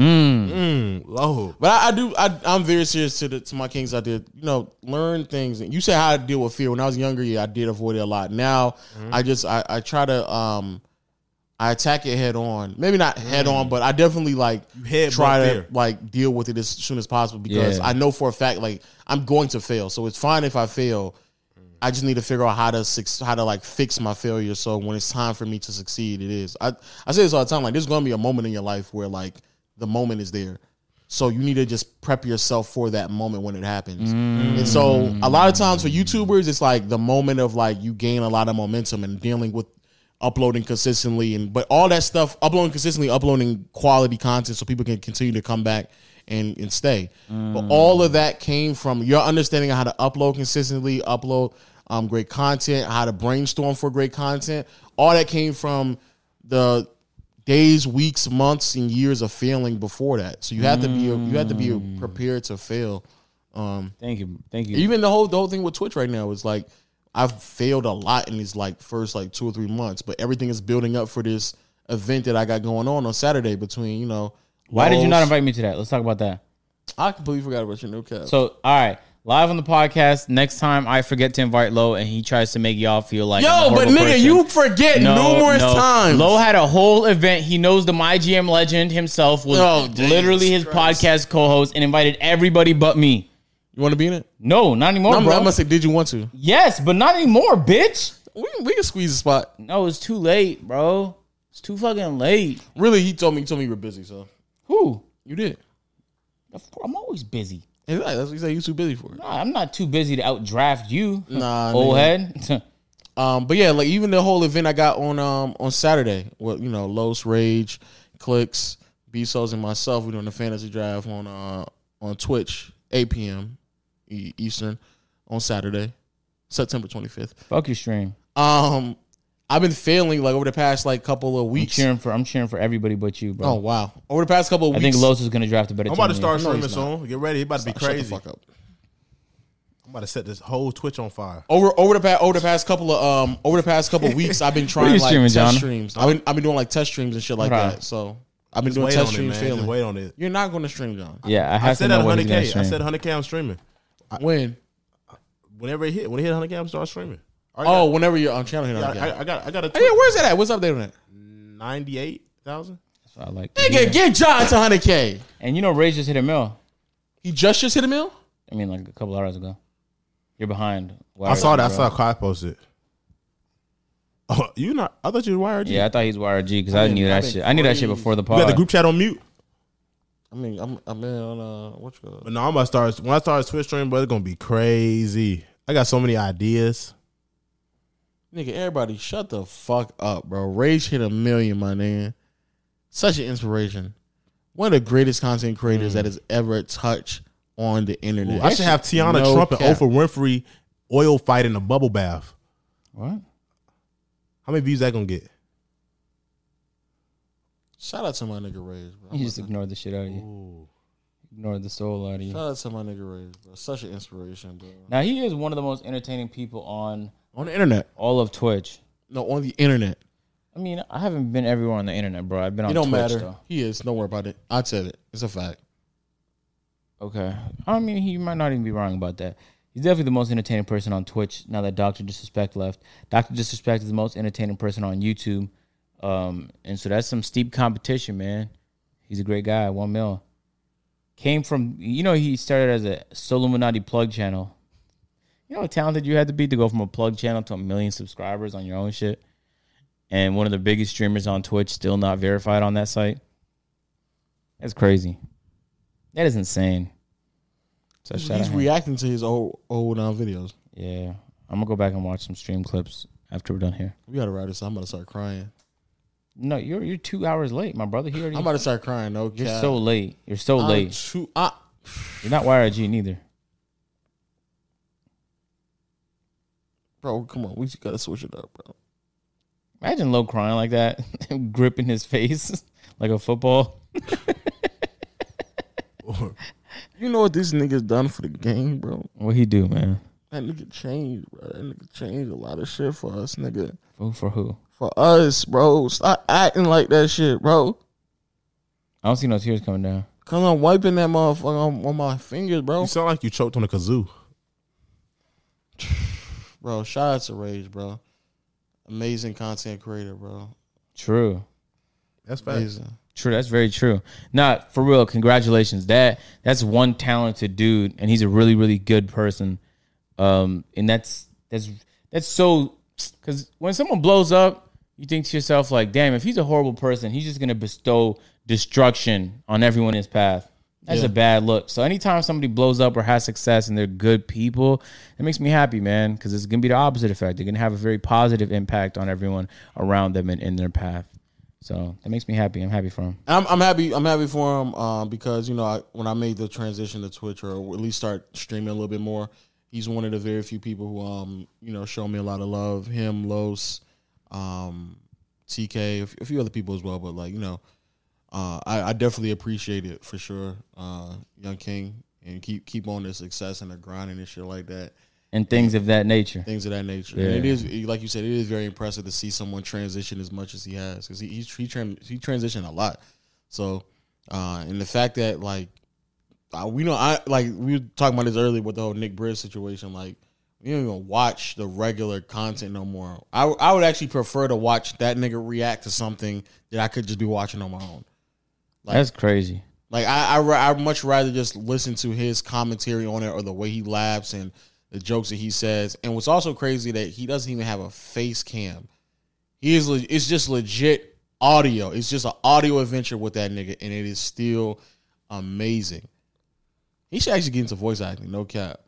Speaker 2: Mm.
Speaker 1: Hmm.
Speaker 2: Lo.
Speaker 3: But I, I do. I, I'm very serious to the, to my kings. I did, you know, learn things. And you said how I deal with fear. When I was younger, yeah, I did avoid it a lot. Now I just I, I try to um I attack it head on. Maybe not head on, but I definitely like
Speaker 2: headbutt
Speaker 3: try to
Speaker 2: fear.
Speaker 3: like deal with it as soon as possible because
Speaker 1: Yeah.
Speaker 3: I know for a fact like I'm going to fail. So it's fine if I fail. I just need to figure out how to suc- how to like fix my failure. So when it's time for me to succeed, it is. I I say this all the time. Like there's going to be a moment in your life where like the moment is there. So you need to just prep yourself for that moment when it happens. And so a lot of times for YouTubers, it's like the moment of like you gain a lot of momentum and dealing with uploading consistently and but all that stuff uploading consistently uploading quality content so people can continue to come back and, and stay but all of that came from your understanding of how to upload consistently upload um, great content how to brainstorm for great content all that came from the days weeks months and years of failing before that so you have to be you have to be prepared to fail um,
Speaker 1: Thank you, thank you.
Speaker 3: even the whole the whole thing with Twitch right now is like I've failed a lot in these like first like two or three months, but everything is building up for this event that I got going on on Saturday between you know.
Speaker 1: Why did you not
Speaker 3: Lowe's-
Speaker 1: invite me to that? Let's talk about that.
Speaker 3: I completely forgot about your new cap.
Speaker 1: So, all right, live on the podcast next time. I forget to invite Lo, and he tries to make y'all feel like I'm a
Speaker 3: Yo, but
Speaker 1: horrible
Speaker 3: nigga,
Speaker 1: person.
Speaker 3: you forget
Speaker 1: No,
Speaker 3: numerous
Speaker 1: no.
Speaker 3: times.
Speaker 1: Lo had a whole event. He knows the My GM legend himself was
Speaker 3: Oh, Jesus
Speaker 1: literally his
Speaker 3: Christ.
Speaker 1: podcast co-host and invited everybody but me.
Speaker 3: you want to be in it?
Speaker 1: No, not anymore,
Speaker 3: I'm,
Speaker 1: bro.
Speaker 3: I'm gonna say, did you want to?
Speaker 1: yes, but not anymore, bitch.
Speaker 3: we, we can squeeze the spot.
Speaker 1: No, it's too late, bro. It's too fucking late.
Speaker 3: Really, he told me. He told me you were busy. So
Speaker 1: Who?
Speaker 3: you did.
Speaker 1: Of course, I'm always busy.
Speaker 3: He's like, that's what he said. You too busy for it.
Speaker 1: Nah, I'm not too busy to outdraft you,
Speaker 3: Nah,
Speaker 1: old
Speaker 3: nigga.
Speaker 1: head.
Speaker 3: Um, but yeah, like even the whole event I got on um on Saturday, well, you know, Los Rage, Clicks, Besos, and myself, we're doing the fantasy drive on uh on Twitch, 8 p.m. E- Eastern on Saturday, September 25th.
Speaker 1: Fuck your stream.
Speaker 3: Um, I've been failing like over the past like couple of
Speaker 1: I'm
Speaker 3: weeks.
Speaker 1: cheering for. I'm cheering for everybody but you, bro.
Speaker 3: Oh wow, over the past couple of
Speaker 1: I
Speaker 3: weeks,
Speaker 1: think Los is gonna draft a better.
Speaker 2: I'm about to
Speaker 1: team than
Speaker 2: start
Speaker 1: you.
Speaker 2: streaming soon. Get ready. It about to be
Speaker 3: Shut the
Speaker 2: crazy.
Speaker 3: fuck up.
Speaker 2: I'm about to set this whole Twitch on fire.
Speaker 3: Over over the past over the past couple of um over the past couple of weeks, I've been
Speaker 1: What are
Speaker 3: trying
Speaker 1: you
Speaker 3: like
Speaker 1: streaming,
Speaker 3: test
Speaker 1: John?
Speaker 3: streams. I've been I've been doing like test streams and shit like
Speaker 1: Hold on.
Speaker 3: that. So I've been
Speaker 2: Just
Speaker 3: doing
Speaker 2: wait on it,
Speaker 3: test
Speaker 2: man.
Speaker 3: streams
Speaker 2: Just
Speaker 3: failing.
Speaker 2: wait on it.
Speaker 3: You're not going to stream, John.
Speaker 1: Yeah, I
Speaker 2: I
Speaker 1: have to
Speaker 2: said
Speaker 1: know
Speaker 2: that
Speaker 1: when he's gonna
Speaker 2: 100K. I
Speaker 1: stream.
Speaker 2: said 100K. I'm streaming.
Speaker 3: When?
Speaker 2: Whenever it hit, when it hit 100K, I'm gonna start streaming. I
Speaker 3: Oh,
Speaker 2: got-
Speaker 3: whenever your um, channel hit
Speaker 2: I
Speaker 3: on.
Speaker 2: got, I, I got, I got a
Speaker 3: Hey, yeah, where's that at? What's up there on that?
Speaker 2: 98,000.
Speaker 1: That's what I like. to
Speaker 3: Nigga,
Speaker 1: hear.
Speaker 3: get John to 100K.
Speaker 1: And you know, Ray just hit a mill.
Speaker 3: He just just hit a mill?
Speaker 1: I mean, like a couple hours ago. You're behind.
Speaker 2: I saw that.
Speaker 1: bro.
Speaker 2: I saw Kai posted. Oh, you not? I thought you were YRG.
Speaker 1: Yeah, I thought he was YRG because I,
Speaker 3: mean,
Speaker 1: knew that
Speaker 3: I've been
Speaker 1: shit. I knew that shit
Speaker 3: crazy.
Speaker 1: before the
Speaker 2: You
Speaker 1: pod.
Speaker 2: got the group chat on mute.
Speaker 3: I mean, I'm, I'm in on, uh, what you call it?
Speaker 2: But no, I'm gonna start when I start Twitch streaming, but it's gonna be crazy. I got so many ideas.
Speaker 3: Nigga, everybody shut the fuck up, bro. Rage hit a million, my man. Such an inspiration. One of the greatest content creators that has ever touched on the internet.
Speaker 2: I should have Tiana
Speaker 3: No
Speaker 2: Trump and
Speaker 3: cap.
Speaker 2: Oprah Winfrey oil fight in a bubble bath.
Speaker 1: What?
Speaker 2: How many views that gonna get?
Speaker 3: Shout out to my nigga Rage, bro.
Speaker 1: You just ignored the shit out of you. Ignored the soul out of you.
Speaker 3: Shout out to my nigga Rage, bro. Such an inspiration, bro.
Speaker 1: Now he is one of the most entertaining people on
Speaker 3: On the internet.
Speaker 1: all of Twitch.
Speaker 3: No, on the internet.
Speaker 1: I mean, I haven't been everywhere on the internet, bro. I've been on
Speaker 3: It don't
Speaker 1: Twitch
Speaker 3: matter.
Speaker 1: though.
Speaker 3: He is. Don't worry about it. I said it. It's a fact.
Speaker 1: Okay. I mean, he might not even be wrong about that. He's definitely the most entertaining person on Twitch now that Dr. Disrespect left. Dr. Disrespect is the most entertaining person on YouTube. Um, and so that's some steep competition, man. He's a great guy, one mil. Came from, you know, he started as a Soluminati plug channel. You know how talented you had to be to go from a plug channel to a million subscribers on your own shit? And one of the biggest streamers on Twitch still not verified on that site? That's crazy. That is insane. So shout out
Speaker 3: He's
Speaker 1: him.
Speaker 3: reacting to his old old uh, videos.
Speaker 1: Yeah, I'm gonna go back and watch some stream clips after we're done here.
Speaker 3: We gotta write this. I'm about to start crying.
Speaker 1: No, you're you're two hours late, my brother. He already.
Speaker 3: I'm about to start crying. No
Speaker 1: you're
Speaker 3: cap.
Speaker 1: so late. You're so
Speaker 3: I'm
Speaker 1: late.
Speaker 3: too- I-
Speaker 1: You're not YRG neither.
Speaker 3: bro, come on. We just gotta switch it up, bro.
Speaker 1: Imagine Low crying like that, gripping his face like a football.
Speaker 3: You know what this nigga's done for the game, bro?
Speaker 1: What he do, man?
Speaker 3: That nigga changed, bro. That nigga changed a lot of shit for us, nigga.
Speaker 1: Who for who?
Speaker 3: For us, bro. Stop acting like that shit, bro.
Speaker 1: I don't see no tears coming down.
Speaker 3: Cause I'm wiping that motherfucker on, on my fingers, bro.
Speaker 2: You sound like you choked on a kazoo.
Speaker 3: Bro, shout out to Rage, bro. Amazing content creator, bro.
Speaker 1: True,
Speaker 2: That's fast.
Speaker 3: Amazing.
Speaker 1: true. That's very true. Nah, for real. Congratulations. That that's one talented dude, and he's a really really good person. Um, and that's that's that's so because when someone blows up, you think to yourself like, damn, if he's a horrible person, he's just gonna bestow destruction on everyone in his path. That's a bad look. So anytime somebody blows up or has success and they're good people, it makes me happy, man, because it's gonna be the opposite effect. They're gonna have a very positive impact on everyone around them and in their path. So that makes me happy. I'm happy for him.
Speaker 3: I'm, I'm happy. I'm happy for him um, because you know I, when I made the transition to Twitch or at least start streaming a little bit more, he's one of the very few people who um you know show me a lot of love. Him, Los, um, TK, a f- a few other people as well. But like you know, uh, I, I definitely appreciate it for sure, uh, Young King, and keep keep on their success and their grinding and shit like that.
Speaker 1: And things of that nature.
Speaker 3: things of that nature. And it is like you said, it is very impressive to see someone transition as much as he has because he he, he, tran- he transitioned a lot. So, uh, and the fact that like I, we know I like we were talking about this earlier with the whole Nick Briz situation, like. You don't even watch the regular content no more. I, w- I would actually prefer to watch that nigga react to something that I could just be watching on my own.
Speaker 1: That's crazy.
Speaker 3: Like I, I, ra- I much rather just listen to his commentary on it or the way he laughs and the jokes that he says. And what's also crazy that he doesn't even have a face cam. He is. le- It's just legit audio. It's just an audio adventure with that nigga, and it is still amazing. He should actually get into voice acting. No cap.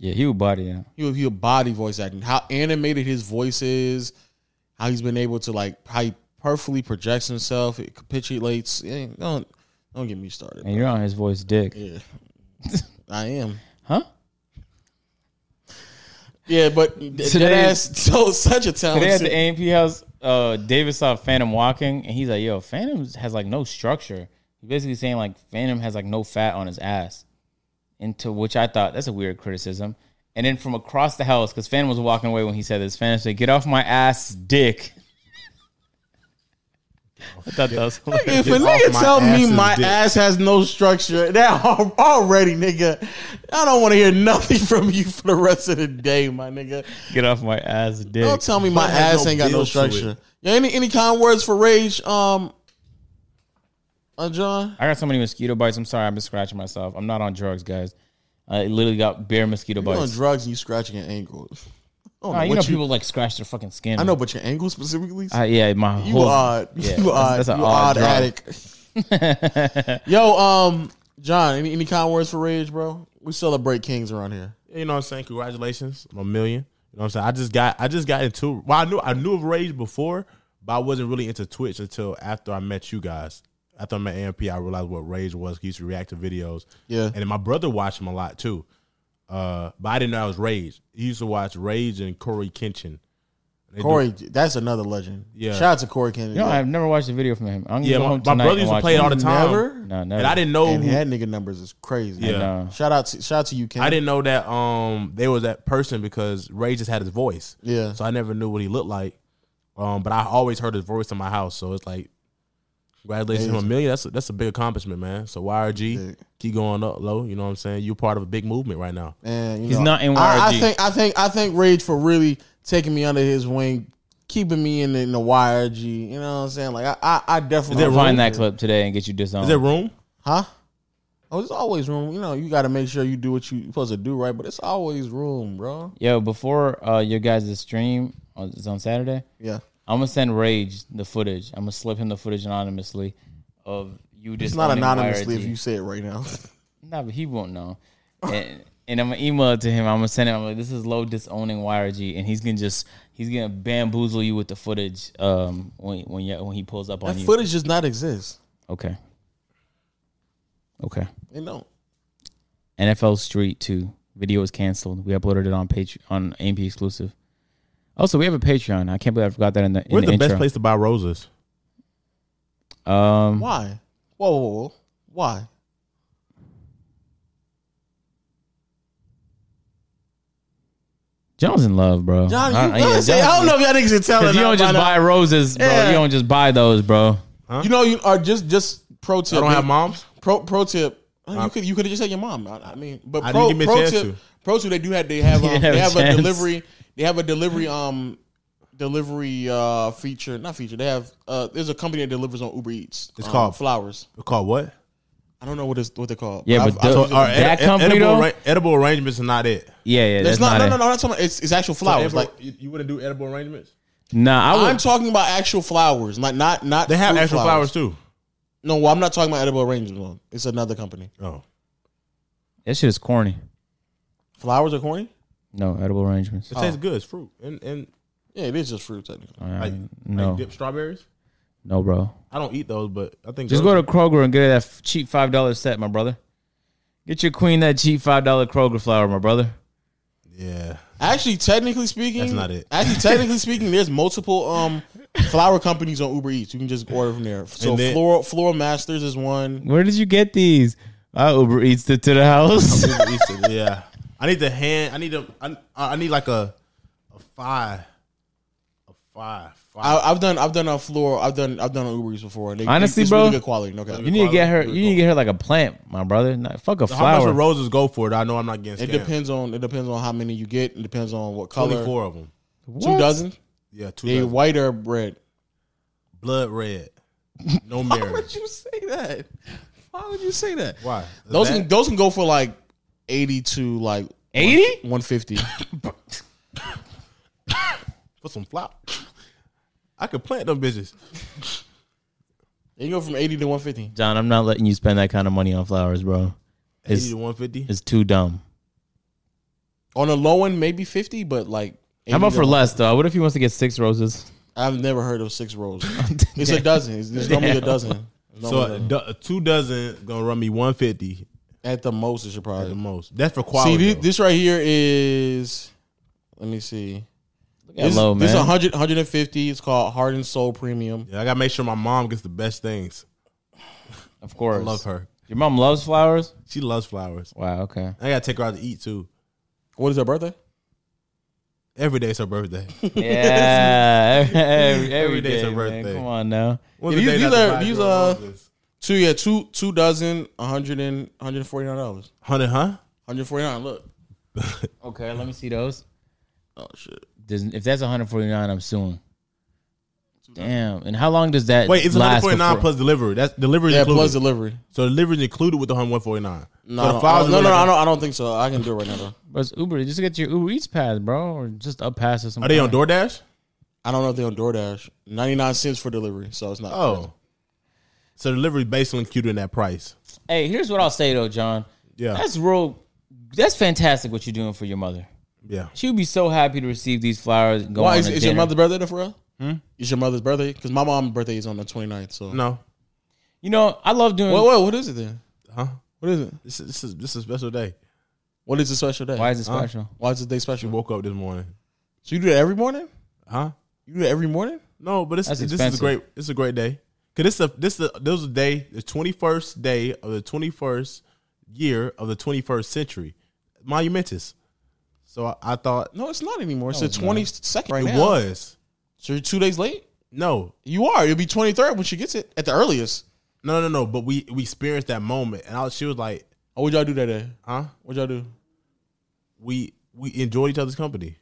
Speaker 1: Yeah, he would body out.
Speaker 3: He he a body voice acting. How animated his voice is, how he's been able to like how he perfectly projects himself. It capitulates. Eh, Don't don't get me started.
Speaker 1: And you're on his voice dick.
Speaker 3: Yeah, I am.
Speaker 1: Huh?
Speaker 3: Yeah, but that
Speaker 1: Today-
Speaker 3: ass so such a talent.
Speaker 1: Today at the AMP house, uh, David saw Phantom walking, and he's like, "Yo, Phantom has like no structure." He's basically saying like Phantom has like no fat on his ass, into which I thought that's a weird criticism. And then from across the house, because Phantom was walking away when he said this, Phantom said, "Get off my ass, dick." I thought that was hilarious.
Speaker 3: If a
Speaker 2: Get off
Speaker 3: nigga
Speaker 2: my
Speaker 3: tell me
Speaker 2: ass's
Speaker 3: my
Speaker 2: dick.
Speaker 3: ass has no structure, that al- already, nigga, I don't want to hear nothing from you for the rest of the day, my nigga.
Speaker 1: Get off my ass, dick.
Speaker 3: Don't tell me my
Speaker 2: Don't have
Speaker 3: ass
Speaker 2: no
Speaker 3: ain't got no
Speaker 2: build to
Speaker 3: structure.
Speaker 2: it.
Speaker 3: Yeah, any any kind words for rage, um, uh, John?
Speaker 1: I got so many mosquito bites. I'm sorry, I've been scratching myself. I'm not on drugs, guys. I literally got bare mosquito
Speaker 3: You on
Speaker 1: bites.
Speaker 3: drugs and you scratching your ankle? I don't
Speaker 1: Nah, you
Speaker 3: what
Speaker 1: know, people like scratch their fucking skin.
Speaker 3: I know, but your ankle specifically.
Speaker 1: Uh, yeah, my
Speaker 3: you
Speaker 1: whole
Speaker 3: odd.
Speaker 1: yeah,
Speaker 3: you
Speaker 1: that's-
Speaker 3: odd.
Speaker 1: that's an
Speaker 3: you
Speaker 1: odd
Speaker 3: odd,
Speaker 1: drug.
Speaker 3: addict. Yo, um, John, any any kind words for rage, bro? We celebrate kings around here.
Speaker 2: You know what I'm saying? Congratulations. I'm a million. You know what I'm saying? I just got I just got into well, I knew I knew of Rage before, but I wasn't really into Twitch until after I met you guys. After I met AMP, I realized what Rage was. He used to react to videos.
Speaker 3: Yeah.
Speaker 2: And then my brother watched him a lot too. Uh, but I didn't know I was Rage. He used to watch Rage and Corey Kenshin. They do-
Speaker 3: Corey, that's another legend.
Speaker 2: Yeah.
Speaker 3: Shout out to Corey Kennedy.
Speaker 1: You know, I've never watched a video from him. I'm gonna
Speaker 2: yeah,
Speaker 1: go
Speaker 2: my,
Speaker 1: home
Speaker 2: my
Speaker 1: tonight
Speaker 2: brother
Speaker 1: and
Speaker 2: used to
Speaker 1: watch
Speaker 2: play it all the
Speaker 1: it.
Speaker 2: time.
Speaker 3: Never?
Speaker 1: No, never.
Speaker 2: And I didn't know
Speaker 3: and
Speaker 2: who-
Speaker 3: that nigga numbers is crazy.
Speaker 2: Yeah.
Speaker 1: No.
Speaker 3: Shout out to shout out to you, Ken.
Speaker 2: I didn't know that um they was that person because Ray just had his voice.
Speaker 3: Yeah.
Speaker 2: So I never knew what he looked like. Um, but I always heard his voice in my house. So it's like, congratulations on a million. That's a, that's a big accomplishment, man. So YRG,
Speaker 3: Yeah.
Speaker 2: keep going up low. You know what I'm saying? You're part of a big movement right now.
Speaker 3: And, you
Speaker 1: He's
Speaker 3: know,
Speaker 1: not in
Speaker 3: I, I
Speaker 1: YRG.
Speaker 3: think I think I think Rage for really taking me under his wing, keeping me in the, in the YRG. You know what I'm saying? Like I I, I definitely
Speaker 1: I'll find that clip today and get you disowned.
Speaker 2: Is there room?
Speaker 3: Huh? Oh, there's always room. You know, you got to make sure you do what you supposed to do, right? But it's always room, bro.
Speaker 1: Yo, before uh, your guys' stream on- is on Saturday,
Speaker 3: Yeah.
Speaker 1: I'm gonna send Rage the footage. I'm gonna slip him the footage anonymously of you just.
Speaker 3: It's not
Speaker 1: owning
Speaker 3: anonymously
Speaker 1: YRG.
Speaker 3: if you say it right now.
Speaker 1: Nah, but he won't know. And, and I'm gonna email it to him. I'm gonna send him. I'm like, this is low disowning YRG, and he's gonna just he's gonna bamboozle you with the footage um when when you, when he pulls up on
Speaker 3: that
Speaker 1: you.
Speaker 3: footage does not exist.
Speaker 1: Okay. Okay.
Speaker 3: It don't.
Speaker 1: NFL Street 2 video is canceled. We uploaded it on Patreon on AMP exclusive. Also, we have a Patreon. I can't believe I forgot that in the in
Speaker 2: Where's the, best
Speaker 1: intro.
Speaker 2: place to buy roses?
Speaker 1: Um,
Speaker 3: Why? Whoa, whoa, whoa. Why?
Speaker 1: John's in love, bro.
Speaker 3: John,
Speaker 1: I-
Speaker 3: you,
Speaker 1: yeah,
Speaker 3: I, say,
Speaker 1: John's-
Speaker 3: I don't know if y'all niggas are
Speaker 1: 'cause
Speaker 3: telling.
Speaker 1: you
Speaker 3: out
Speaker 1: don't
Speaker 3: by
Speaker 1: just
Speaker 3: now.
Speaker 1: buy roses, bro.
Speaker 3: Yeah.
Speaker 1: You don't just buy those, bro.
Speaker 3: You know, you are just just pro tip.
Speaker 2: I don't have moms.
Speaker 3: Pro pro tip. You could you could have just said your mom. I, I mean, but
Speaker 2: I
Speaker 3: pro,
Speaker 2: didn't give me a
Speaker 3: pro
Speaker 2: chance
Speaker 3: tip.
Speaker 2: to.
Speaker 3: Pro tip. They do have they have um,
Speaker 1: didn't have
Speaker 3: they
Speaker 1: a
Speaker 3: have a
Speaker 1: chance.
Speaker 3: delivery. They have a delivery um delivery uh feature not feature. They have uh there's a company that delivers on Uber Eats.
Speaker 2: It's
Speaker 3: um,
Speaker 2: called-
Speaker 3: Flowers.
Speaker 2: Called what?
Speaker 3: I don't know what it's what they're called.
Speaker 1: Yeah, but
Speaker 3: I've
Speaker 1: the-
Speaker 3: used it
Speaker 1: all
Speaker 3: before.
Speaker 1: right. Uh, That company,
Speaker 2: edible,
Speaker 1: though?
Speaker 2: arra- edible arrangements are not it.
Speaker 1: Yeah, yeah.
Speaker 3: It's
Speaker 1: That's not,
Speaker 3: not, no,
Speaker 1: it.
Speaker 3: no, no, I'm not talking about, it's, it's actual flowers.
Speaker 2: Edible-
Speaker 3: Like,
Speaker 2: you, you wouldn't do edible arrangements.
Speaker 1: Nah, I
Speaker 3: I'm
Speaker 1: would.
Speaker 3: talking about actual flowers, like not, not,
Speaker 2: They have
Speaker 3: fruit
Speaker 2: actual flowers. too.
Speaker 3: No, well, I'm not talking about edible arrangements. one. It's another company.
Speaker 2: Oh,
Speaker 1: that shit is corny.
Speaker 3: Flowers are corny?
Speaker 1: No, edible arrangements. Oh,
Speaker 2: it tastes
Speaker 3: Oh.
Speaker 2: good. It's fruit and and
Speaker 3: Yeah, it is just fruit, technically.
Speaker 2: like,
Speaker 1: no.
Speaker 2: like dipped strawberries.
Speaker 1: No, bro.
Speaker 2: I don't eat those, but I think
Speaker 1: Just go to Kroger and get that f- cheap five dollar set, my brother. Get your queen that cheap five dollar Kroger flower, my brother.
Speaker 2: yeah.
Speaker 3: Actually, technically speaking,
Speaker 2: That's not it.
Speaker 3: Actually, technically speaking, there's multiple um flower companies on Uber Eats. You can just order from there. So
Speaker 2: And then-
Speaker 3: Floral Floral Masters is one.
Speaker 1: Where did you get these? I Uber Eats it to the house.
Speaker 2: Uber Eats it, yeah. I need the hand. I need a. I, I need like a a five, a five,
Speaker 3: I,
Speaker 2: five.
Speaker 3: I've done I've done on Floral. I've done I've done on Uber Eats before. They,
Speaker 1: Honestly,
Speaker 3: it's
Speaker 1: bro,
Speaker 3: really good quality. No cap.
Speaker 1: you need to get her. You need to get her like a plant, my brother. Not, fuck a
Speaker 2: How much
Speaker 1: flower.
Speaker 2: would roses go for? It I know I'm not getting
Speaker 3: It
Speaker 2: scammed.
Speaker 3: depends on it depends on how many you get. It depends on what color.
Speaker 2: Only four of them.
Speaker 3: Two
Speaker 1: What?
Speaker 3: dozen.
Speaker 2: Yeah, two.
Speaker 3: They
Speaker 2: dozen.
Speaker 3: white or red.
Speaker 2: Blood red. No
Speaker 3: Why would
Speaker 2: marriage.
Speaker 3: you say that? Why would you say that?
Speaker 2: Why? Is
Speaker 3: Those
Speaker 2: that-
Speaker 3: can, those can go for like eighty to like
Speaker 1: Eighty?
Speaker 3: One fifty.
Speaker 2: for some flop. I could plant them bitches.
Speaker 3: You go from eighty to one fifty.
Speaker 1: John, I'm not letting you spend that kind of money on flowers, bro. It's-
Speaker 2: Eighty to one fifty.
Speaker 1: It's too dumb.
Speaker 3: On a low end, maybe fifty, but like.
Speaker 1: How about
Speaker 3: 80
Speaker 1: for
Speaker 3: to-
Speaker 1: less though? What if he wants to get six roses?
Speaker 3: I've never heard of six rolls. It's a dozen. It's, it's normally a
Speaker 1: Damn.
Speaker 3: dozen. It's
Speaker 2: So
Speaker 3: normally
Speaker 2: a
Speaker 3: a-
Speaker 2: do- a two dozen gonna run me one fifty
Speaker 3: at the most, it should
Speaker 2: at the
Speaker 3: probably.
Speaker 2: most. That's for
Speaker 3: See,
Speaker 2: quality.
Speaker 3: thi-
Speaker 2: though.
Speaker 3: this right here is. Let me see. This,
Speaker 1: Hello, man.
Speaker 3: This is 100, 150. It's called Heart and Soul Premium.
Speaker 2: Yeah, I gotta make sure my mom gets the best things.
Speaker 1: of course.
Speaker 2: I love her.
Speaker 1: Your mom loves flowers?
Speaker 2: She loves flowers.
Speaker 1: Wow, okay.
Speaker 2: I gotta take her out to eat too.
Speaker 3: What is her birthday?
Speaker 2: Every day's her birthday.
Speaker 1: Yeah. every,
Speaker 2: Every
Speaker 1: every
Speaker 2: day's
Speaker 1: day, man.
Speaker 2: her birthday.
Speaker 1: Come on now.
Speaker 2: When's
Speaker 3: Yeah,
Speaker 2: the
Speaker 3: these-
Speaker 2: day
Speaker 3: these
Speaker 2: not to
Speaker 3: are-
Speaker 2: buy
Speaker 3: these uh,
Speaker 2: girl
Speaker 3: are-
Speaker 2: roses?
Speaker 3: Two, yeah, two, two dozen, 100 and, $149.
Speaker 2: honey, huh?
Speaker 3: 149 look.
Speaker 1: Okay, let me see those.
Speaker 3: Oh, shit.
Speaker 1: Does- If that's 149, I'm suing. Damn. And how long does that
Speaker 2: Wait, it's
Speaker 1: last
Speaker 2: 149
Speaker 1: before-
Speaker 2: plus delivery. That's delivery
Speaker 3: Yeah,
Speaker 2: included.
Speaker 3: plus delivery.
Speaker 2: so delivery included with the 149. so
Speaker 3: No, I
Speaker 2: the
Speaker 3: don't-
Speaker 2: flowers
Speaker 3: no,
Speaker 2: is
Speaker 3: no, no,
Speaker 2: like-
Speaker 3: I don't, I don't think so. I can do it right now, though.
Speaker 1: But it's Uber. Just get your Uber Eats pass, bro, or just up pass or something.
Speaker 2: Are they on DoorDash?
Speaker 3: I don't know if they're on DoorDash. 99 cents for delivery, so it's not.
Speaker 2: Oh, so delivery basically included in that price.
Speaker 1: Hey, here's what I'll say though, John.
Speaker 2: Yeah,
Speaker 1: That's real. That's fantastic what you're doing for your mother.
Speaker 2: yeah.
Speaker 1: She would be so happy to receive these flowers. And go
Speaker 3: Why
Speaker 1: on
Speaker 3: is,
Speaker 1: a
Speaker 3: is your
Speaker 1: dinner.
Speaker 3: mother's birthday for real? Is your mother's birthday? Because my mom's birthday is on the 29th. So
Speaker 2: Hmm? No,
Speaker 1: You know, I love doing.
Speaker 3: Wait, wait, what is it then?
Speaker 2: huh?
Speaker 3: What is it?
Speaker 2: This is this is this is a special day.
Speaker 3: What is the special day?
Speaker 1: Why is it special?
Speaker 3: Why is the day
Speaker 2: She
Speaker 3: special?
Speaker 2: woke up this morning,
Speaker 3: So you do it every morning?
Speaker 2: huh?
Speaker 3: You do it every morning?
Speaker 2: No, but it's,
Speaker 1: That's
Speaker 2: this is a
Speaker 1: expensive.
Speaker 2: great. It's a great day. Cause this the this the this is a day the twenty first day of the twenty first year of the twenty first century, monumentous. So I, I thought
Speaker 3: Oh, No, it's not anymore. It's the 22nd right
Speaker 2: it
Speaker 3: now.
Speaker 2: was
Speaker 3: So you're two days late?
Speaker 2: no
Speaker 3: You are. You'll be 23rd when she gets it at the earliest.
Speaker 2: no no no. But we we experienced that moment, and I was, she was like,
Speaker 3: Oh, what'd y'all do that day?
Speaker 2: huh?
Speaker 3: What'd y'all do?
Speaker 2: We we enjoyed each other's company.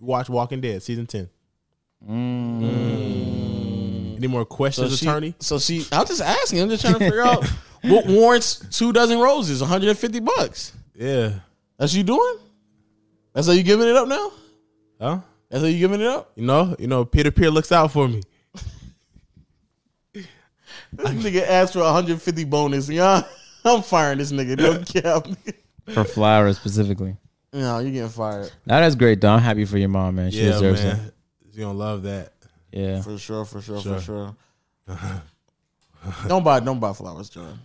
Speaker 2: Watch Walking Dead season ten. Any more
Speaker 3: So
Speaker 2: questions,
Speaker 3: she,
Speaker 2: attorney?
Speaker 3: So she, I'm just asking. I'm just trying to figure out what warrants two dozen roses, 150 bucks.
Speaker 2: Yeah.
Speaker 3: That's you doing? That's how you giving it up now?
Speaker 2: Huh?
Speaker 3: That's how you giving it up?
Speaker 2: You know, you know, peer to peer looks out for me.
Speaker 3: This nigga asked for 150 bonus. Yeah, I'm firing this nigga. No cap.
Speaker 1: for flowers specifically.
Speaker 3: No, you're getting fired.
Speaker 1: Now that's great though. I'm happy for your mom, man. She
Speaker 2: yeah,
Speaker 1: deserves
Speaker 2: man. You gonna love that.
Speaker 1: it. Yeah.
Speaker 3: For sure, for sure, for sure. don't buy, don't buy flowers, John.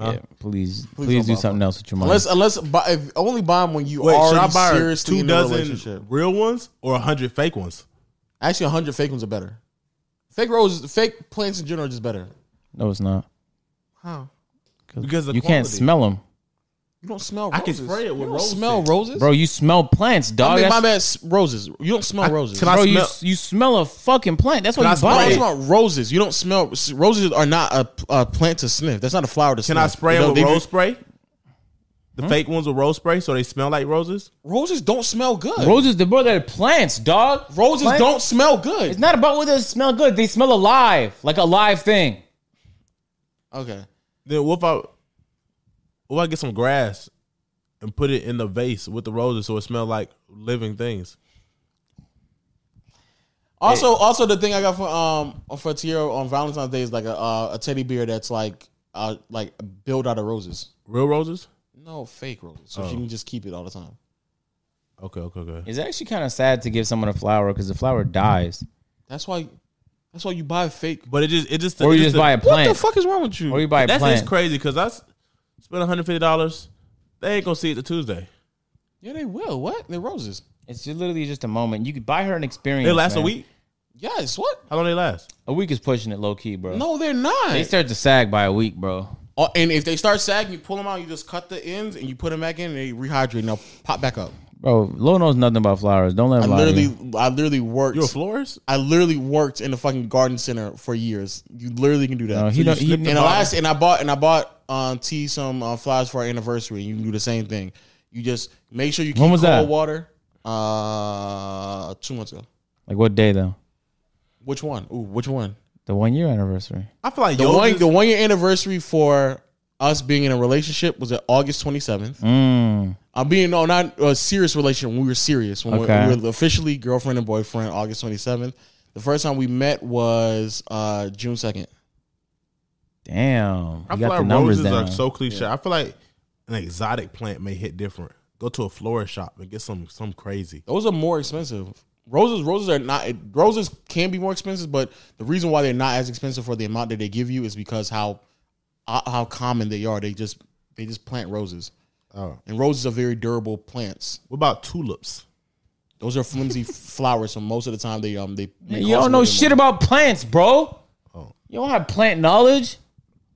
Speaker 1: yeah. Please, please,
Speaker 3: don't
Speaker 1: do
Speaker 3: buy
Speaker 1: something else with your mom.
Speaker 3: Unless, unless, buy, if, only buy them when you
Speaker 2: Wait, should I
Speaker 3: are
Speaker 2: buy her
Speaker 3: seriously
Speaker 2: two
Speaker 3: in a relationship.
Speaker 2: dozen real ones or a hundred fake ones?
Speaker 3: Actually, 100 fake ones are better. Fake roses, fake plants in general are just better.
Speaker 1: no, it's not.
Speaker 3: How?
Speaker 2: Because the
Speaker 1: you can't
Speaker 2: quality.
Speaker 1: smell them,
Speaker 3: You don't smell
Speaker 2: I
Speaker 3: roses.
Speaker 2: can spray it with
Speaker 3: you don't
Speaker 2: rose
Speaker 3: smell
Speaker 2: scent.
Speaker 3: roses?
Speaker 1: bro. You smell plants,
Speaker 3: I
Speaker 1: dog.
Speaker 3: mean, my
Speaker 1: That's-
Speaker 3: bad, s- roses. You don't smell roses.
Speaker 2: can
Speaker 1: bro, you
Speaker 2: smell-
Speaker 1: s- you smell a fucking plant. That's
Speaker 2: Can
Speaker 1: what
Speaker 2: I
Speaker 1: you
Speaker 2: spray
Speaker 1: buy.
Speaker 3: I'm
Speaker 2: it?
Speaker 1: it.
Speaker 3: talking about roses. You don't smell roses are not a, a plant to sniff. That's not a flower to
Speaker 2: Can
Speaker 3: sniff.
Speaker 2: I spray
Speaker 3: You
Speaker 2: them
Speaker 3: know,
Speaker 2: with
Speaker 3: they be-
Speaker 2: rose spray? The fake ones with rose spray so they smell like roses?
Speaker 3: Roses don't smell good.
Speaker 1: Roses, the bro, they're plants, dog.
Speaker 3: roses
Speaker 1: Plant-
Speaker 3: don't smell good.
Speaker 1: It's not about whether they smell good. They smell alive, like a live thing.
Speaker 3: okay.
Speaker 2: Then what if I what if I get some grass and put it in the vase with the roses so it smell like living things?
Speaker 3: Also, also the thing I got for um for Tierra on Valentine's Day is like a uh, a teddy bear that's like uh like built out of roses.
Speaker 2: Real roses?
Speaker 3: No fake roses. So
Speaker 1: Oh.
Speaker 3: she can just keep it all the time.
Speaker 2: Okay, okay, okay.
Speaker 1: It's actually kind of sad to give someone a flower because the flower dies,
Speaker 3: That's why. That's why you buy fake.
Speaker 2: But it just it just
Speaker 1: or
Speaker 2: it
Speaker 1: you just
Speaker 2: a-
Speaker 1: buy a
Speaker 3: What the
Speaker 1: plant,
Speaker 3: fuck is wrong with you?
Speaker 1: or you buy a
Speaker 2: That's just
Speaker 1: plant.
Speaker 2: crazy because I s- spent one hundred fifty dollars. They ain't gonna see it the Tuesday.
Speaker 3: yeah, they will. What? They're roses.
Speaker 1: It's just literally just a moment. You could buy her an experience.
Speaker 2: They last
Speaker 1: man.
Speaker 2: a week.
Speaker 3: Yes. What?
Speaker 2: How long they last?
Speaker 1: A week is pushing it low key, bro.
Speaker 3: No, they're not.
Speaker 1: They start to sag by a week, bro.
Speaker 3: Oh, and if they start sagging, you pull them out. You just cut the ends and you put them back in. and They rehydrate and they'll pop back up.
Speaker 1: Bro, Lo knows nothing about flowers. Don't let
Speaker 3: I
Speaker 1: him lie. to you.
Speaker 3: literally, I literally worked.
Speaker 2: You're a florist.
Speaker 3: I literally worked in the fucking garden center for years. You literally can do that.
Speaker 1: No, he don't. He,
Speaker 2: slipped
Speaker 3: and
Speaker 2: the
Speaker 3: the
Speaker 2: bottle.
Speaker 3: last, and I bought, and I bought um, T some uh, flowers for our anniversary. You can do the same thing. You just make sure you keep
Speaker 1: When was
Speaker 3: cold
Speaker 1: that?
Speaker 3: water. Uh, two months ago.
Speaker 1: like what day though?
Speaker 3: Which one? Ooh, which one?
Speaker 1: The one year anniversary.
Speaker 2: I feel like
Speaker 3: The
Speaker 2: yours
Speaker 3: one,
Speaker 2: is-
Speaker 3: the one year anniversary for us being in a relationship was at August twenty seventh.
Speaker 1: Mm.
Speaker 3: I'm being no, not a serious relationship. When we were serious, when we-
Speaker 1: Okay.
Speaker 3: we were officially girlfriend and boyfriend, August 27th. The first time we met was uh, June 2nd.
Speaker 1: Damn.
Speaker 2: I
Speaker 1: you got
Speaker 2: feel
Speaker 1: the
Speaker 2: like
Speaker 1: numbers
Speaker 2: roses
Speaker 1: down.
Speaker 2: are so cliche. I feel like an exotic plant may hit different. Go to a florist shop and get some some crazy.
Speaker 3: Those are more expensive. Roses, roses are not. Roses can be more expensive, but the reason why they're not as expensive for the amount that they give you is because how uh, how common they are. They just they just plant roses,
Speaker 2: Oh.
Speaker 3: and roses are very durable plants.
Speaker 2: What about tulips?
Speaker 3: Those are flimsy flowers, so most of the time they um they. they
Speaker 1: you
Speaker 3: cost a
Speaker 1: don't know
Speaker 3: little bit
Speaker 1: shit
Speaker 3: more.
Speaker 1: about plants, bro.
Speaker 2: Oh.
Speaker 1: You don't have plant knowledge.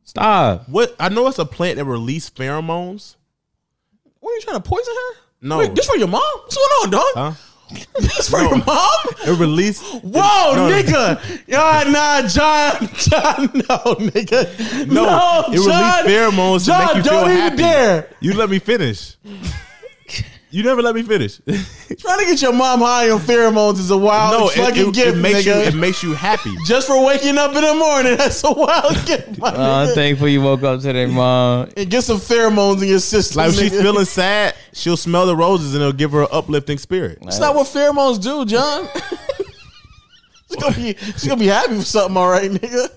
Speaker 1: Stop.
Speaker 2: What I know it's a plant that release pheromones.
Speaker 3: What are you trying to poison her?
Speaker 2: No.
Speaker 3: Wait, this for your mom? What's going on, dog?
Speaker 2: Huh?
Speaker 3: This for your mom?
Speaker 2: It release
Speaker 3: Whoa,
Speaker 2: No, no.
Speaker 3: nigga! Y'all nah, John, John, no, nigga, no,
Speaker 2: it release pheromones to make you feel
Speaker 3: don't even
Speaker 2: happy.
Speaker 3: dare.
Speaker 2: You let me finish. you never let me finish.
Speaker 3: Trying to get your mom high on pheromones is a wild
Speaker 2: no, it,
Speaker 3: fucking
Speaker 2: it-
Speaker 3: gift,
Speaker 2: it makes you
Speaker 3: nigga.
Speaker 2: it makes you happy.
Speaker 3: Just for waking up in the morning, that's a wild gift,
Speaker 2: Uh,
Speaker 3: my
Speaker 1: I'm
Speaker 3: nigga.
Speaker 1: thankful you woke up today, mom.
Speaker 3: And get some pheromones in your system.
Speaker 2: Like if she's
Speaker 3: nigga.
Speaker 2: feeling sad, she'll smell the roses and it'll give her an uplifting spirit.
Speaker 3: That's not what pheromones do, John. she's gonna be she's gonna be happy for something, all right, nigga.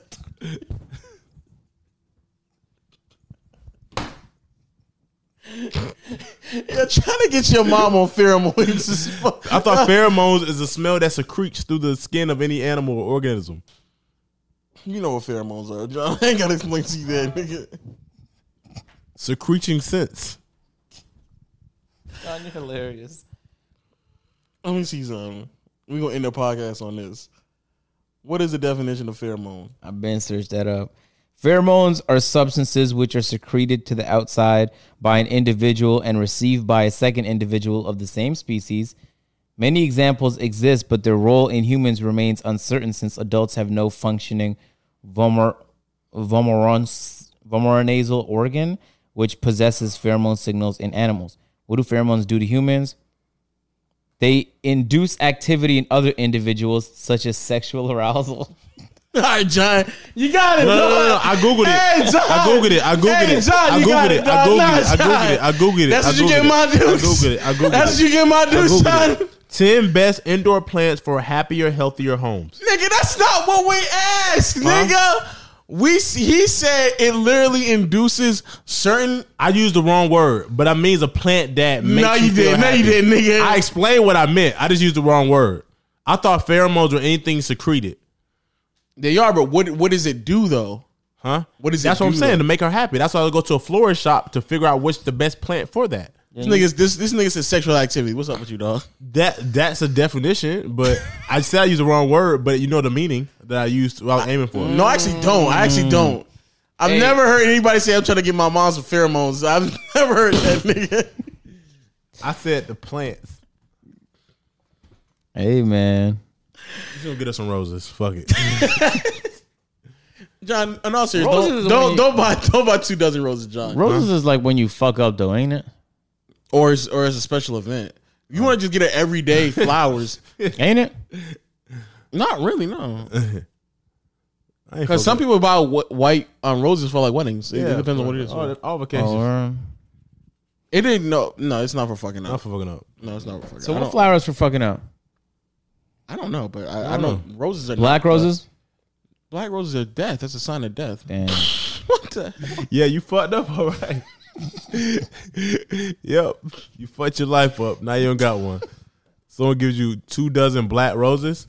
Speaker 3: You're trying to get your mom on pheromones. is fuck-
Speaker 2: I thought pheromones is a smell that secretes through the skin of any animal or organism.
Speaker 3: you know what pheromones are, John. I ain't gotta explain to you that, nigga.
Speaker 2: Secreting scents.
Speaker 1: John, you're hilarious.
Speaker 3: Let me see something. We gonna end the podcast on this. What is the definition of pheromone?
Speaker 1: I've been searched that up. Pheromones are substances which are secreted to the outside by an individual and received by a second individual of the same species. Many examples exist, but their role in humans remains uncertain since adults have no functioning vomer, vomerons, vomeronasal organ, which possesses pheromone signals in animals. What do pheromones do to humans? They induce activity in other individuals, such as sexual arousal.
Speaker 3: All right, John, you got it.
Speaker 2: No, no, no,
Speaker 3: dog.
Speaker 2: no. I googled it.
Speaker 3: Hey, John.
Speaker 2: I googled it. I googled
Speaker 3: Hey,
Speaker 2: it.
Speaker 3: John,
Speaker 2: I
Speaker 3: you
Speaker 2: googled
Speaker 3: got
Speaker 2: it.
Speaker 3: dog.
Speaker 2: I googled it.
Speaker 3: Nah,
Speaker 2: I
Speaker 3: John.
Speaker 2: googled it. I googled it.
Speaker 3: That's
Speaker 2: I
Speaker 3: what you
Speaker 2: googled
Speaker 3: get
Speaker 2: it.
Speaker 3: my
Speaker 2: I
Speaker 3: dudes.
Speaker 2: googled it. I googled
Speaker 3: That's
Speaker 2: it.
Speaker 3: what you get my
Speaker 2: I
Speaker 3: dudes, John.
Speaker 2: googled it. Ten best indoor plants for happier, healthier homes.
Speaker 3: Nigga, that's not what we asked, nigga. We he said it literally induces certain.
Speaker 2: I used the wrong word, but I means a plant that makes
Speaker 3: no, you,
Speaker 2: feel
Speaker 3: didn't. No,
Speaker 2: happy.
Speaker 3: you didn't, nigga.
Speaker 2: I explained what I meant. I just used the wrong word. I thought pheromones were anything secreted.
Speaker 3: they are, but what what does it do though?
Speaker 2: Huh?
Speaker 3: What does it
Speaker 2: That's what I'm
Speaker 3: do,
Speaker 2: saying
Speaker 3: though?
Speaker 2: to make her happy. That's why I go to a florist shop to figure out what's the best plant for that.
Speaker 3: This nigga's this this nigga said sexual activity. What's up with you, dog?
Speaker 2: That that's a definition, but I said I used the wrong word, but you know the meaning that I used. What I was aiming for.
Speaker 3: No, I actually don't. I actually
Speaker 2: Mm.
Speaker 3: don't. I've
Speaker 1: Hey.
Speaker 3: never heard anybody say I'm trying to get my mom some pheromones. I've never heard that, nigga.
Speaker 2: I said the plants.
Speaker 1: Hey, man.
Speaker 2: He's gonna get us some roses. Fuck it.
Speaker 3: John, in all seriousness,
Speaker 1: Roses
Speaker 3: don't
Speaker 1: is
Speaker 3: don't,
Speaker 1: when you-
Speaker 3: don't buy don't buy two dozen roses, John.
Speaker 1: Roses is like when you fuck up though, ain't it?
Speaker 3: or as, or as a special event. You want to just get it everyday flowers?
Speaker 1: Ain't it?
Speaker 3: Not really, no.
Speaker 2: I ain't
Speaker 3: Because some people buy wh- white um, roses for like weddings. It,
Speaker 2: fucking-
Speaker 3: it depends on what it is.
Speaker 2: All, all vacations.
Speaker 1: Or, um,
Speaker 3: It didn't. No, no, it's not for fucking
Speaker 2: I'm
Speaker 3: up.
Speaker 2: for fucking up.
Speaker 3: No, it's not for fucking.
Speaker 1: so
Speaker 3: I
Speaker 1: what
Speaker 3: don't-
Speaker 1: flowers for fucking up?
Speaker 3: I don't know, but I, I, know roses are
Speaker 1: Black
Speaker 3: not-
Speaker 1: roses.
Speaker 3: Black roses are death. That's a sign of death.
Speaker 1: Damn.
Speaker 3: What the? hell?
Speaker 2: Yeah, you fucked up. All right. yep, you fucked your life up. Now you don't got one. Someone gives you two dozen black roses.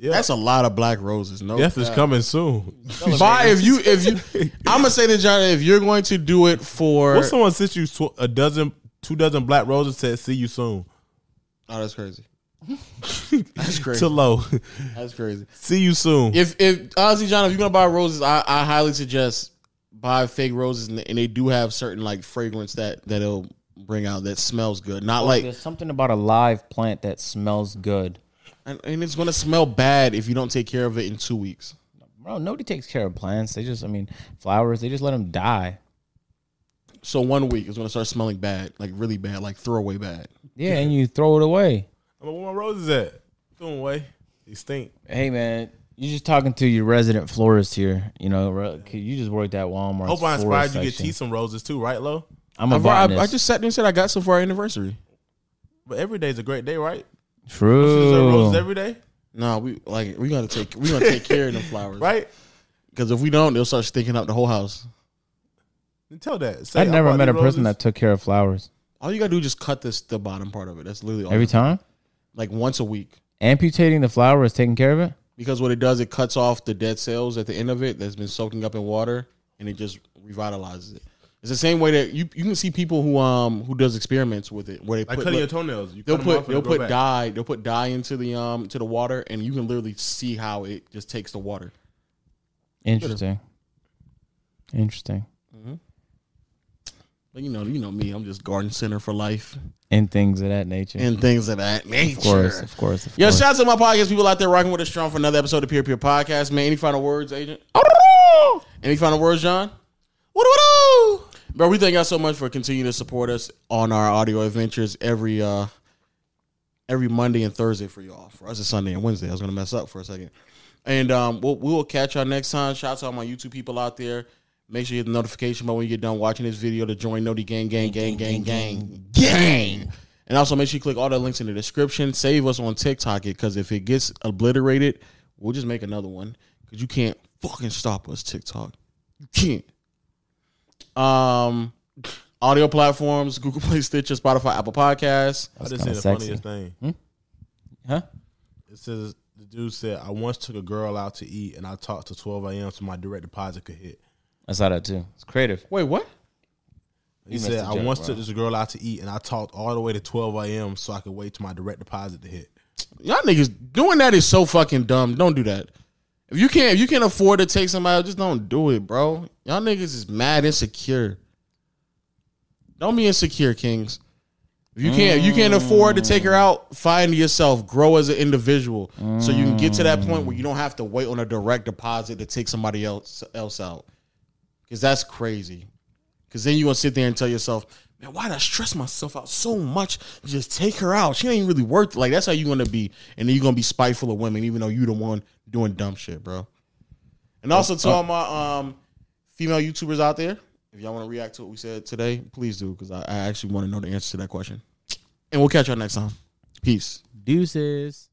Speaker 3: That's a lot of black roses. No,
Speaker 2: Death is
Speaker 3: doubt.
Speaker 2: coming soon.
Speaker 3: Buy if you if you. I'm gonna say to John, if you're going to do it for,
Speaker 2: What someone sent you tw- a dozen, two dozen black roses said, "See you soon."
Speaker 3: oh, that's crazy. That's crazy.
Speaker 2: To low.
Speaker 3: That's crazy.
Speaker 2: See you soon.
Speaker 3: if if honestly, John, if you're gonna buy roses, I, I highly suggest buy fake roses, and, and they do have certain like fragrance that that it'll bring out that smells good. Not like,
Speaker 1: There's something about a live plant that smells good.
Speaker 3: and, and it's gonna smell bad if you don't take care of it in two weeks.
Speaker 1: Bro, nobody takes care of plants. They just, I mean, flowers. They just let them die.
Speaker 3: So one week is gonna start smelling bad, like really bad, like throwaway bad.
Speaker 1: Yeah, and you throw it away.
Speaker 2: I'm like, where my roses at? Throw 'em away. They stink.
Speaker 1: Hey, man, you're just talking to your resident florist here. You know, re- you just worked at Walmart.
Speaker 2: Hope I
Speaker 1: florist
Speaker 2: inspired you to get
Speaker 1: section.
Speaker 2: T some roses too, right, Lo?
Speaker 1: I'm a
Speaker 3: I've- I,
Speaker 1: botanist.
Speaker 3: I just sat there and said I got some for our anniversary.
Speaker 2: But every day is a great day, right? This is a roses
Speaker 1: True.
Speaker 2: every day,
Speaker 3: No, we like we gotta take we gonna take care of them flowers,
Speaker 2: right?
Speaker 3: Because if we don't, they'll start stinking up the whole house.
Speaker 2: And tell that. Say,
Speaker 1: I never
Speaker 2: bought
Speaker 1: met a
Speaker 2: these
Speaker 1: person
Speaker 2: roses.
Speaker 1: that took care of flowers
Speaker 3: All you gotta do is just cut this the bottom part of it. That's literally all
Speaker 1: every time.
Speaker 3: like once a week.
Speaker 1: Amputating the flower is taking care of it.
Speaker 3: Because what it does, it cuts off the dead cells at the end of it that's been soaking up in water, and it just revitalizes it. It's the same way that you you can see people who um who does experiments with it where they
Speaker 2: like
Speaker 3: put
Speaker 2: cutting
Speaker 3: like-
Speaker 2: your toenails. You
Speaker 3: they'll
Speaker 2: cut them
Speaker 3: put
Speaker 2: off and
Speaker 3: they'll
Speaker 2: grow
Speaker 3: put
Speaker 2: back.
Speaker 3: dye they'll put dye into the um to the water, and you can literally see how it just takes the water.
Speaker 1: Interesting. Interesting.
Speaker 3: But you know you know me, I'm just garden center for life
Speaker 1: And things of that nature.
Speaker 3: and things of that nature.
Speaker 1: of course, of course, of
Speaker 3: Yo,
Speaker 1: course.
Speaker 3: shout out to my podcast people out there rocking with us strong for another episode of Peer Peer Podcast. Man, any final words, agent? Any final words, John? What do what do? Bro, we thank y'all so much for continuing to support us on our audio adventures every uh every Monday and Thursday for y'all. For us, it's Sunday and Wednesday. I was gonna mess up for a second. And um, we'll, we will catch y'all next time. Shout out to all my YouTube people out there. Make sure you hit the notification button when you get done watching this video to join Noti Gang Gang Gang Gang Gang Gang. And also make sure you click all the links in the description. Save us on TikTok it because if it gets obliterated, we'll just make another one because you can't fucking stop us TikTok. You can't. Um, audio platforms: Google Play, Stitcher, Spotify, Apple Podcasts.
Speaker 2: I
Speaker 1: kinda
Speaker 2: just seen the
Speaker 1: sexy. Hmm?
Speaker 2: funniest thing.
Speaker 1: Huh?
Speaker 2: It says the dude said, "I once took a girl out to eat, and I talked to 12 a.m. so my direct deposit could hit."
Speaker 1: I saw that too. It's creative.
Speaker 3: Wait, what?
Speaker 2: He
Speaker 1: You
Speaker 2: said,
Speaker 1: messed
Speaker 2: "I
Speaker 1: it up,
Speaker 2: once
Speaker 1: bro.
Speaker 2: took this girl out to eat, and I talked all the way to 12 a.m. so I could wait till my direct deposit to hit."
Speaker 3: Y'all niggas doing that is so fucking dumb. Don't do that. If you can't, if you can't afford to take somebody, out, just don't do it, bro. Y'all niggas is mad insecure. Don't be insecure, kings. If you can't, if you can't afford to take her out. Find yourself, grow as an individual, so you can get to that point where you don't have to wait on a direct deposit to take somebody else else out. Cause that's crazy. Cause then you gonna sit there and tell yourself, man, why did I stress myself out so much? to Just take her out. She ain't really worth it. Like that's how you gonna be. And then you're gonna be spiteful of women, even though you the one doing dumb shit, bro. And also to all my um female YouTubers out there, if y'all wanna react to what we said today, please do, because I, I actually wanna know the answer to that question. And we'll catch y'all next time. Peace.
Speaker 1: Deuces.